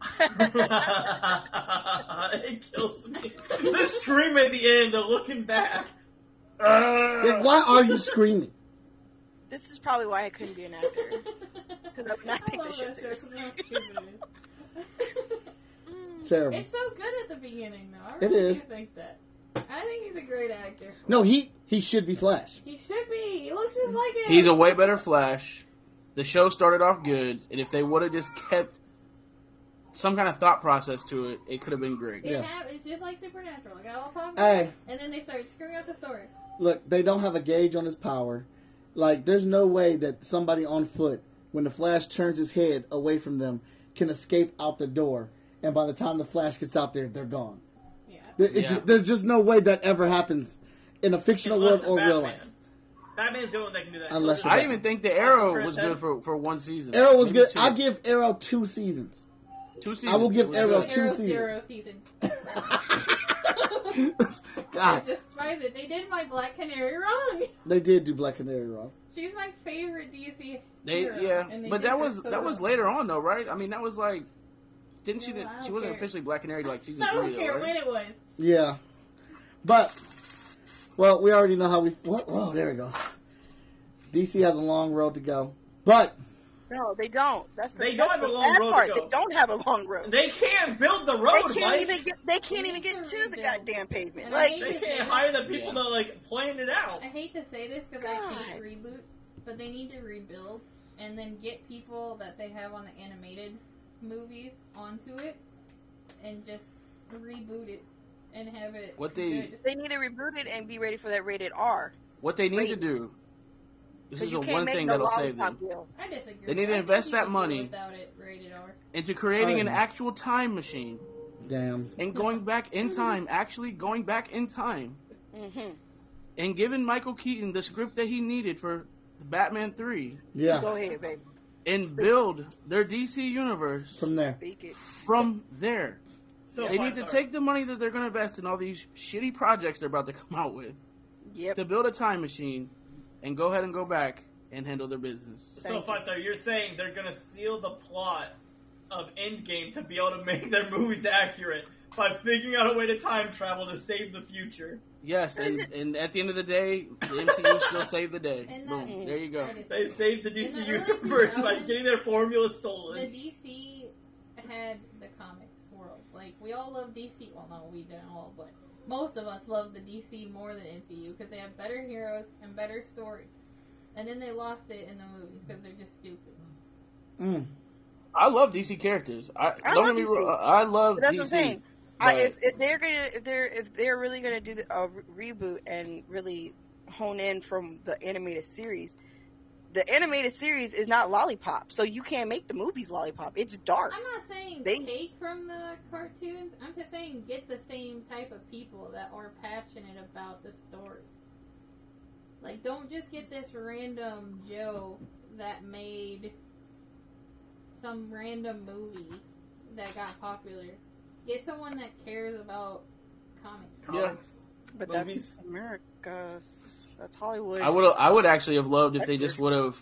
D: (laughs) it kills me. The scream at the end, the looking back.
A: like, why are you screaming?
E: This is probably why I couldn't be an actor.
B: Because (laughs)
E: 'Cause I would not take this shit seriously. (laughs)
D: Mm.
A: Terrible.
B: it's so good at the beginning, though. I
A: Um, It
B: really do
A: is.
B: think that. I think he's a great actor.
A: No, he, he should be Flash.
B: He should be. He looks just like him.
C: He's a way better Flash. The show started off good, and if they would have just kept some kind of thought process to it, it could have been great.
B: It
A: Yeah.
B: hap- it's just like Supernatural. It got all popped
A: Hey,
B: and then they started screwing up the story.
A: look, they don't have a gauge on his power. Like, there's no way that somebody on foot, when the Flash turns his head away from them, can escape out the door. And by the time the Flash gets out there, they're gone.
B: Yeah.
A: There- it
C: Yeah.
A: just- there's just no way that ever happens in a fictional
D: Unless
A: world
D: it's
A: or real life.
D: Batman. Batman's the only one that can do that.
A: Unless
D: He'll
A: you're
C: I
D: just-
C: even think the Arrow
D: Chris
C: was
D: Evans.
C: good for, for one season.
A: Arrow was
C: Maybe
A: good.
C: two.
A: I give Arrow two
C: (laughs)
A: seasons. (laughs)
C: two seasons.
A: I will give
C: It was
A: Arrow
C: good.
A: two
B: Arrow
A: seasons.
B: Zero season. I
A: God,
B: despise it. They did my Black Canary wrong. (laughs)
A: they did do Black Canary wrong.
B: She's my favorite DC.
C: They,
B: hero,
C: yeah,
B: and they
C: but
B: did
C: that was
B: so
C: that was
B: well.
C: later on though, right? I mean, that was like, didn't she?
B: No, I
C: she
B: don't
C: wasn't
B: care.
C: officially Black Canary like season
B: I
C: three
B: don't
C: though,
B: care
C: right?
B: when it was.
A: Yeah, but well, we already know how we. Whoa, whoa there we go. DC has a long road to go, but
E: No, they don't. That's the,
D: They
E: that's
D: don't have
E: the
D: a long
E: bad
D: road to
E: part.
D: go.
E: They don't have a long road.
D: They can't build the road.
E: They can't
D: Mike.
E: even get. They can't
B: They
E: even
B: need
E: get
B: to
E: to the
B: rebuild.
E: goddamn pavement.
B: And I
E: Like
B: hate
D: They
B: it.
D: can't hire the people
C: Yeah.
D: to like plan it out.
B: I hate to say this because I hate
E: God.
B: reboots, but they need to rebuild and then get people that they have on the animated movies onto it and just reboot it and have it.
C: What they-
B: good.
E: they need to reboot it and be ready for that rated R.
C: What they need
E: Wait.
C: to do. This
E: Because
C: is
E: you
C: the
E: can't
C: one
E: make
C: thing
E: no
C: that'll save
E: lollipop
C: them.
E: deal.
B: I disagree.
C: They need to
B: I think
C: invest
B: you
C: that
B: could do
C: money.
B: without it rated R.
C: Into creating an
A: Oh.
C: actual time machine
A: damn,
C: and going back in time, actually going back in time,
E: Mm-hmm.
C: and giving Michael Keaton the script that he needed for Batman 3
A: yeah,
E: Go ahead, baby.
C: and build their DC universe
A: from there.
E: Speak it.
C: from there.
D: So
C: they
D: far,
C: need to
D: sorry.
C: take the money that they're going to invest in all these shitty projects they're about to come out with
E: Yep.
C: to build a time machine and go ahead and go back and handle their business.
D: So
E: Thank
D: far, so you're saying they're gonna steal the plot of Endgame to be able to make their movies accurate by figuring out a way to time travel to save the future.
C: Yes, and, and at the end of the day, the
E: (laughs)
C: MCU still saved the day.
B: And that-
C: Boom, there you go.
B: I disagree.
D: They saved the
B: In
D: DC
B: the early
D: universe by
B: 2000s,
D: getting their formula
B: the
D: stolen.
B: DC had the comics world. Like we all love DC. Well, no, we didn't all, but most of us love the DC more than MCU because they have better heroes and better stories. And then they lost it in the movies because they're just stupid.
A: Mm.
C: I love DC characters. I,
E: I
C: don't get
E: love
C: me
E: DC.
C: wrong, I love
E: But that's
C: DC.
E: what I'm saying. I,
C: but-
E: if, if they're gonna, if they're, if they're really gonna do the, a re- reboot and really hone in from the animated series, the animated series is not lollipop, so you can't make the movies lollipop. It's dark.
B: I'm not saying
E: They-
B: take from the cartoons. I'm just saying get the same type of people that are passionate about the stories. Like, don't just get this random Joe that made some random movie that got popular. Get someone that cares about comics.
D: Comics.
E: But
D: Movies.
E: that's America's. That's Hollywood.
C: I would I would actually have loved if they just would have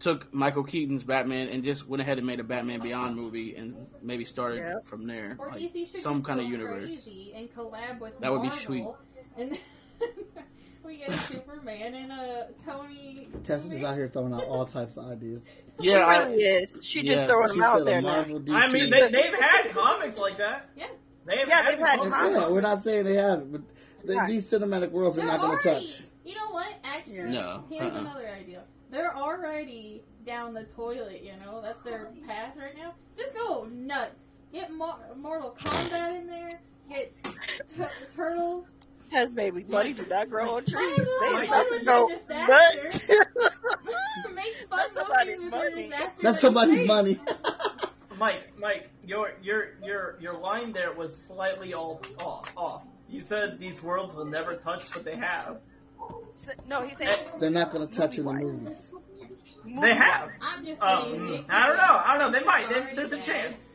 C: took Michael Keaton's Batman and just went ahead and made a Batman Beyond movie and maybe started
E: Yeah.
C: from there.
B: Or
C: Like,
B: DC should
C: some
B: just
C: kinda
B: go
C: universe.
B: crazy and collab with
C: That would be
B: Marvel,
C: sweet.
B: And (laughs) we
C: (laughs)
B: get a Superman and a Tony.
A: Tessa's just out here throwing out all types of ideas.
E: she
C: yeah, I-
E: really is. She
C: yeah,
E: just throwing
A: She
E: them
A: said
E: out
A: a
E: there now.
A: Marvel,
D: I mean,
A: DC.
D: they, they've had comics like that.
B: Yeah.
D: They've
E: Yeah,
D: had
E: they've had
A: It's
D: comics.
A: good. We're not saying they have, but the,
E: Right.
A: these cinematic worlds are
B: They're
A: not going to
B: already-
A: touch.
B: You know what? Actually,
E: Yeah.
C: No,
B: here's
C: uh-uh.
B: another idea. They're already down the toilet. You know, that's their path right now. Just go nuts. Get Mar- Mortal Kombat in there. Get t- Turtles. (laughs)
E: Has baby buddy do not grow on trees. They
D: Michael-
E: about to go
B: Michael-
E: nuts. (laughs)
B: Make fun
E: That's
B: movies
E: somebody's
B: with your
E: money.
B: disaster.
A: That's
B: that
A: somebody's
B: you
E: (laughs)
A: money.
D: Mike, Mike, your your your your line there was slightly all off. off. You said these worlds will never touch, but they have.
E: no, he's saying
A: They're not going to touch in the
E: Why?
A: (laughs) movies.
D: They have.
B: make. I'm just
D: Um,
B: saying. it should
D: I don't know.
B: be-
D: I don't know. They
B: it's
D: might. They,
B: already
D: there's a
B: bad.
D: chance.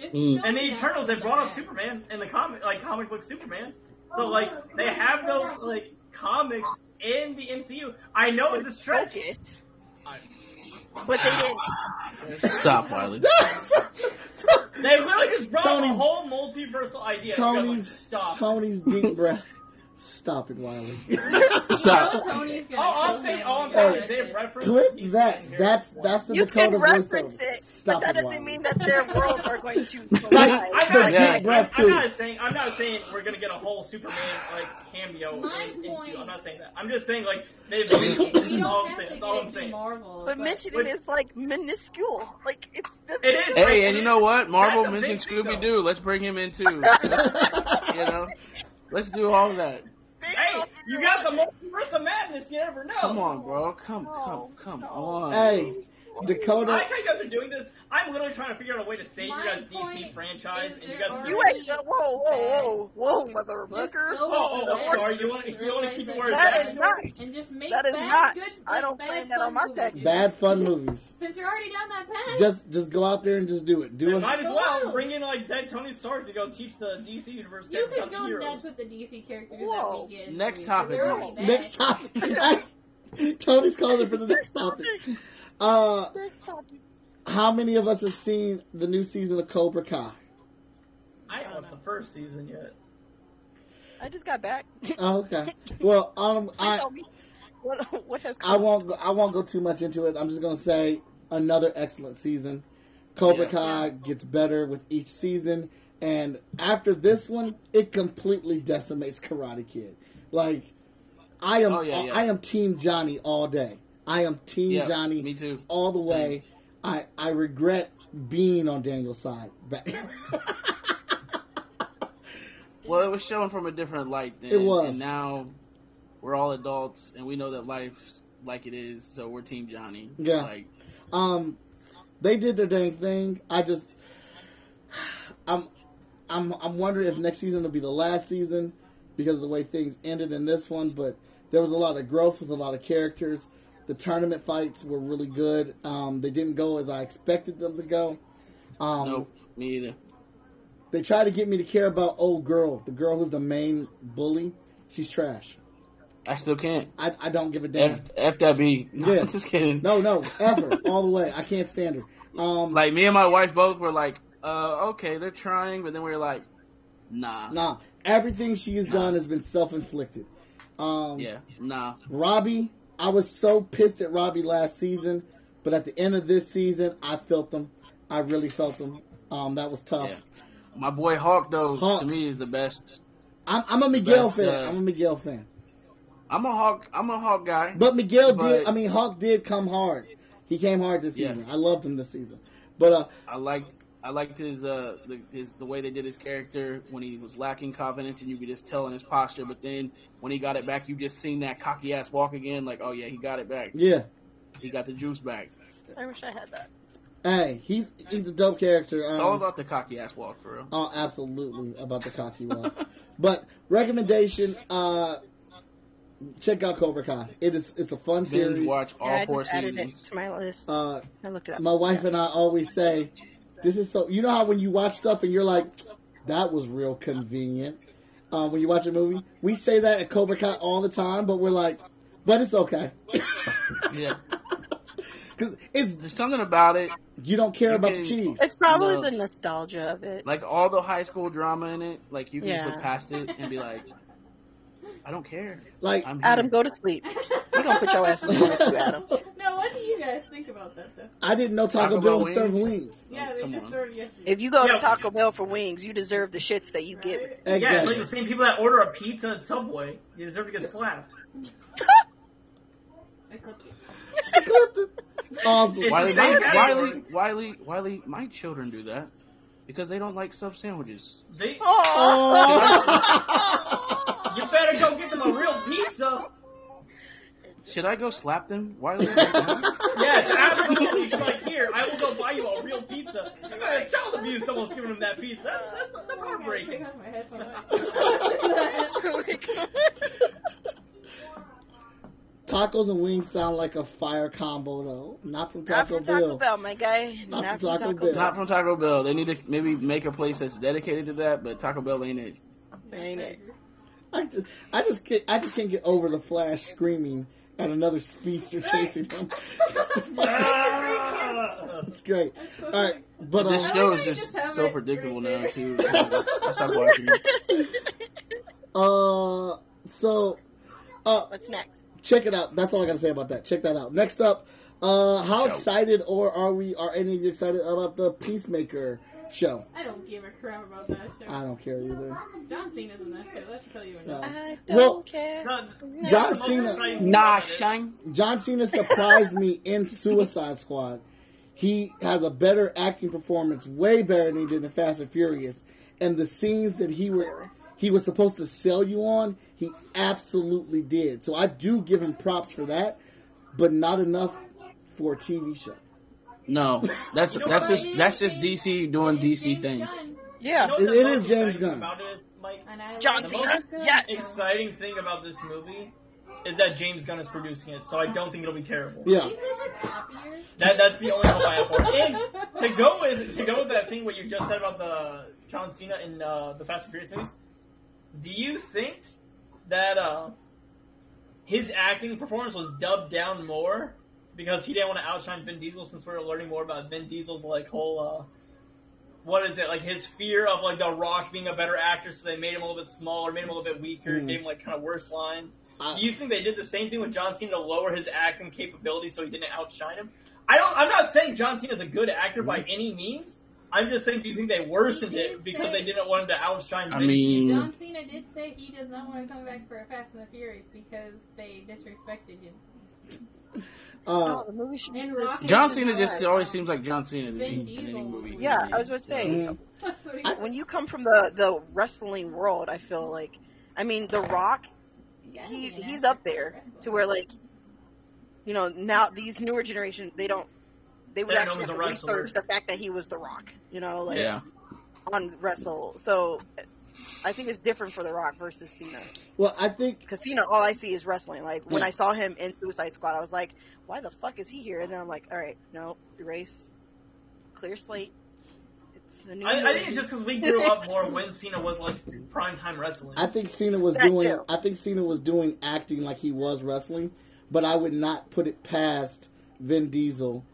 B: Just
C: Mm.
B: go
D: And the
B: nuts
D: Eternals, they
B: with
D: brought up
B: that.
D: Superman in the comic, like comic book Superman. So like they have Oh, no like comics in the MCU. I know it's a stretch.
E: Focus.
D: I-
E: But they
C: (laughs)
E: didn't.
A: (laughs)
C: Stop, Wiley.
D: They literally just brought up a
A: Tony's-
D: whole multiversal idea.
A: Tony's-
D: Just like, stop.
A: Tony's deep breath. Stop it, Wiley.
D: (laughs)
A: (laughs)
C: Stop.
B: You know Tony's gonna
D: All Oh, I'm
B: kill
D: saying,
B: him
D: all
B: when
D: I'm saying
B: he
D: is
B: does
D: they
B: it.
D: reference.
A: Clip
D: these
A: that.
D: things here.
A: That's that's the
E: You
A: Dakota
E: can reference
A: voiceover.
E: it,
A: Stop
E: but that
A: it,
E: doesn't
A: Wiley.
E: mean that their worlds are
A: (laughs)
E: going to
C: Like,
E: collide.
D: I'm
A: They're deep
C: Yeah.
D: not,
E: Like,
D: saying, I'm,
A: breath
D: I'm
A: too.
D: not saying I'm not saying we're gonna get a whole Superman like cameo.
B: My
D: in, in
B: point-
D: I'm not saying that. I'm just saying like they've.
B: We don't have to get
D: that's all I'm saying. That's all I'm
B: into
D: saying.
B: Marvel,
E: but mentioning
D: But-
E: it is like minuscule. Like it's.
D: It is.
C: Hey, and you know what? Marvel
D: That's a big
C: mentioned
D: thing,
C: Scooby Doo. Let's bring him in too. you know, let's do all that.
E: based
D: Hey,
E: off
D: you
E: your
D: got the
E: life.
D: multiverse of madness. You never know.
C: Come on, bro. Come,
E: No,
C: come, come
E: no.
C: on.
A: Hey,
D: I like
A: Dakota.
D: how you guys are doing this. I'm literally trying to figure out a way to save
B: My
D: you guys'
B: point
D: DC franchise,
B: is
D: and you
B: there
D: guys.
B: are-
E: You ain't the whoa whoa whoa whoa mother mucker.
B: so
D: oh, oh,
B: bad.
D: I'm sorry. You want you want to keep it where it's
E: That
D: at?
E: is not.
B: and just make
E: That is
B: bad,
E: not-
B: Good,
E: I
B: good,
E: don't
B: bad
E: plan that on
B: fun
E: my
B: movies.
E: tax.
A: Bad fun movies.
B: Since you're already down that path,
A: Just just go out there and just do it. Do
D: Then
A: it.
D: might as
B: Go
D: well
B: on.
D: bring in like dead Tony Stark to go teach the DC universe
B: you
D: guys
B: can
D: about the
B: go nuts
D: heroes.
B: with the DC characters
E: Whoa.
B: that we get.
C: Next
B: They're
C: topic.
B: already bad.
A: Next topic. (laughs) Tony's calling for the next topic. Uh,
E: Next topic.
A: how many of us have seen the new season of Cobra Kai?
D: I ain't watched the first season yet.
E: I just got
A: (laughs)
E: back. (laughs)
A: Oh, okay. Well, um,
E: Please
A: I
E: tell me what, what has
A: I
E: come.
A: won't go, I won't go too much into it. I'm just gonna say another excellent season. Cobra
C: Yeah.
A: Kai gets better with each season, and after this one, it completely decimates Karate Kid. Like, I am
C: Oh, yeah, yeah.
A: I am Team Johnny all day. I am Team
C: Yeah,
A: Johnny.
C: me too.
A: all the way. I I regret being on Daniel's side. But (laughs)
C: Well, it was shown from a different light then.
A: It was.
C: And now we're all adults, and we know that life's like it is. So we're Team Johnny.
A: Yeah.
C: Like,
A: um, they did their dang thing. I just I'm I'm I'm wondering if next season will be the last season because of the way things ended in this one. But there was a lot of growth with a lot of characters. The tournament fights were really good. Um, they didn't go as I expected them to go. Um,
C: nope, me either.
A: They tried to get me to care about old girl, the girl who's the main bully. She's trash.
C: I still can't.
A: I, I don't give a damn.
C: F, F that B. (laughs) No,
A: Yeah.
C: I'm just kidding.
A: No, no, ever, all the way. I can't stand her. Um,
C: (laughs) Like me and my wife both were like, uh, okay, they're trying, but then we were like, nah,
A: nah, everything she has done has been self-inflicted. Um,
C: yeah, nah.
A: Robbie, I was so pissed at Robbie last season, but at the end of this season, I felt them. I really felt them. Um, that was tough.
C: Yeah. My boy Hawk though
A: Hawk.
C: to me is the best.
A: I'm, I'm a Miguel
C: Best,
A: fan.
C: uh,
A: I'm a Miguel fan.
C: I'm a Hawk. I'm a Hawk guy.
A: But Miguel did.
C: But-
A: I mean, Hawk did come hard. He came hard this
C: Yeah.
A: season. I loved him this season. But uh,
C: I liked. I liked his uh the, his the way they did his character when he was lacking confidence and you could just tell in his posture. But then when he got it back, you just seen that cocky ass walk again. Like, oh yeah, he got it back.
A: yeah,
C: He got the juice back.
E: I wish I had that.
A: Hey, he's he's a dope character.
C: It's all
A: Um,
C: about the cocky ass walk, for real.
A: oh, absolutely about the cocky one. But recommendation, uh, check out Cobra Kai. It is it's a fun
C: Binge
A: series.
C: watch all
E: yeah, I
C: four
E: just added
C: seasons.
E: it to my list.
A: Uh,
E: I looked it up.
A: my wife and I always say, this is so. You know how when you watch stuff and you're like, that was real convenient. Um, when you watch a movie, we say that at Cobra Kai all the time, but we're like, but it's okay.
C: (laughs)
A: (laughs)
C: Yeah.
A: Because it's
C: There's something about it,
A: you don't care
C: You
A: about the
C: can-
A: cheese.
E: It's probably
C: No.
E: the nostalgia of it.
C: like all the high school drama in it. Like you can just
E: Yeah.
C: look past it and be like, I don't care.
A: Like
C: I'm here.
E: Adam, go to sleep. We gonna put your ass
B: (laughs)
E: in the corner too, Adam.
B: No, what do you guys think about that
D: Oh,
B: stuff?
A: I didn't know Taco, Bell
C: Taco Bell
A: would serve
C: wings?
A: wings.
B: Yeah,
C: Oh,
B: they
C: come
B: just
C: on.
B: started yesterday.
E: If you go
D: Yeah.
E: to Taco Bell for wings, you deserve the shits that you
B: right?
E: get.
D: Yeah, it's
A: Exactly.
D: like the same people that order a pizza at Subway. You deserve to get slapped.
B: I clipped it.
A: awesome.
D: It's-
C: Wiley,
D: the same
C: Wiley,
D: category.
C: Wiley, Wiley, my children do that because they don't like sub sandwiches.
D: They,
A: Oh.
D: you better go get them a real pizza.
C: Should I go slap them? Wiley,
D: (laughs)
E: (laughs)
C: uh-huh.
D: Yes, absolutely. You're like, here, I will go buy you a real pizza. You got a child abuse someone's giving them that pizza. (laughs) That's, that's, that's
B: Oh, I gotta take (laughs)
D: heartbreaking.
B: off my
D: (laughs)
B: headphones.
A: Tacos and wings sound like a fire combo though. Not from
E: (laughs) Not
A: Taco,
E: from Taco
A: Bell.
E: Bell, my guy.
A: Not
E: Not,
A: from
E: from Taco,
A: Taco
E: Bell.
A: Bell.
C: Not from Taco Bell. They need to maybe make a place that's dedicated to that, but Taco Bell ain't it.
E: Ain't it?
A: I just, I just can't, I just can't get over the Flash screaming at another speedster chasing
E: (laughs)
A: him.
D: Ah.
A: It's great.
B: That's so
A: All right,
B: funny.
A: but uh,
C: this
B: like
C: show
B: how
C: is
B: you
C: just
B: just have
C: so
B: it
C: predictable
B: right
C: now
B: there.
C: too. I stopped watching
E: (laughs)
C: it.
A: uh, so uh,
E: What's next?
A: check it out. That's all I gotta say about that. Check that out. Next up, uh, how
C: Show.
A: excited or are we? Are any of you excited about the Peacemaker show?
B: I don't give a crap about that show.
A: I
D: Uh,
A: don't care either.
B: John Cena's in that show. That should tell you enough.
E: I don't
A: Well,
E: care.
D: No,
A: John
D: that's the most
A: Cena-
D: exciting thing
C: Nah,
D: about it.
C: shine.
A: John Cena surprised me in Suicide Squad. He has a better acting performance, way better than he did in Fast and Furious. And the scenes that he were he was supposed to sell you on, he absolutely did. So I do give him props for that, but not enough for a TV show.
C: No,
B: (laughs)
C: that's
D: You know
C: that's
D: what?
C: just that's just DC doing
B: It is
C: DC
B: James
C: things.
B: Gunn,
E: Yeah.
D: You know what
A: It-
D: the
A: it
D: most
A: is James
D: exciting
A: Gunn.
D: About it is, Mike,
B: and I
E: John
B: love
D: Cena?
B: James Gunn.
E: Yes.
D: exciting thing about this movie is that James Gunn is producing it, so I don't think it'll be terrible.
A: Yeah.
B: He's such a copier.
D: That that's the only hope I have for it. And to go with to go with that thing what you just said about the John Cena in uh, the Fast and Furious movies, do you think that uh, his acting performance was dubbed down more because he didn't want to outshine Vin Diesel since we were learning more about Vin Diesel's like whole uh, what is it like his fear of like The Rock being a better actor, so they made him a little bit smaller, made him a little bit weaker,
A: Mm.
D: gave him like kind of worse lines.
A: I-
D: Do you think they did the same thing with John Cena to lower his acting capability so he didn't outshine him? I don't. I'm not saying John Cena's a good actor by any means. I'm just saying, do you think they worsened
B: He did
D: it because
B: say-
D: they didn't want him to outshine?
C: I
D: Vin
A: Mm.
C: mean-
D: Diesel?
B: John Cena did say he does not want to come back for a Fast and the Furious because they disrespected him. (laughs)
A: Uh,
E: Oh, the movie should be
B: And Rocky
C: John
B: was
C: Cena just
B: alive.
C: always seems like John Cena
B: Vin
C: to me in any
B: Diesel
C: movie.
B: was
E: Yeah, I was about to say,
A: mm,
B: That's what he said.
E: when you come from the, the wrestling world, I feel like, I mean, The Rock,
B: You gotta
E: he,
B: be an
E: he's
B: actor
E: up
B: for a
E: there
B: wrestler.
E: to where, like, you know, now these newer generation, they don't, they would
D: They don't
E: actually
D: know
E: have to
D: he's a wrestler.
E: research the fact that he was The Rock, you know, like,
C: Yeah,
E: on Wrestle. So I think it's different for The Rock versus Cena.
A: well, I think
E: Because Cena, all I see is wrestling. Like when
A: Yeah.
E: I saw him in Suicide Squad, I was like, why the fuck is he here? And then I'm like, all right, no, erase, clear slate. It's a new.
D: I, I think
E: movie.
D: it's just because we grew up more when Cena was like prime time wrestling.
A: I think Cena was
E: That
A: doing.
E: too.
A: I think Cena was doing acting like he was wrestling, but I would not put it past Vin Diesel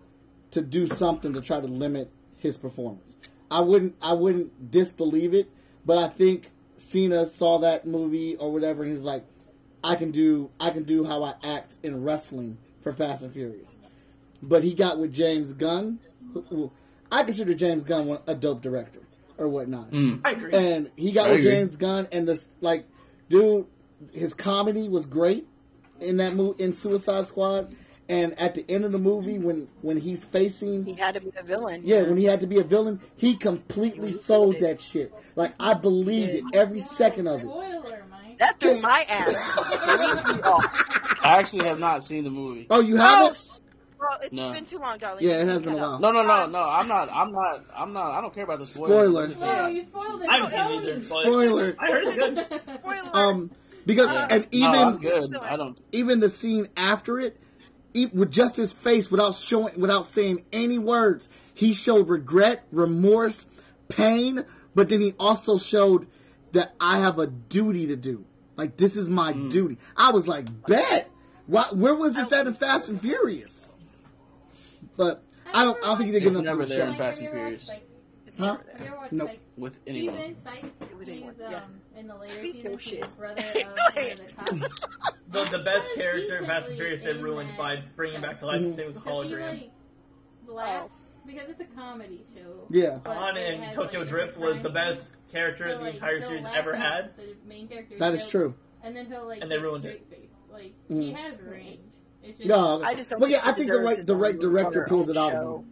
A: to do something to try to limit his performance. I wouldn't. I wouldn't disbelieve it, but I think Cena saw that movie or whatever, and he's like, "I can do. I can do how I act in wrestling for Fast and Furious." But he got with James Gunn. Who, who, I consider James Gunn one- a dope director or whatnot
C: Mm.
D: I agree.
A: and he got
C: I
A: with
C: agree.
A: James Gunn, and this like, dude, his comedy was great in that movie in Suicide Squad, and at the end of the movie when when he's
E: He
A: facing
E: had to be a villain.
A: yeah when he had to be a villain, he completely
E: He
A: sold
E: did.
A: that shit. Like I believed it every second of it.
B: Spoiler, Mike.
A: (laughs)
E: That threw my ass. Believe me, oh,
B: (laughs)
C: I actually have not seen the movie.
A: Oh, you
E: oh,
A: haven't?
E: Well, it's
C: No.
E: been too long, darling.
A: Yeah, it
E: You
A: has
E: can
A: been a
E: cut
A: while.
E: out.
C: No, no, no, no. I'm not. I'm not. I'm not. I don't care about the spoilers.
A: Spoilers.
B: Whoa, you spoiled it.
D: I haven't
B: Tell
D: seen it either.
B: me.
D: But
A: Spoiler.
D: I heard
B: (laughs)
D: it's good.
E: (laughs) Spoiler.
A: Um, because
C: Yeah.
A: and
C: No,
A: even
C: I'm good. I don't.
A: even the scene after it, e with just his face, without showing, without saying any words, he showed regret, remorse, pain, but then he also showed that I have a duty to do. Like this is my
C: Mm.
A: duty. I was like, bet. Why, where was this at in Fast and Furious? But I don't. I don't think he did
C: It's
A: good enough.
C: never
A: to
C: there in
A: show.
B: Like,
C: Fast
B: have you
C: and
B: ever
C: Furious.
B: watched,
E: It's
A: Huh?
E: never
B: Like, have you
E: there.
B: ever watched,
A: Nope.
B: like,
C: With anyone.
B: Steven Seif?
E: With
B: He's
E: anyone,
B: um,
E: yeah.
B: in the later
E: Speak your
B: seasons, he's
E: shit. (laughs)
B: brother of
E: Go
B: one
E: ahead.
B: of the cops.
D: The, the best
B: That is
D: character in Fast and
B: decently
D: Furious they
B: in
D: ruined
B: that
D: by bringing back to life and saying it was a
B: Does he
D: hologram.
B: like laughs because it's a comedy show.
A: Yeah.
B: but
D: Han
B: they
D: in
B: had,
D: Tokyo
B: like,
D: Drift
B: different
D: was the
B: times.
D: best character
B: So,
D: the
B: like,
D: entire
B: he'll
D: series
B: laugh
D: ever
B: at
D: had.
B: The main character.
A: That is
B: he'll-
A: true.
B: And then he'll like
D: And they
B: get
D: ruined
B: straight face. Like he
A: Mm.
B: has range. It's just,
A: No.
E: I just don't.
A: Well, yeah,
E: think
A: I think the right- the right director pulled
E: pulls
A: it out of him.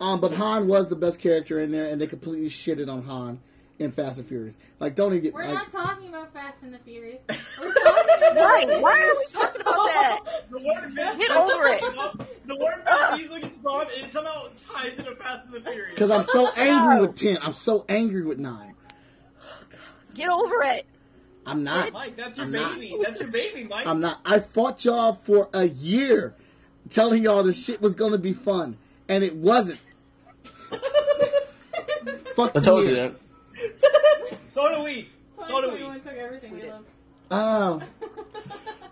A: Um, but Han was the best character in there, and they completely shitted on Han in Fast and Furious. Like, don't even get.
B: We're
A: like,
B: not talking about Fast and the
D: (laughs)
B: Furious. We're talking about
D: Right,
E: why are we talking about
A: (laughs)
E: that?
D: The word
E: Get over it.
D: The word that he's looking for it somehow ties into Fast and the Furious.
A: Because I'm
B: (laughs)
A: so angry
E: No.
A: with ten. I'm so angry with nine.
E: Get over it.
A: I'm not.
D: Mike, that's your
A: I'm not.
D: baby. That's your baby, Mike.
A: I'm not. I fought y'all for a year, telling y'all this shit was gonna be fun, and it wasn't.
B: (laughs)
A: Fuck
C: I told you
A: year.
C: that.
D: so do we. So do we.
B: 2021 took everything
E: We
B: we
E: did.
B: (laughs) loved.
A: Oh,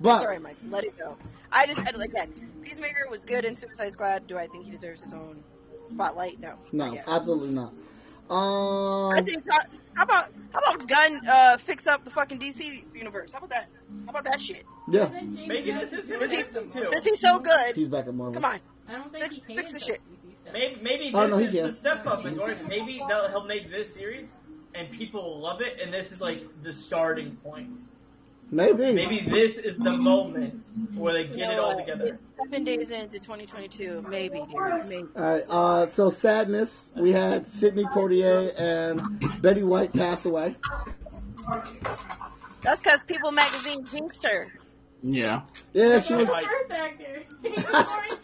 E: Sorry,
A: but
E: Mike. Let it go. I just I- again, Peacemaker was good in Suicide Squad. Do I think he deserves his own spotlight? No.
A: no,
E: Yeah.
A: absolutely not.
E: I
A: Um,
E: think. uh, How about how about Gun uh, fix up the fucking DC universe? How about that? How about that shit?
A: yeah,
D: Maybe this is his anthem, too.
E: Since he's so good,
A: he's back at Marvel.
E: come on.
B: I don't think
E: Fix-
B: he can
E: fix the
B: touch
E: shit.
B: DC stuff.
D: Maybe, maybe
A: Oh,
D: this
A: no, he
D: is
A: can.
D: the step up,
B: No, he
D: and
B: can.
D: maybe they'll, he'll make this series, and people will love it, and this is like the starting point.
A: Maybe.
D: Maybe this is the moment where they get
E: You know
D: it all
E: what?
D: together.
E: Seven days into 2022, maybe, dear, maybe.
A: All right. Uh, so sadness. We had Sidney Poitier and Betty White pass away.
E: That's because People Magazine jinxed her.
C: Yeah.
A: Yeah, she
B: That
A: was.
B: the first actor. He (laughs) was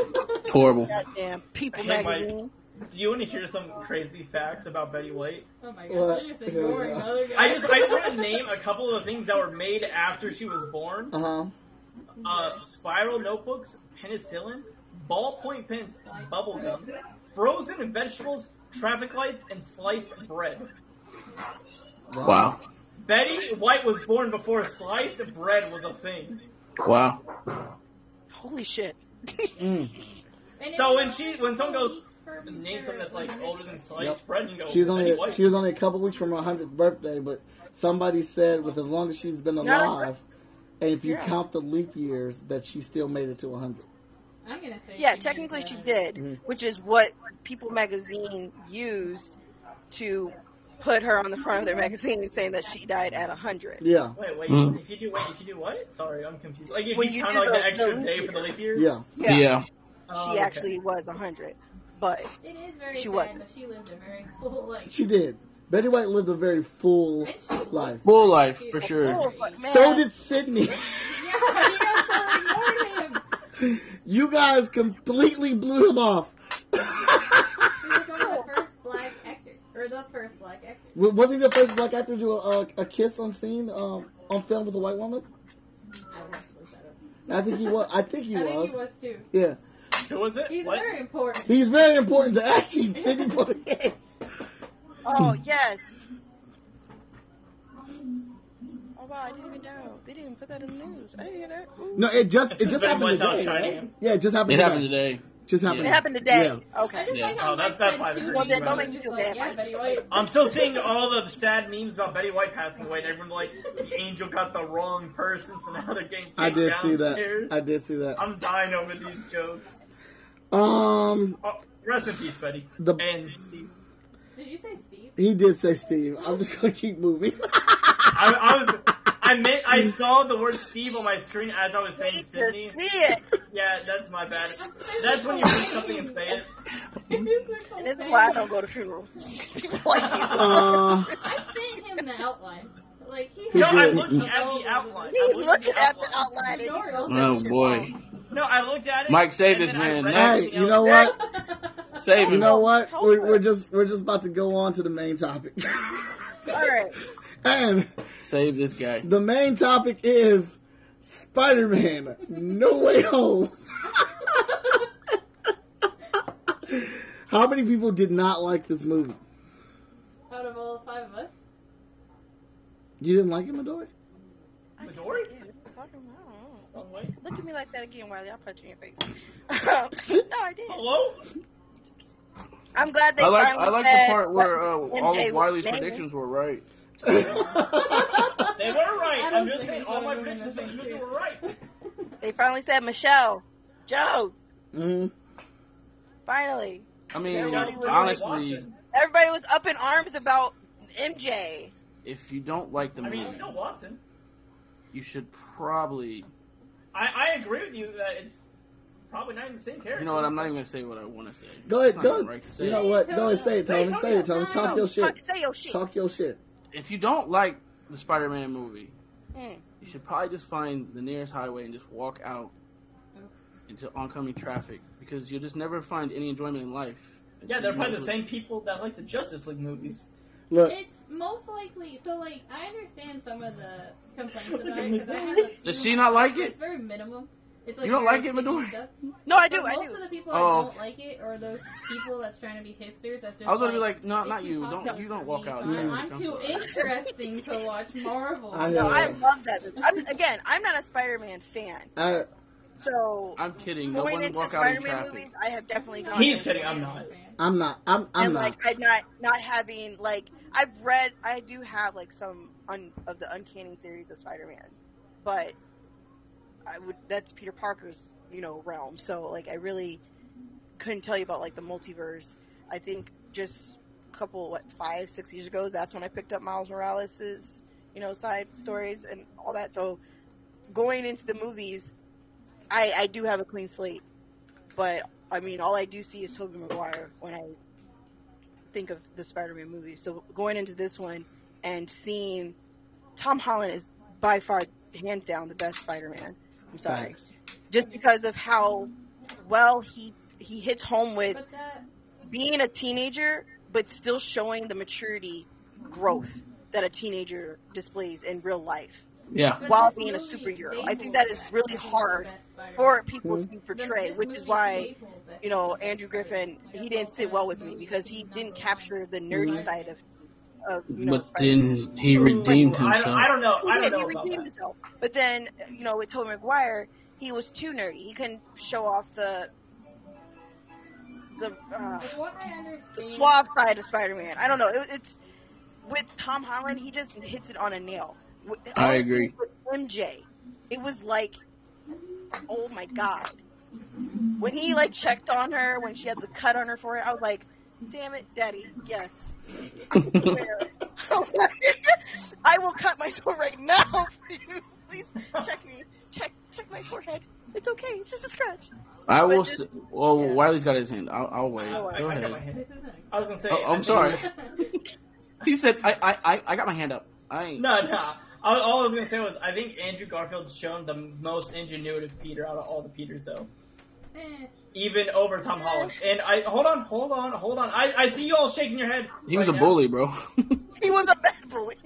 A: (laughs)
B: 42.
C: Horrible.
E: Goddamn People
D: Hey, Mike.
E: Magazine.
D: Do you want to hear some crazy facts about Betty White?
B: Oh my
A: What?
B: god, you're just
A: Here we
B: ignoring
A: go.
B: other guys.
D: I just I just want
B: (laughs)
D: to name a couple of the things that were made after she was born:
A: Uh huh.
D: uh, spiral notebooks, penicillin, ballpoint pens, bubble gum, frozen vegetables, traffic lights, and sliced bread.
C: Wow.
D: Betty White was born before sliced bread was a thing.
C: Wow.
E: Holy shit.
A: Mm.
B: And
D: So
B: it's
D: when
B: only
D: she- when someone goes,
B: weeks for me
D: Name
B: to
D: something that's like
B: remember.
D: older than sliced
A: Yep.
D: bread, and you go.
A: She was only
D: Betty White.
A: she was only a couple weeks from her hundredth birthday, but somebody said with as long as she's been
E: Not a-
A: alive, and if you
E: Yeah.
A: count the leap years, that she still made it to hundred.
B: I'm gonna say.
E: Yeah,
B: made
E: technically
B: it
E: she
B: to
E: did,
A: Mhm.
E: which is what People Magazine used to put her on the front of their magazine saying that she died at 100.
A: Yeah,
D: Wait, wait.
C: Hmm.
D: If you do, wait. If you do what? Sorry, I'm confused. Like if
E: When
D: you,
E: you
D: count
E: do
D: like
E: the-
D: the, extra
E: the-
D: day for the leap year.
A: yeah.
E: Yeah.
C: yeah.
D: Oh,
E: She
D: okay.
E: actually was 100. But
B: It is very
E: She
B: sad
E: wasn't.
B: that she lived a very (laughs) full life.
A: She did. Betty White lived a very full
B: And she looked
A: life.
C: Full life for sure.
E: Oh,
B: (laughs)
E: but man.
A: So did Sydney.
B: Yeah, you guys totally ignored him.
A: you guys completely blew him off.
B: He was one of
E: (laughs)
B: the first black actors, or the first black actor.
A: W- Wasn't he the first black actor to do a, a kiss on scene um, on film with a white woman?
B: I wish to look that up.
A: I think he was. I think he
B: I
A: was.
B: think he was too.
A: Yeah,
D: Who was it?
B: He's
D: what?
B: very important.
A: he's very important to actually Sydney Poitier.
E: Oh,
C: Hmm.
E: yes. Oh, wow, I didn't even know. They didn't even put that in the news. I didn't hear that. Ooh.
A: No, it just it
D: It's
A: just
D: been
A: happened
D: one time
A: today.
D: shining.
A: right? Yeah, it just happened.
C: It
A: today.
C: happened today.
A: Just happened.
E: It happened today.
B: I
E: Okay.
B: just
C: Yeah.
B: like how Mike
D: Oh, that's-
B: said
D: that's why
B: two
D: they're
B: weeks
E: doing
B: ago,
E: that.
B: just like, yeah, Betty White.
D: I'm
B: (laughs)
D: still seeing um, all the sad memes about Betty White passing away. And everyone like the angel got the wrong person, so now they're getting kicked
A: I did see that.
D: downstairs.
A: I did see that.
D: I'm dying over these jokes.
A: Um,
D: Oh, rest in peace, Betty.
A: The-
D: and Steve.
B: Did you say Steve? (laughs)
A: he did say Steve. I'm just gonna keep moving. (laughs)
D: I, I was. I meant I saw the word Steve on my screen as I was saying
E: Hate to
D: Sydney.
E: see it.
D: Yeah, that's my bad. That's when you read something and say it.
E: And
B: "Oh,
E: this is why I don't go to funerals. People
C: (laughs)
E: like you.
A: Uh,
B: I sent him the outline. Like he
A: He
D: No,
B: had
A: I'm
D: I'm
A: looking
D: looking
B: a
D: at
B: goal
D: the
B: over
D: outline.
E: He's looking at the outline. and he
B: Sure.
E: still said
C: Oh
E: shit
C: boy.
E: wrong.
D: No, I looked at it.
C: Mike, save
D: and
C: this
D: then I
C: man.
D: read
C: Next.
D: it,
A: Hey, you know what?
B: (laughs)
C: Save
A: You
C: him.
A: know what?
E: Help
A: We're,
E: us.
A: we're just we're just about to go on to the main topic. (laughs)
E: All right.
A: And
C: Save this guy.
A: the main topic is Spider-Man: No Way Home. (laughs) How many people did not like this movie?
B: Out of all five of us,
A: You didn't like it, Midori?
E: I
D: Midori?
E: can't- yeah, what you talking about?
D: Oh, wait.
E: Look at me like that again, Wiley. I'll punch you in your face. (laughs) no, I did.
D: Hello?
E: I'm glad they
C: I like
E: finally
C: I like the
E: said
C: part where uh,
E: when
C: all
E: they
C: of Wiley's
E: made it.
C: predictions were right.
A: Mm-hmm.
D: They were right.
B: I don't
D: I'm just
B: think
D: saying
B: it's
D: all
B: one
D: my
B: of them in
D: pictures
B: the
D: of
B: same suit.
D: Smith were right.
E: They finally said Michelle Jones.
A: hmm
E: Finally,
C: I mean,
E: Johnny Lee
C: honestly,
D: Watson.
E: everybody was up in arms about MJ.
C: if you don't like the
D: I mean, it's
C: movie,
D: still Watson.
C: you should probably.
D: I, I agree with you that it's probably not even the same character.
C: You know what? I'm not even gonna say what I want to say.
A: (laughs) Go ahead,
C: It's not
A: go.
C: even right to say
A: you
C: it.
A: know what? Go ahead, say it,
D: Say it,
A: Tony. Say it,
D: Tony.
A: Tony. Talk
E: No,
A: your
E: fuck-
A: shit.
E: Mm. Say your shit.
A: Talk your shit.
C: If you don't like the Spider-Man movie,
E: Mm.
C: you should probably just find the nearest highway and just walk out into oncoming traffic because you'll just never find any enjoyment in life.
D: Yeah,
C: Until
D: they're
C: you
D: probably the
C: know-
D: same people that like the Justice League movies.
A: Look,
B: It's most likely. So, like, I understand some of the complaints
D: Look
B: about
D: at
B: it.
D: me.
B: 'cause I have a few-
C: Does she not like it?
B: It's very minimum. It's
C: You don't
B: very
C: like it,
B: picky
C: Midori?
B: stuff.
E: No, I do.
B: But
E: I
B: most
E: do.
B: of the people
C: Oh.
B: that don't like it are those people that's trying to be hipsters. That's just
C: I was gonna
B: like,
C: be like, no,
B: it's
C: not
B: too
C: you.
B: popular
C: Don't you
B: for
C: don't walk
B: me.
C: out.
B: I'm,
C: dude.
B: I'm
C: I'm
B: too
C: sorry.
B: interesting to watch Marvel.
A: I
E: No,
A: know.
E: I love that. I'm, again, I'm not a Spider-Man fan,
A: I,
E: so
C: I'm kidding. No
E: going
C: one
E: into
C: walk out in
E: Spider-Man
C: traffic.
E: movies, I have definitely gone.
D: He's
E: in.
D: kidding, I'm not.
A: I'm not. I'm. I'm
E: and
A: not.
E: like I'm not not having like I've read I do have like some un, of the uncanny series of Spider-Man, but I would that's Peter Parker's you know realm. So like I really couldn't tell you about like the multiverse. I think just a couple what five six years ago that's when I picked up Miles Morales's you know side stories and all that. So going into the movies, I I do have a clean slate, but I mean all I do see is Tobey Maguire when I think of the Spider-Man movies. So going into this one and seeing Tom Holland is by far, hands down, the best Spider-Man. I'm sorry,
A: Facts.
E: just because of how well he he hits home with
B: But that
E: being a teenager, but still showing the maturity growth that a teenager displays in real life
C: Yeah.
B: but
E: while
B: this
E: being a
B: movie,
E: superhero.
B: they
E: I think
B: hold
E: that is
B: back.
E: really
B: I think
E: hard
B: it's the best
E: for
B: Spider-Man.
E: people
A: Mhm.
E: to
B: The-
E: portray,
B: this
E: which is
B: movie,
E: why
B: they hold back.
E: you know,
B: It's the
E: Andrew
B: best
E: Griffin,
B: Spider-Man.
E: he
B: That's
E: didn't
B: all
E: sit
B: that
E: well with me
B: movie
E: because
B: is
E: he
B: number
E: didn't
B: one.
E: capture the nerdy
B: Spider-Man.
E: side of, of you know,
C: But
E: Spider-Man.
C: then he
D: Ooh,
C: redeemed
D: I, don't-
C: himself.
D: I don't know.
E: He
D: I don't
E: did. He
D: know about
E: redeemed
D: that.
E: himself. But then, you know, with Tobey Maguire, he was too nerdy. He couldn't show off the the uh,
B: Like, what I
E: the
B: understand.
E: suave side of Spider-Man. I don't know. It, it's with Tom Holland, he just hits it on a nail. With,
C: I
E: honestly,
C: agree.
E: With MJ, it was like, oh my god. when he like checked on her when she had the cut on her forehead, I was like, "Damn it, Daddy, yes, I swear, (laughs) I will cut myself right now for you. Please check me, check check my forehead. It's okay, it's just a scratch."
C: (laughs) I will.
E: But just-
C: s well,
E: yeah.
C: Wiley's got his hand. I'll, I'll wait.
D: I, I-
C: Go
D: I got my
C: ahead.
D: hand.
B: This isn't.
D: I was gonna say.
C: Oh,
D: I
C: I'm
B: (laughs)
D: think-
C: sorry. He said, I, I, I, I got my hand up. I ain't.
D: (laughs) No, no. I, all I was gonna say was I think Andrew Garfield's shown the most ingenuity of Peter out of all the Peters though,
B: eh.
D: even over Tom Holland. And I hold on, hold on, hold on. I, I see you all shaking your head.
C: He was a
D: right now.
C: bully, bro. (laughs)
E: He was a bad (laughs) bully.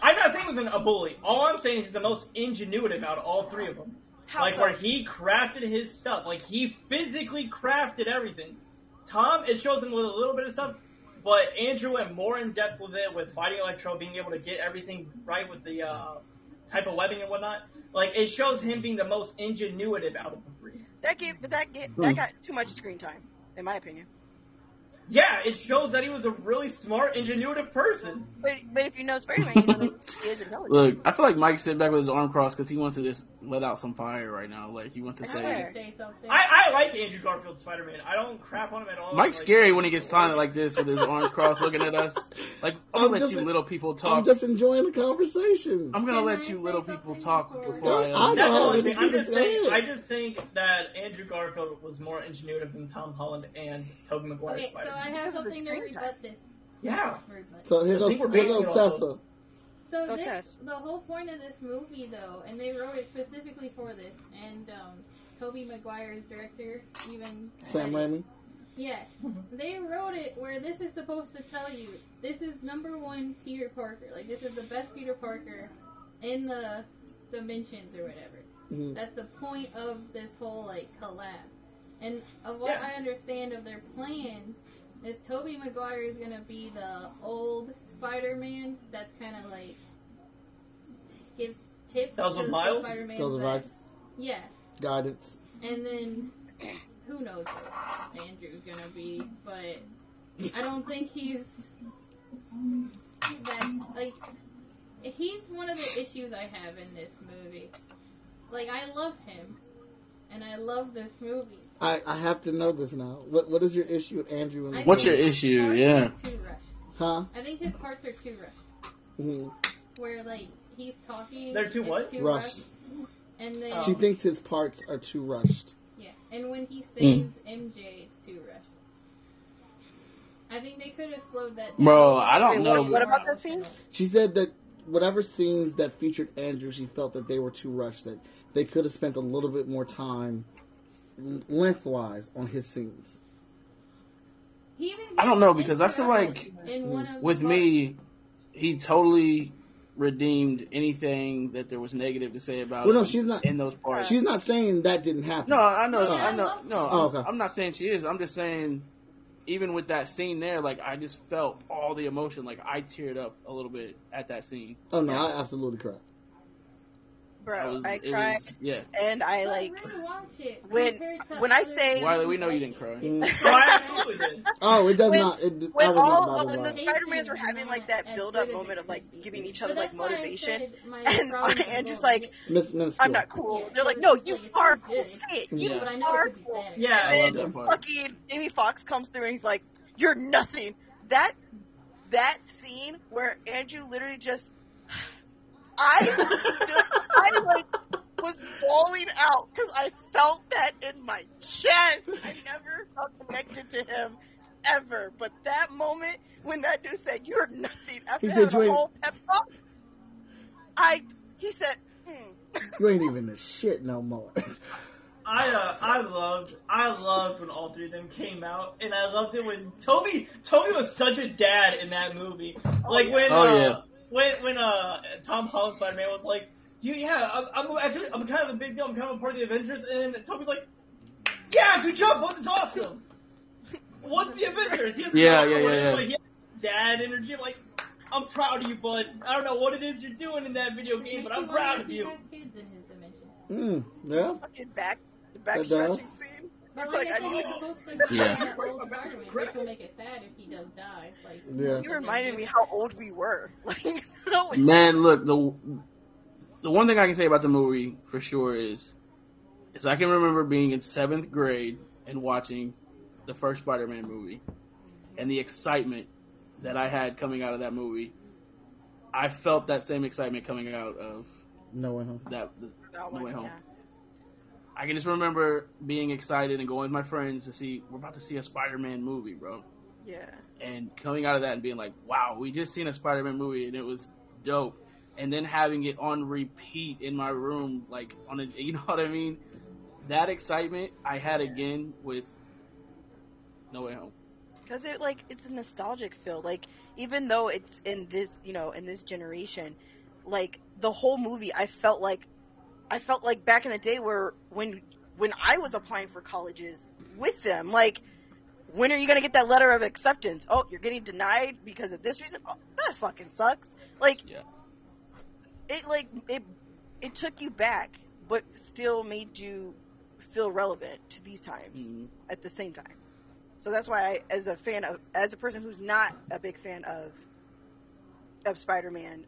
D: I'm not saying he was an, a bully. All I'm saying is he's the most ingenuitive out of all three of them.
E: How
D: like
E: so?
D: where he crafted his stuff. Like he physically crafted everything. Tom, it shows him with a little bit of stuff, but Andrew went more in depth with it with fighting Electro, being able to get everything right with the uh, type of webbing and whatnot. Like it shows him being the most ingenuitive out of the three.
E: that gave, but that gave,
C: Hmm.
E: that got too much screen time, in my opinion.
D: Yeah, it shows that he was a really smart, ingenuitive person.
E: But but if you know Spider-Man, you know that he is intelligent.
C: Look, I feel like Mike's sitting back with his arm crossed because he wants to just let out some fire right now. Like, he
E: (laughs)
C: wants to
E: I
B: I
C: say.
E: swear.
B: wanna say something.
D: I, I like Andrew Garfield Spider Man. I don't crap on him at all.
C: Mike's
D: Like,
C: scary when he gets silent like this with his arms crossed looking at us. Like, I'm
A: I'm
C: gonna let
A: just-
C: you little people
A: I'm
C: talk.
A: just enjoying the conversation.
C: I'm
B: Can
C: gonna
B: I
C: let
B: say
C: you little
B: something
C: people talk
B: before-
C: before I.
A: No, I
C: Um,
D: That's
A: know.
D: all I'm
A: this
D: saying.
A: is
D: I'm just
A: the same.
D: saying. I just think that Andrew Garfield was more ingenuitive than Tom Holland and Tobey Maguire's
B: Okay, so
D: Spider-Man.
B: I
E: Because
B: have
E: of the
B: something to
E: screen time.
B: rebut this.
D: Yeah. (laughs)
B: Rebut.
A: So here
D: I
A: goes,
D: think we're
A: here
D: basing
A: goes
D: it off
A: Tessa.
B: So
E: Go
B: this,
E: Tess.
B: the whole point of this movie, though, and they wrote it specifically for this, and um, Toby Maguire's director even
A: Sam
B: said it.
A: Raimi.
B: Yeah, they wrote it where this is supposed to tell you this is number one Peter Parker. Like this is the best Peter Parker in the dimensions or whatever.
A: Mhm.
B: That's the point of this whole like collab. And of what
D: Yeah.
B: I understand of their plans is Toby Maguire is gonna be the old Spider Man that's kinda like gives tips
D: Tells
B: to
D: him
B: the
D: Miles?
B: Spider Man.
A: Those vibes,
B: Yeah.
A: guidance.
B: And then who knows what Andrew's gonna be, but I don't think he's that like he's one of the issues I have in this movie. Like I love him and I love this movie.
A: I, I have to know this now. What what is your issue with Andrew? And
B: I
A: this
C: What's your
A: movie?
C: issue?
B: Parts
C: Yeah.
B: are too rushed.
A: huh?
B: I think his parts are too rushed.
A: Mhm.
B: Where like he's talking
D: They're too
B: it's
D: what?
B: Too rushed.
A: Rushed.
B: And then
D: Oh.
A: She thinks his parts are too rushed.
B: Yeah, and when he
C: Mm.
B: saves MJ, it's too rushed. I think they could have slowed that down.
C: Bro, I don't
E: Wait,
C: know.
E: What about that scene?
A: She said that whatever scenes that featured Andrew, she felt that they were too rushed. That they could have spent a little bit more time l- lengthwise on his scenes.
B: He even
C: I don't know,
B: gets
C: because I feel like
B: interrupted in one of the
C: With me, he totally redeemed anything that there was negative to say about
A: Well, no,
C: him
A: she's not-
C: in those parts.
A: She's not saying that didn't happen.
C: No, I know,
B: No,
C: I
B: I
C: know,
B: love-
C: no.
A: Oh,
C: I'm-
A: okay.
C: I'm not saying she is. I'm just saying, even with that scene there, like I just felt all the emotion. Like I teared up a little bit at that scene.
A: oh no, I absolutely correct.
C: I
E: Bro,
C: was,
E: I
C: it
E: cried
C: was- yeah.
E: and I
B: But
E: like
B: rewatch it
E: when-
B: compared to
E: when I
B: other
E: say- Mm.
B: things
C: Wiley, we know you
B: like
C: didn't cry.
B: it.
E: (laughs)
B: It's
D: No, I
B: not
D: absolutely
B: (laughs)
D: did.
A: Oh, it does
E: When-
A: not. It, I
E: when
A: was
E: all
A: not
E: of
A: bothered by
E: the
A: it.
E: Spider-Mans were
B: Pacing
E: having like
B: not
E: that
B: as
E: build-up
B: good as
E: moment
B: it
E: of like
B: could be.
E: giving each
B: But
E: other like
B: that's why I
E: motivation.
B: said my
E: (laughs) And
B: problem is
E: Andrew's
B: going
E: like,
A: Mis- minuscule.
E: I'm not cool. They're like, no, you are cool. Say it. You
B: Yeah, but I know
E: are
B: it could be
E: cool.
B: better.
D: Yeah.
C: I love
E: And
C: that
E: then
C: part.
E: fucking Jamie Fox comes through and he's like, you're nothing. That that scene where Andrew literally just, (laughs) (sighs) I stood, I like was bawling out because I felt that in my chest. I never felt connected to him ever, but that moment when that dude said, "You're nothing," after
A: He said,
E: having
A: "You
E: a
A: ain't-"
E: whole pep talk, I he said, mm,
A: You ain't even the shit no more. (laughs)
D: I uh, I loved I loved when all three of them came out, and I loved it when Toby Toby was such a dad in that movie. Like when
C: Oh,
D: uh,
C: yeah.
D: when when uh Tom Holland Spider Man was like, you yeah I'm, I'm actually I'm kind of a big deal. I'm kind of a part of the Avengers, and then Toby's like, yeah, good job, bud. It's awesome. What's the Avengers? He has
C: Yeah,
D: no
C: yeah,
D: idea what
C: yeah,
D: it is,
C: yeah.
D: but he has dad energy. I'm like, I'm proud of you, bud. I don't know what it is you're doing in that video
B: It
D: game, but
B: makes
D: I'm
B: me
D: proud
B: wonder if
D: of
B: he
D: you.
B: has kids in his dimension.
A: mm, yeah.
E: (laughs) fucking back, the back
A: That does.
E: stretching scene.
B: But
E: It's
B: like,
E: like,
B: I
E: I
B: said,
E: need-
B: he's supposed to be
C: Yeah.
D: (laughs)
B: that old Spider-Man, which will make it sad if he does die. Like,
A: Yeah.
E: You reminded me how old we were. (laughs) Like, no,
C: Man, look the the one thing I can say about the movie for sure is is I can remember being in seventh grade and watching the first Spider-Man movie, and the excitement that I had coming out of that movie. I felt that same excitement coming out of
A: No one home.
C: that.
E: no,
C: No Way Home.
E: yeah.
C: I can just remember being excited and going with my friends to see we're about to see a Spider-Man movie, bro.
E: Yeah.
C: and coming out of that and being like, "Wow, we just seen a Spider-Man movie and it was dope," and then having it on repeat in my room, like on a, (laughs) you know what I mean? That excitement I had again with No Way Home.
E: because it like it's a nostalgic feel like even though it's in this you know in this generation like the whole movie i felt like i felt like back in the day where when when i was applying for colleges with them like when are you going to get that letter of acceptance oh you're getting denied because of this reason oh, that fucking sucks like
C: Yeah.
E: it like it it took you back but still made you feel relevant to these times
C: Mhm.
E: at the same time. So that's why, I, as a fan of, as a person who's not a big fan of of Spider Man,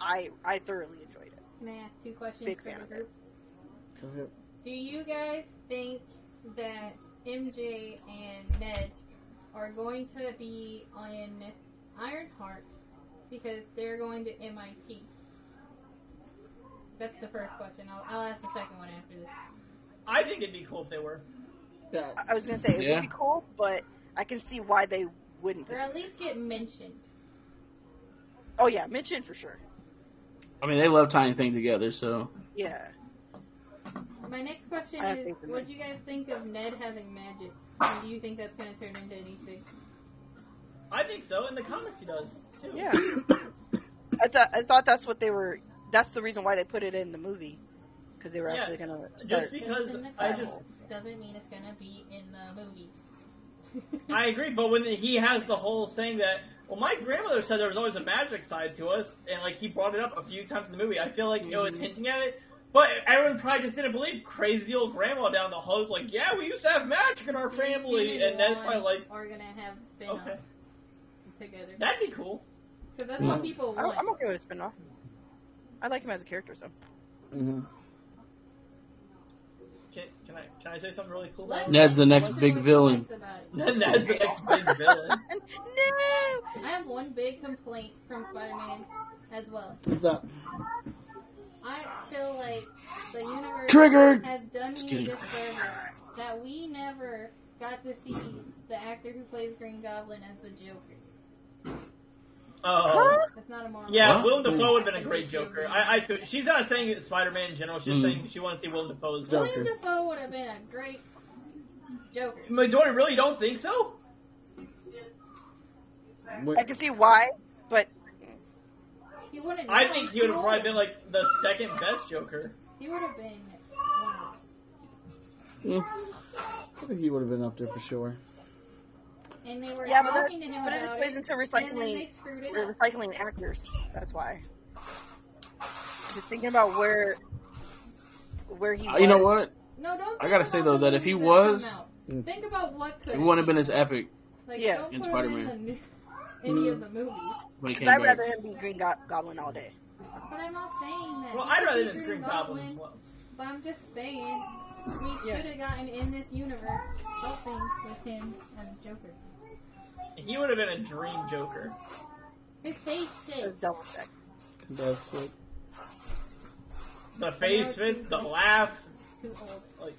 E: I I thoroughly enjoyed it.
B: Can I ask two questions
E: Big
B: for
E: fan
B: the
E: of
B: group?
A: Go ahead.
B: Do you guys think that MJ and Ned are going to be on Ironheart because they're going to MIT? That's the first question. I'll, I'll ask the second one after this.
D: I think it'd be cool if they were.
A: Yeah. (coughs)
E: I, I was gonna say it
C: Yeah.
E: would be cool, but I can see why they wouldn't.
B: Or at least get mentioned.
E: Oh yeah, mention for sure.
C: I mean, they love tying things together, so
E: Yeah,
B: My next question
E: I
B: is,
E: think the
B: what
E: next-
B: do you guys think of Ned having magic? And do you think that's gonna turn into anything?
D: I think so. In the comics, he does too.
E: Yeah. I thought I thought that's what they were. That's the reason why they put it in the movie, because they were
D: Yeah,
E: actually gonna start.
D: Just because
B: It's in the
D: I
B: comics.
D: just
B: Doesn't mean it's gonna be in the movie.
D: I agree, but when he has the whole saying that, well, my grandmother said there was always a magic side to us, and like he brought it up a few times in the movie. I feel like it was hinting at it, but everyone probably just didn't believe crazy old grandma down the hall was like, yeah, we used to have magic in our family,
B: Demon
D: and that's
B: One
D: probably like,
B: are gonna have spin-offs
D: okay,
B: together.
D: that'd be cool.
B: Because that's what
A: Mm.
B: people
E: I,
B: want.
E: I'm okay with a spinoff. I like him as a character, so
A: hmm
D: Can, can I can I say something really cool?
B: Let-
D: About (laughs)
C: Ned's the next
B: Let's
C: big
B: see what
C: villain.
B: he thinks about it.
D: That's the next big
E: (laughs)
D: villain.
E: no.
B: I have one big complaint from Spider-Man as well.
A: What's up?
B: I feel like the universe
C: Triggered!
B: has done
C: Just
B: me a
C: kidding.
B: disservice that we never got to see the actor who plays Green Goblin as the Joker.
D: Oh.
B: That's not a Marvel.
D: Yeah,
C: What?
D: Willem Dafoe would have been
B: I
D: a great
B: think you're
D: Joker.
B: right.
D: I, I, she's not saying Spider-Man in general. She's
C: Mm.
D: saying she wants to see Willem Dafoe's
A: Joker.
B: William Dafoe would have been a great Joker.
D: Majority really don't think so.
A: Wait,
E: I can see why, but
B: He wouldn't.
D: I think he would have probably been like the second best Joker.
B: He would have been. Wow.
A: I think he would have been up there for sure.
B: And they were
E: yeah, but that,
B: talking to him
E: but it just
B: about
E: plays
B: it,
E: into
B: and then they
E: recycling
B: screwed it up.
E: recycling actors. That's why. Just thinking about where where he.
C: Uh, You know
E: was.
C: what?
B: No, don't.
C: I gotta
B: think
C: say,
B: about
C: though,
B: the
C: that if he
B: movies come
C: was-
B: out.
A: Mm.
B: think about what could.
C: It wouldn't have been as epic
B: Like,
E: Yeah.
B: don't
C: in
B: put
C: Spider-Man.
B: him in the, any of the movies.
C: when he came
E: I'd
C: back.
E: rather him be Green Go- Goblin all day.
B: But I'm not saying that.
D: Well,
B: He
D: I'd
B: could
D: rather
B: be
D: than Green Goblin as well.
B: But I'm just saying, we
E: Yeah.
B: should have gotten in this universe something with him as Joker.
D: He would have been a dream Joker.
B: His face
E: Let's
B: fits.
E: double check.
A: That's what.
D: The face fits, the laugh.
B: Too old.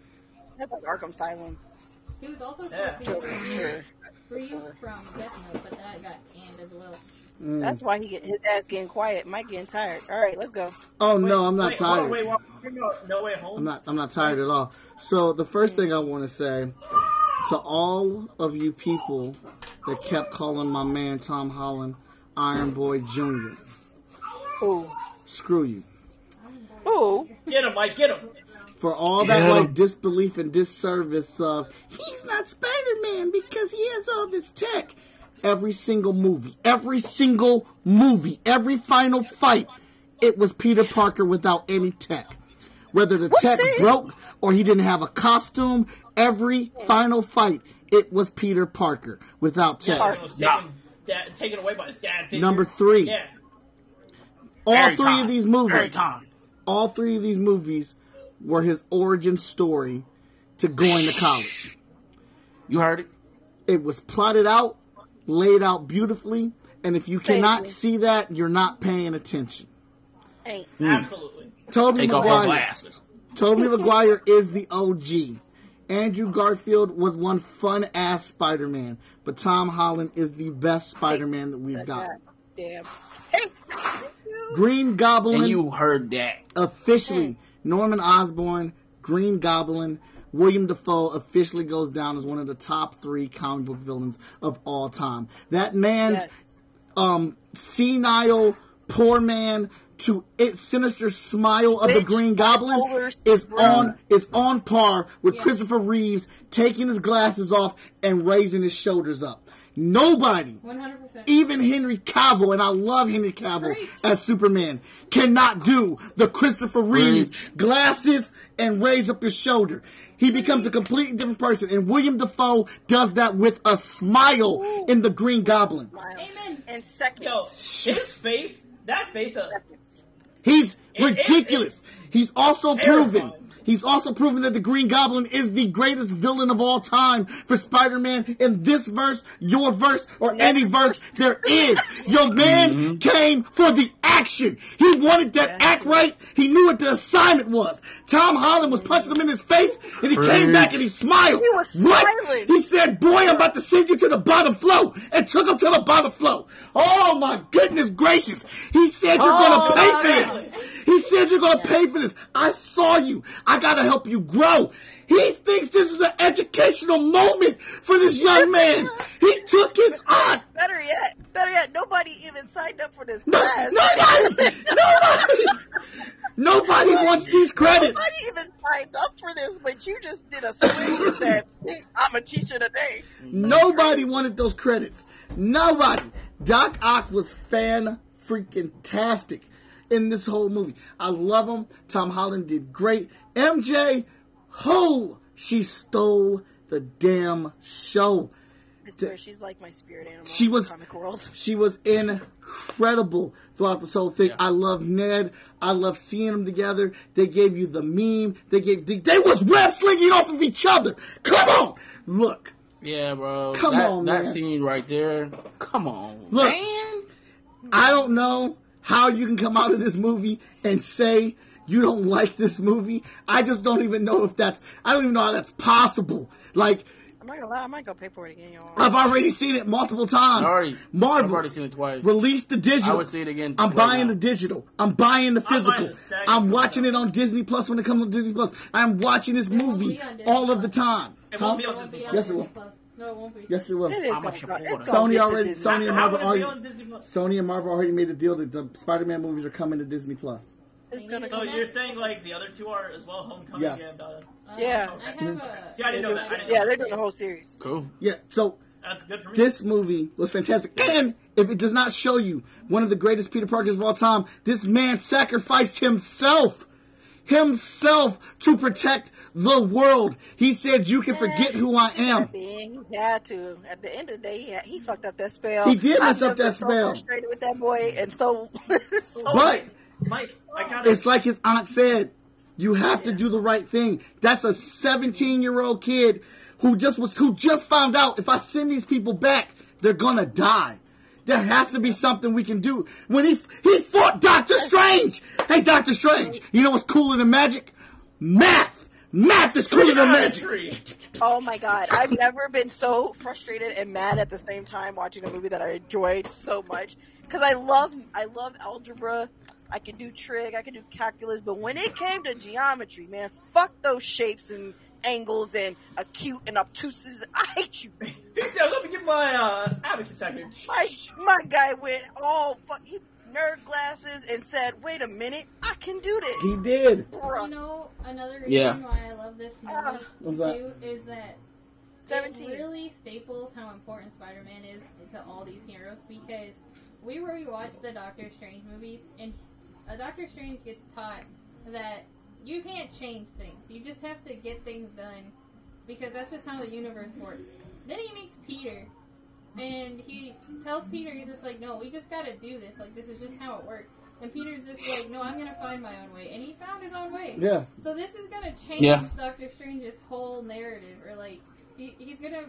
E: That's like Arkham Asylum.
B: He was also
D: Yeah.
B: supposed to
E: Joker,
B: be
E: sure.
B: free- free from Death Note, but that got canned as well.
C: Hmm.
A: Mm.
E: That's why he get his ass getting quiet. Mike getting tired. All right, let's go.
A: oh
D: Wait,
A: no, I'm not
D: wait,
A: tired.
D: Wait, wait, wait, no, no way home.
A: I'm not. I'm not tired at all. So the
D: Mm.
A: first thing I want to say to all of you people that kept calling my man Tom Holland Iron Boy Jr.
E: Ooh.
A: Screw you.
E: Ooh.
D: Get him, Mike. Get him.
A: For all that
C: Yeah.
A: like disbelief and disservice of he's not Spider Man because he has all this tech. Every single movie, every single movie, every final fight, it was Peter Parker without any tech. Whether the tech
E: it?
A: broke or he didn't have a costume, every final fight, it was Peter Parker without tech.
D: Yeah, he was
C: Yeah.
D: taken, dad, taken away by his dad. figure.
A: Number three.
D: Yeah.
A: all
C: Every
A: three
C: time.
A: of these
C: Every
A: movies,
C: time.
A: all three of these movies were his origin story to going to college.
C: You heard it.
A: it was plotted out, laid out beautifully, and if you cannot
E: you.
A: see that, you're not paying attention.
E: Hey,
A: Hmm.
D: Absolutely.
A: Toby
C: Take off your
A: Maguire.
C: glasses.
A: Toby Maguire is the OG. Andrew Garfield was one fun ass Spider Man, but Tom Holland is the best Spider Man that we've
E: that
A: got.
E: guy. Damn. Hey. Thank you.
A: Green
C: And
A: Goblin
C: you heard that.
A: officially Norman Osborn, Green Goblin, William Defoe officially goes down as one of the top three comic book villains of all time. That man's
E: Yes.
A: um, senile, poor man to its sinister smile of the
E: Bitch,
A: Green Goblin
E: bipolar
A: is
E: syndrome.
A: on is on par with
B: Yeah.
A: Christopher Reeves taking his glasses off and raising his shoulders up. Nobody,
B: 100%.
E: E-
A: even Henry Cavill, and I love Henry Cavill
B: Preach.
A: as Superman, cannot do the Christopher Reeves glasses and raise up his shoulder. He becomes a completely different person, and William Defoe does that with a smile in the Green Goblin.
E: Mile.
B: Amen.
E: And seconds.
D: Yo, his face. That face. uh, Of,
E: Seconds.
A: He's
D: It- it-
A: ridiculous. he's also
D: terrifying.
A: proven. He's also proven that the Green Goblin is the greatest villain of all time for Spider-Man in this verse, your verse, or any verse there is. Your man came for the action. He wanted that act right. He knew what the assignment was. Tom Holland was punching him in his face, and he came
C: Preach.
A: back and he smiled.
E: He was
A: What?
E: smiling.
A: He said, "Boy, I'm about to send you to the bottom flow," and took him to the bottom floor. Oh my goodness gracious. He said you're
E: Oh,
A: gonna pay
E: my
A: for this. He said you're gonna pay for this. I saw you. I gotta help you grow. He thinks this is an educational moment for this young man. He took his aunt
E: Better yet, better yet, nobody even signed up for this
A: No,
E: class.
A: nobody,
E: (laughs)
A: nobody, nobody wants these credits.
E: Nobody even signed up for this, but you just did a switch and said, "I'm a teacher today."
A: Nobody wanted those credits. Nobody. Doc Ock was fan freaking tastic in this whole movie. I love him. Tom Holland did great. MJ, ho, she stole the damn show.
E: I swear, she's like my spirit animal.
A: She
E: in the
A: was-
E: comic world.
A: She was incredible throughout this whole thing.
C: Yeah.
A: I love Ned. I love seeing them together. They gave you the meme. They gave they, they was web slinging off of each other. Come on, look,
C: Yeah, bro.
A: Come
C: that,
A: on,
C: that
A: man.
C: scene right there. Come on,
A: Look.
C: man.
A: I don't know how you can come out of this movie and say you don't like this movie. I just don't even know if that's I don't even know how that's possible. Like
E: I'm not gonna lie, I might go pay for it again, y'all.
A: I've already seen it multiple times.
C: I already,
A: (laughs)
C: I've
A: Marvel
C: already seen it twice.
A: release the
C: I
A: digital.
C: would see it again.
A: I'm
C: right
A: buying
C: now.
A: the digital. I'm buying the
D: I'm buying
A: physical.
D: the second
A: I'm
D: one.
A: watching it on Disney Plus when it comes on Disney Plus. I'm watching this
B: It won't
A: movie
B: be on Disney
A: all of the
B: Plus.
A: time.
D: It
A: Huh?
D: won't be
B: It
D: on
B: won't
D: Disney
B: be
D: Plus.
B: on
A: Yes, it
B: Disney
A: will.
B: Plus. No, it won't be.
A: Yes, it will.
E: It is
C: I'm a
E: gonna-
C: supporter.
E: it's gonna
A: Sony
E: get to
A: already,
E: Disney.
A: Sony and
D: How
A: Marvel
D: would it
A: already,
D: be on Disney Plus?
A: Sony and Marvel already made a deal that the Spider-Man movies are coming to Disney Plus.
E: It's gonna
D: So
C: Oh,
E: come.
D: you're saying like the other two are as well, Homecoming
A: Yes.
D: and uh,
B: Um,
E: Yeah.
B: I have a.
D: Hmm. See, I didn't know that. I didn't
E: Yeah,
D: know
E: they're
D: that.
E: doing the whole series.
C: Cool.
A: Yeah. So
D: that's good for me.
A: this movie was fantastic, and if it does not show you one of the greatest Peter Parkers of all time, this man sacrificed himself. Himself to protect the world. He said, "You can forget who I am."
E: At the end, he had to. At the end of the day, he, had, he fucked up that spell.
A: He did mess
E: I've
A: up that
E: been so
A: spell.
E: Frustrated with that boy, and so. (laughs) so
A: But
D: Mike, I got
A: it's like his aunt said, you have to
E: Yeah.
A: do the right thing. That's a 17 year old kid who just was who just found out if I send these people back, they're gonna die. There has to be something we can do. When he he fought Doctor Strange. Hey, Doctor Strange, you know what's cooler than magic? Math. Math is cooler than magic.
E: Oh my god, I've never been so frustrated and mad at the same time watching a movie that I enjoyed so much. Cause I love, I love algebra. I can do trig, I can do calculus, but when it came to geometry, man, fuck those shapes and angles and acute and obtuses. (laughs) I hate you.
D: Fix that. Let me get my uh, abacus out here.
E: My my guy went all fuck he nerd glasses and said, "Wait a minute, I can do this."
A: He did.
B: You
E: Bruh.
B: know, another reason
C: Yeah.
B: why I love this movie
E: Ah.
A: What's that?
B: too is that
E: Seventeen.
B: it really staples how important Spider-Man is to all these heroes because we rewatched the Doctor Strange movies and a Doctor Strange gets taught that you can't change things. You just have to get things done because that's just how the universe works. Then he meets Peter and he tells Peter he's just like, no, we just got to do this. Like this is just how it works. And Peter's just like, no, I'm gonna find my own way, and he found his own way.
A: Yeah.
B: So this is gonna change
C: Yeah.
B: Doctor Strange's whole narrative, or like he, he's gonna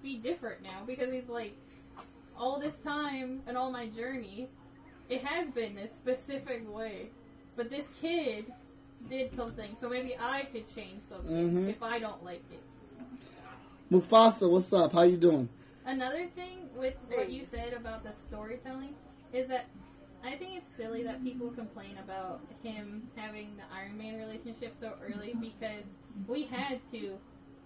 B: be different now because he's like, all this time and all my journey, it has been this specific way, but this kid did something, so maybe I could change something
A: Mhm.
B: if I don't like it.
A: Mufasa, what's up? How you doing?
B: Another thing with what you said about the storytelling is that I think it's silly that people complain about him having the Iron Man relationship so early
A: Mm-hmm.
B: because we had to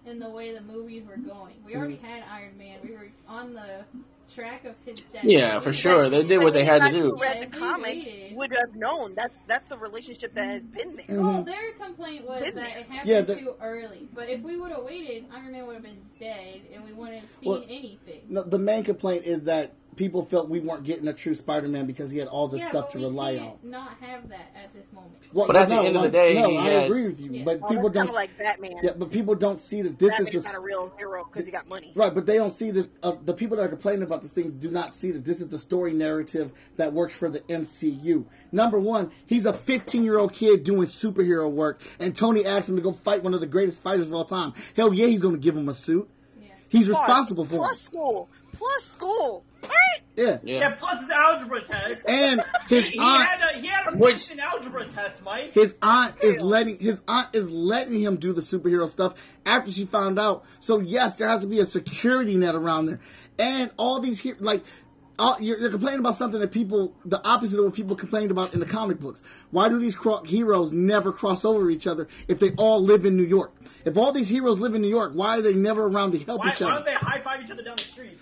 B: in the way the movies were going. We already
A: Mm-hmm.
B: had Iron Man. We were on the track of his death.
C: Yeah, for sure. They did what they had to
E: Anybody
C: do.
E: Who read
B: Yeah,
E: the
B: if he
E: comics
B: waited.
E: would have known that's that's the relationship that has been there.
B: Well,
A: Mhm.
B: oh, their complaint was
E: Didn't
B: that
E: they?
B: it happened
A: Yeah, the-
B: too early. But if we would have waited, Iron Man would have been dead, and we wouldn't have seen
A: Well-
B: anything.
A: No, the main complaint is that people felt we weren't getting a true Spider-Man because he had all this
B: yeah,
A: stuff to
B: but we
A: rely
B: can't
A: on.
B: Not have that at this moment.
A: Well,
C: But at the
A: no,
C: end of the
A: I-
C: day,
A: no,
C: he
A: I
C: had-
A: agree with you.
B: Yeah.
A: But
E: Oh,
A: people
E: that's kind
A: don't.
E: of like Batman.
A: yeah, but people don't see that this
E: Batman's
A: is
E: not
A: the
E: a real hero because he got money.
A: right. But they don't see that uh, the people that are complaining about this thing do not see that this is the story narrative that works for the MCU. Number one, he's a 15 year old kid doing superhero work, and Tony asked him to go fight one of the greatest fighters of all time. Hell yeah, he's going to give him a suit.
B: Yeah.
A: He's
E: Plus-
A: responsible for
E: plus
A: it.
E: school, plus school. Right?
A: Yeah,
D: Yeah,
C: Yeah.
D: plus his algebra test.
A: and
C: (laughs)
A: his
D: He
A: aunt.
D: had a he had a
C: Which-
D: Which... algebra test, Mike.
A: His aunt is
E: Ew.
A: letting his aunt is letting him do the superhero stuff after she found out. So yes, there has to be a security net around there. and all these here like. Uh, you're, you're complaining about something that people, the opposite of what people complained about in the comic books. Why do these cro- heroes never cross over each other if they all live in New York? If all these heroes live in New York, why are they never around to help
D: Why,
A: each
D: why
A: other?
D: don't they high five each other down the street?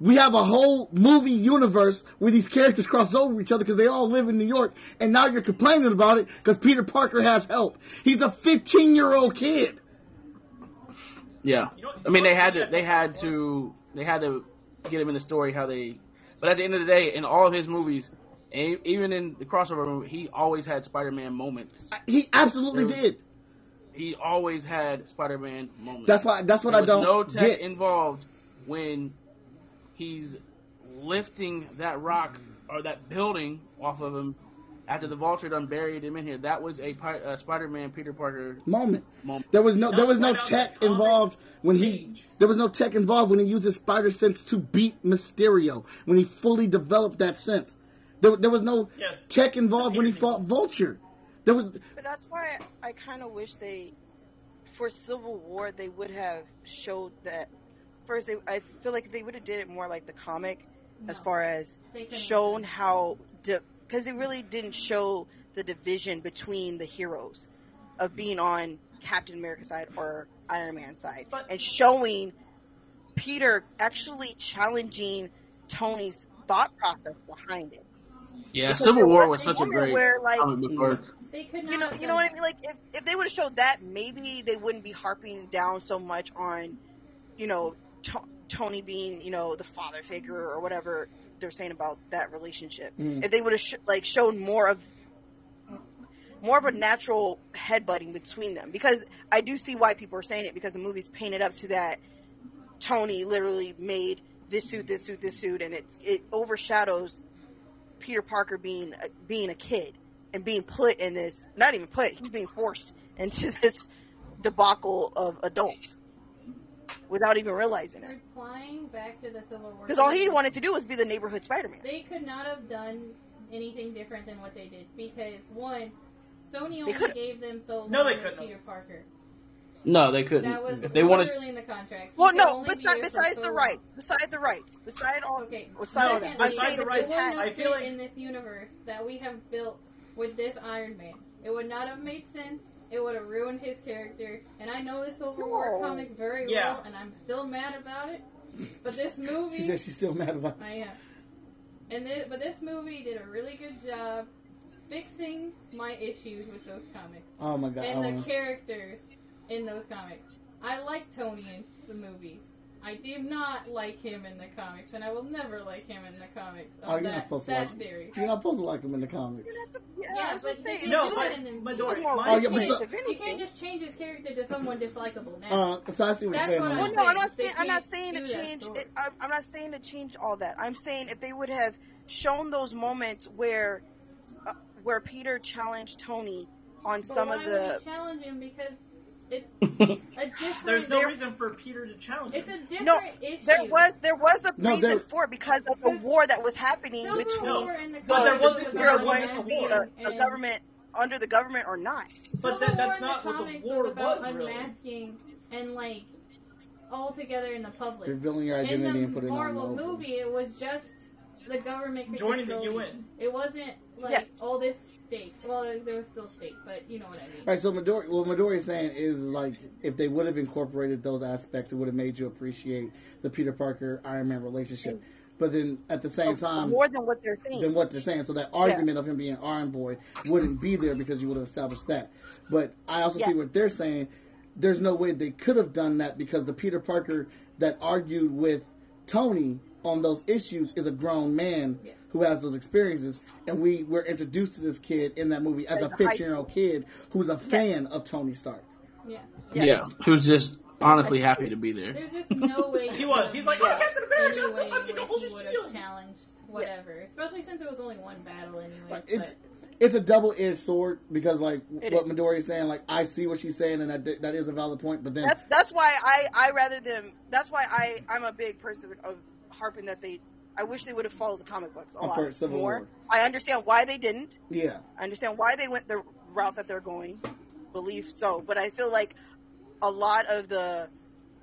A: We have a whole movie universe where these characters cross over each other because they all live in New York, and now you're complaining about it because Peter Parker has help. He's a 15 year old kid.
C: Yeah,
D: You know-
C: I mean they had to they had to they had to get him in the story how they. But at the end of the day, in all of his movies, and even in the crossover movie, he always had Spider-Man moments.
A: He absolutely
C: Dude.
A: did.
C: He always had Spider-Man moments.
A: That's why. That's what
C: There
A: I
C: was
A: don't
C: no tech
A: get.
C: involved when he's lifting that rock or that building off of him after the vulture done buried him in here. That was a, Pi- uh Spider-Man Peter Parker
A: moment.
C: moment.
A: There was no. There was no
D: That's right on
A: tech
D: the comic
A: involved when he.
D: page.
A: There was no tech involved when he used his spider sense to beat Mysterio when he fully developed that sense. There, there was no
D: Yes.
A: tech involved when he
D: Amazing.
A: fought Vulture. There was
E: But that's why I kind of wish they, for Civil War, they would have showed that. First, they, I feel like if they would have did it more like the comic, as
B: No,
E: far as
B: they couldn't
E: shown
B: have
E: how because it really didn't show the division between the heroes of being on Captain America's side or Iron Man's side,
D: But-
E: and showing Peter actually challenging Tony's thought process behind it.
C: Yeah,
E: Because
C: Civil
E: there
C: War was
E: a
C: such a
E: moment
C: great
E: where, like,
C: comic book arc.
B: done- They could not.
E: you know,
B: have
E: you know what I
B: done
E: mean. Like if if they would have showed that, maybe they wouldn't be harping down so much on, you know, to- Tony being you know the father figure or whatever they're saying about that relationship.
A: Mm.
E: If they would have sh- like shown more of more of a natural headbutting between them, because I do see why people are saying it because the movie's painted up to that Tony literally made this suit, this suit, this suit, and it's it overshadows Peter Parker being a, being a kid and being put in this not even put he's being forced into (laughs) this debacle of adults without even realizing it
B: Replying back to the Civil War.
E: because all he
B: thing,
E: wanted to do was be the neighborhood Spider-Man.
B: They could not have done anything different than what they did because one, Sony only
E: could've-
B: gave them so long
D: No, they
B: with
D: couldn't have.
B: Peter Parker.
C: No, they
B: That was
C: couldn't. If they wanted,
B: literally in the contract. He
E: Well,
B: could
E: no,
B: only be
E: besides,
B: here for
E: besides
B: so
E: the
B: long.
E: rights, beside the rights, beside all,
B: Okay.
E: beside all that.
B: secondly,
E: I'm
D: Beside
E: saying
D: the
E: if
B: it
D: rights,
E: they
B: would not
E: had,
D: I
B: fit
D: feel like-
B: in this universe that we have built with this Iron Man. It would not have made sense. It would have ruined his character. And I know this Civil War
E: No.
B: comic very
D: Yeah.
B: well, and I'm still mad about it. But this movie,
A: She said she's still mad about it.
B: I am. And this, but this movie did a really good job fixing my issues with those comics
A: Oh my god. I
B: and the
A: don't know.
B: characters in those comics. I like Tony in the movie. I did not like him in the comics, and I will never like him in the comics of
A: Oh, you're not
B: that,
A: supposed to
B: that
A: like him.
B: series.
A: You're not supposed to like him in the comics.
E: that's- yeah,
B: Yeah,
E: I was
B: but
E: just saying,
B: they
D: No,
B: do
D: but
B: it in this
D: but
E: it was
D: Doris,
B: movie.
E: more
D: my
A: Oh, yeah, but
E: realistic,
A: so-
E: if
B: You can't
E: anything.
B: just change his character to someone dislikable now.
A: Uh, so I see what you're
B: That's
A: saying.
B: what
A: now.
E: Well,
B: I'm
E: no, I'm not.
B: They
E: Saying, I'm not
B: can't
E: saying to
B: do that
E: change.
B: story.
E: It, I'm, I'm not saying to change all that. I'm saying if they would have shown those moments where, uh, where Peter challenged Tony on
B: But
E: some
B: why
E: of
B: would
E: the.
B: you challenge him? Because it's a different.
D: There's no
E: There-
D: reason for Peter to challenge
B: it's
D: him.
B: a different
E: No,
B: issue.
E: There was there was a
A: No,
E: reason
A: there-
E: for it because of the war that was happening
B: Civil
E: between
B: War in the
D: But there
E: the,
B: comics
E: the
B: was
D: wasn't-
E: superhero
B: about
D: wasn't
E: going
D: a
E: to
B: Iron
E: be
B: Man
E: a, a
B: and-
E: uh, government under the government or not.
D: But
B: Civil
D: that,
B: War in
D: that's
B: the
D: not what the
B: comics
D: war
B: was about
D: really.
B: unmasking and like all together in the public.
A: Revealing your
B: in the
A: identity and putting it on the
B: Marvel
A: open.
B: movie, it was just the government could
D: Joining the
B: control
D: UN.
B: you. It wasn't like
E: Yes.
B: all this stake. Well, there there was still stake, but you know what I mean.
A: Right, so Midori, what Midori is saying is like if they would have incorporated those aspects, it would have made you appreciate the Peter Parker Iron Man relationship. But then at the same time,
E: more than what they're saying.
A: um, than what they're saying, so that argument of him being Iron Boy wouldn't be there because you would have established that. But I also see
E: Yeah.
A: what they're saying. There's no way they could have done that because the Peter Parker that argued with Tony on those issues is a grown man
B: Yes.
A: who has those experiences, and we were introduced to this kid in that movie as
E: As
A: a
E: a high
A: 15 year old kid who's a fan of Tony Stark.
B: Yeah,
C: (laughs)
E: Yes.
C: yeah, who's just honestly happy to be there.
B: there's just
D: (laughs)
B: no way.
D: He was. He's like,
B: yeah,
D: "Oh, Captain America,
B: Any way
D: I fucking
B: where
D: hold
B: he
D: the
B: would have
D: shield."
B: challenged whatever, especially since it was only one battle anyway.
A: Right, it's- it's a double edged sword because like
E: It
A: what
E: is.
A: Midori is saying, like I see what she's saying, and that that is a valid point. But then
E: That's that's why I I rather them. That's why I I'm a big person of harping that they. I wish they would have followed the comic books a
A: Of
E: lot
A: course, Civil
E: more.
A: War.
E: I understand why they didn't.
A: yeah,
E: I understand why they went the route that they're going. Believe so, but I feel like a lot of the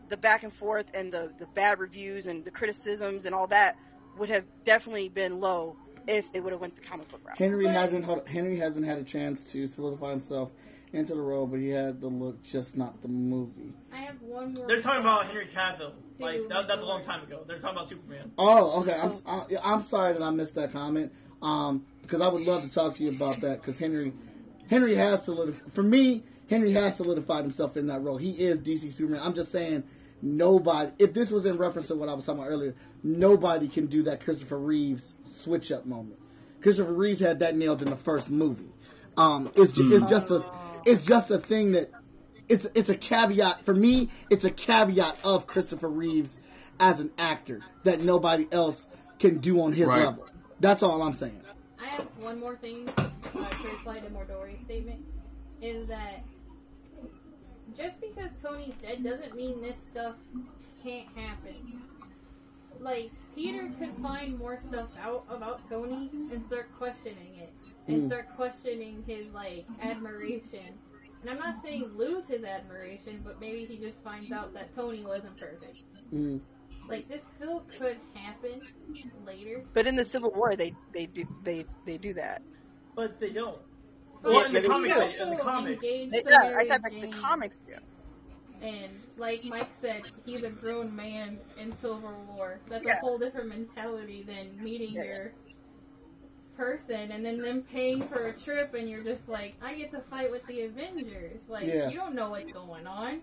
E: the back and forth and the, the bad reviews and the criticisms and all that would have definitely been low if they would have went the comic book route.
A: Henry
B: But-
A: hasn't hold- Henry hasn't had a chance to solidify himself into the role, but he had the look, just not the movie.
B: I have one more.
D: They're talking about
B: thought.
D: Henry Cavill. Like that, that's a long time ago. They're talking about Superman.
A: Oh, okay. I'm s- I, am sorry that I missed that comment. Um, because I would love to talk to you about that. Because Henry, Henry has solidified. For me, Henry has solidified himself in that role. He is DC Superman. I'm just saying, nobody. If this was in reference to what I was talking about earlier, nobody can do that Christopher Reeves switch up moment. Christopher Reeves had that nailed in the first movie. Um, it's ju- it's just a it's just a thing that it's it's a caveat for me. It's a caveat of Christopher Reeves as an actor that nobody else can do on his
C: Right.
A: level. That's all I'm saying.
B: I have one more thing uh, to reply to Mordori's statement is that just because Tony's dead doesn't mean this stuff can't happen. Like Peter could find more stuff out about Tony and start questioning it and
A: Mm.
B: start questioning his like admiration. And I'm not saying lose his admiration, but maybe he just finds out that Tony wasn't perfect.
A: Mm. (laughs)
B: Like this still could happen later.
E: But in the Civil War, they they do they they do that.
D: But they don't.
B: But
E: Well, in the
B: he
E: comics,
B: also
D: in the comics.
B: engaged
E: They,
B: the
E: yeah, I
B: Mary
E: said like the
B: Jane.
E: comics do.
B: And like Mike said, he's a grown man in Civil War. That's
E: Yeah.
B: a whole different mentality than meeting
E: Yeah, yeah.
B: your person and then them paying for a trip and you're just like, I get to fight with the Avengers. Like
A: Yeah.
B: you don't know what's going on.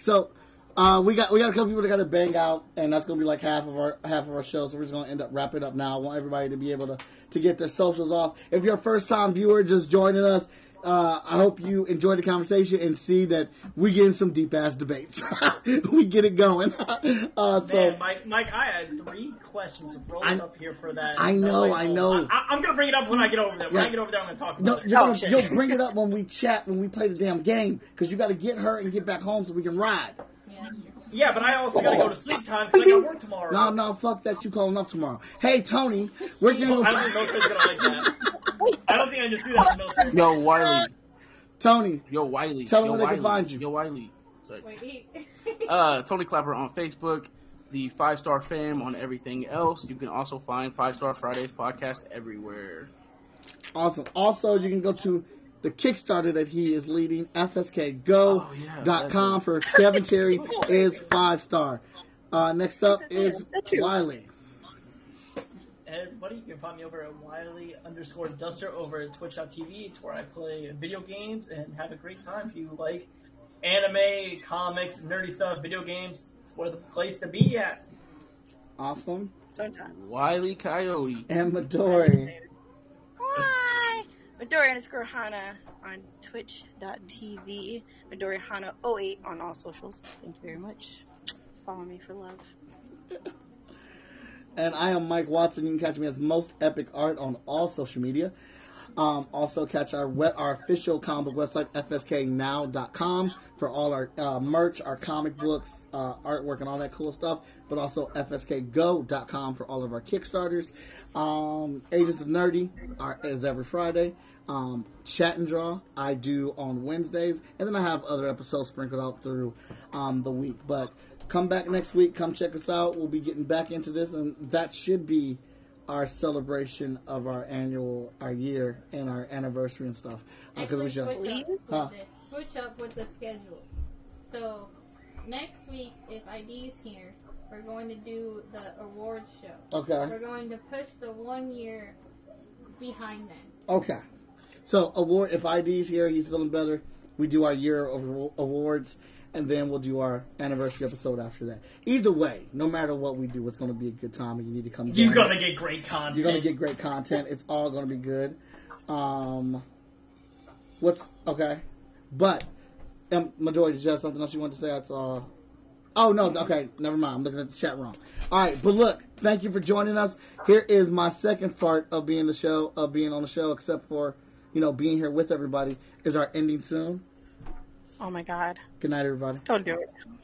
A: so uh, we got we got a couple people that got to bang out, and that's gonna be like half of our half of our show. So we're just gonna end up wrapping up now. I want everybody to be able to to get their socials off. If you're a first time viewer just joining us. Uh, I hope you enjoy the conversation and see that we get in some deep ass debates. (laughs) we get it going. (laughs) uh, so
D: Man, Mike, Mike, I had three questions
A: I-
D: rolled up here for that.
A: I know,
D: that
A: I
D: light bulb.
A: know.
D: I, I'm gonna bring it up when I get over there. When
A: Yeah.
D: I get over there, I'm gonna talk
A: No,
D: about
A: you're
E: Oh,
A: gonna,
E: shit.
A: you'll bring it up when
E: (laughs)
A: we chat, when we play the damn game, because you got to get her and get back home so we can ride.
E: (laughs)
B: Yeah.
D: it. Yeah, but I also gotta go to sleep time because I got work tomorrow.
A: No, no, fuck that. You calling up tomorrow. Hey, Tony, we're
D: I
A: giving
D: don't think Milton's gonna like that. I don't think I just do that to
C: (laughs)
D: Milton.
C: Yo,
B: Uh,
C: Wiley.
A: (laughs) Tony.
C: Yo, Wiley.
A: Tell 'em
C: Yo,
A: where they can
C: Wiley.
A: find you.
C: Yo, Wiley. Sorry.
B: Wait, (laughs) he
A: Oh,
C: Uh, Tony Clapper on Facebook, the Five Star Fam on everything else. You can also find Five Star Fridays podcast everywhere.
A: Awesome. Also, you can go to the Kickstarter that he is leading, fskgo.com
C: Oh, yeah,
A: dot
C: that's
A: com
C: it.
A: for
E: (laughs)
A: Kevin Terry is five star. Uh, next up is
E: That's you.
A: Wiley.
D: Hey, everybody, you can find me over at Wiley underscore Duster over at Twitch.tv. It's where I play video games and have a great time. If you like anime, comics, nerdy stuff, video games, it's where the place to be at.
A: Awesome.
E: Sometimes.
C: Wiley Coyote.
A: And Midori.
E: Hi! Midori underscore Hana on twitch.tv. Midori Hana 08 on all socials. Thank you very much. Follow me for love.
A: And I am Mike Watson. You can catch me as Most Epic Art on all social media. Um, also, catch our we- our official comic book website, fsknow.com, for all our uh, merch, our comic books, uh, artwork, and all that cool stuff. But also, fskgo.com for all of our Kickstarters. Um, Agents of Nerdy are, is every Friday. Um, Chat and Draw I do on Wednesdays. And then I have other episodes sprinkled out through um, the week. But come back next week. Come check us out. We'll be getting back into this, and that should be our celebration of our annual, our year, and our anniversary and stuff. Because
B: actually
A: we should.
B: switch up,
E: Please?
B: with
A: Huh.
B: the, switch up with the schedule. So next week, if ID's here, we're going to do the award show.
A: Okay.
B: We're going to push the one year behind that.
A: Okay. So award. If ID's here, he's feeling better. We do our year of awa- awards, and then we'll do our anniversary episode after that. Either way, no matter what we do, it's going to be a good time, and you need to come.
D: You're
A: join us.
D: gonna get great content.
A: You're gonna get great content. It's all gonna be good. Um, what's okay? But um, majority just something else you want to say. That's all. Oh no, okay, never mind. I'm looking at the chat wrong. All right, but look, thank you for joining us. Here is my second part of being the show of being on the show, except for you know being here with everybody. Is our ending soon?
E: Oh my god.
A: Good night, everybody.
E: Don't do it.